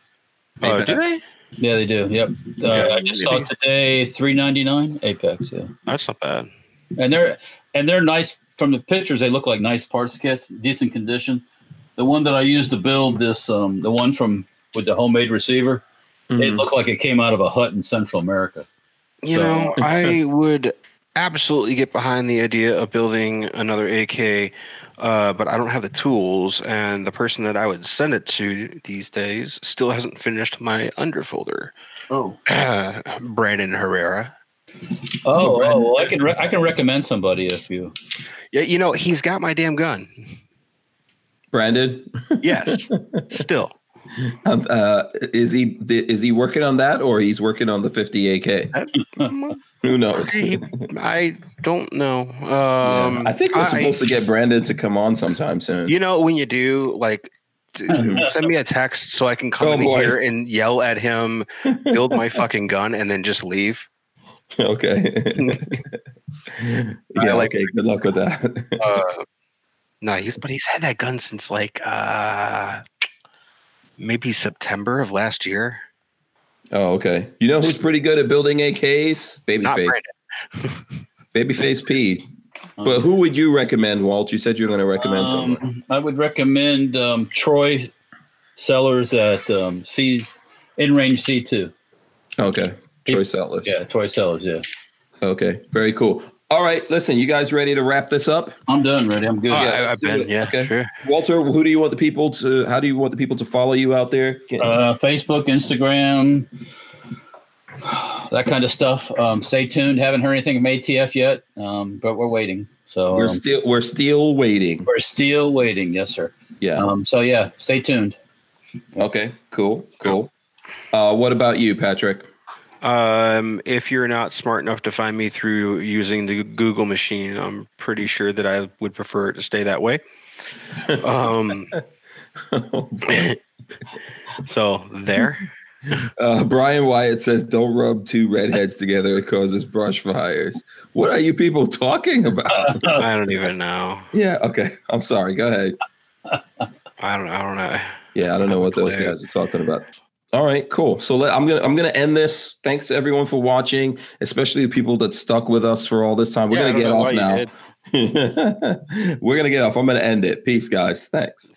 Speaker 6: Oh,
Speaker 1: Apex.
Speaker 6: do they?
Speaker 3: Yeah, they do. Yep. Uh,
Speaker 6: Yeah.
Speaker 3: I just saw it today, three ninety nine. Apex. Yeah.
Speaker 6: That's not bad.
Speaker 3: and they're and they're nice from the pictures they look like nice parts kits decent condition the one that i used to build this um the one from with the homemade receiver it
Speaker 1: Mhm.
Speaker 3: looked like it came out of a hut in central america
Speaker 6: You
Speaker 3: So-
Speaker 6: know, I would absolutely get behind the idea of building another AK, uh, but I don't have the tools, and the person that I would send it to these days still hasn't finished my underfolder.
Speaker 3: oh
Speaker 6: Brandon Herrera.
Speaker 3: oh, oh well, i can re- i can recommend somebody if you
Speaker 6: Yeah, you know, he's got my damn gun.
Speaker 1: Brandon.
Speaker 6: Yes, still.
Speaker 1: Um, uh, is he is he working on that or he's working on the 50 AK? Who knows?
Speaker 6: I, I don't know. Um,
Speaker 1: I think we're supposed
Speaker 6: I-
Speaker 1: to get Brandon to come on sometime soon.
Speaker 6: You know, when you do, like, t- send me a text so I can come
Speaker 1: Oh,
Speaker 6: in
Speaker 1: boy.
Speaker 6: here and yell at him, build my fucking gun, and then just leave.
Speaker 1: okay. yeah,
Speaker 6: I like-
Speaker 1: okay. Good luck with that.
Speaker 6: Uh, no, he's but he's had that gun since like uh maybe September of last year.
Speaker 1: oh, okay. You know who's pretty good at building AKs?
Speaker 6: Not
Speaker 1: Babyface.
Speaker 6: Brandon.
Speaker 1: Babyface P. But who would you recommend, Walt? You said you were going to recommend someone.
Speaker 3: Um, I would recommend um, Troy Sellers at um, C in range C two.
Speaker 1: Okay. Troy Sellers.
Speaker 3: Yeah, Troy Sellers. Yeah,
Speaker 1: Okay. Very cool. All right. Listen, you guys ready to wrap this up?
Speaker 3: I'm done. Ready? I'm good.
Speaker 6: Oh,
Speaker 1: Yeah,
Speaker 6: I,
Speaker 1: let's
Speaker 6: have
Speaker 1: do
Speaker 6: been,
Speaker 1: it.
Speaker 6: yeah,
Speaker 1: Okay.
Speaker 6: sure.
Speaker 1: Walter, who do you want the people to? How do you want the people to follow you out there? Get-
Speaker 3: Uh, Facebook, Instagram, that kind of stuff. Um, stay tuned. Haven't heard anything from ATF yet, um, but we're waiting. So
Speaker 1: we're
Speaker 3: um,
Speaker 1: still we're still waiting.
Speaker 3: we're still waiting. Yes, sir.
Speaker 1: Yeah.
Speaker 3: Um, so yeah, stay tuned.
Speaker 1: Okay. Cool. Cool. Uh, what about you, Patrick?
Speaker 6: Um, if you're not smart enough to find me through using the Google machine, I'm pretty sure that I would prefer it to stay that way. Um, so there.
Speaker 1: Uh, Brian Wyatt says, "Don't rub two redheads together; it causes brush fires." What are you people talking about?
Speaker 6: I don't even know.
Speaker 1: yeah. Okay. I'm sorry. Go ahead.
Speaker 6: I don't. I don't know.
Speaker 1: Yeah, I don't know what those
Speaker 6: Clear.
Speaker 1: guys are talking about. All right, cool. So let, I'm gonna I'm gonna end this. Thanks to everyone for watching, especially the people that stuck with us for all this time. We're
Speaker 6: Yeah, I
Speaker 1: gonna get
Speaker 6: don't know why
Speaker 1: off
Speaker 6: you
Speaker 1: now.
Speaker 6: did.
Speaker 1: We're gonna get off. I'm gonna end it. Peace, guys. Thanks.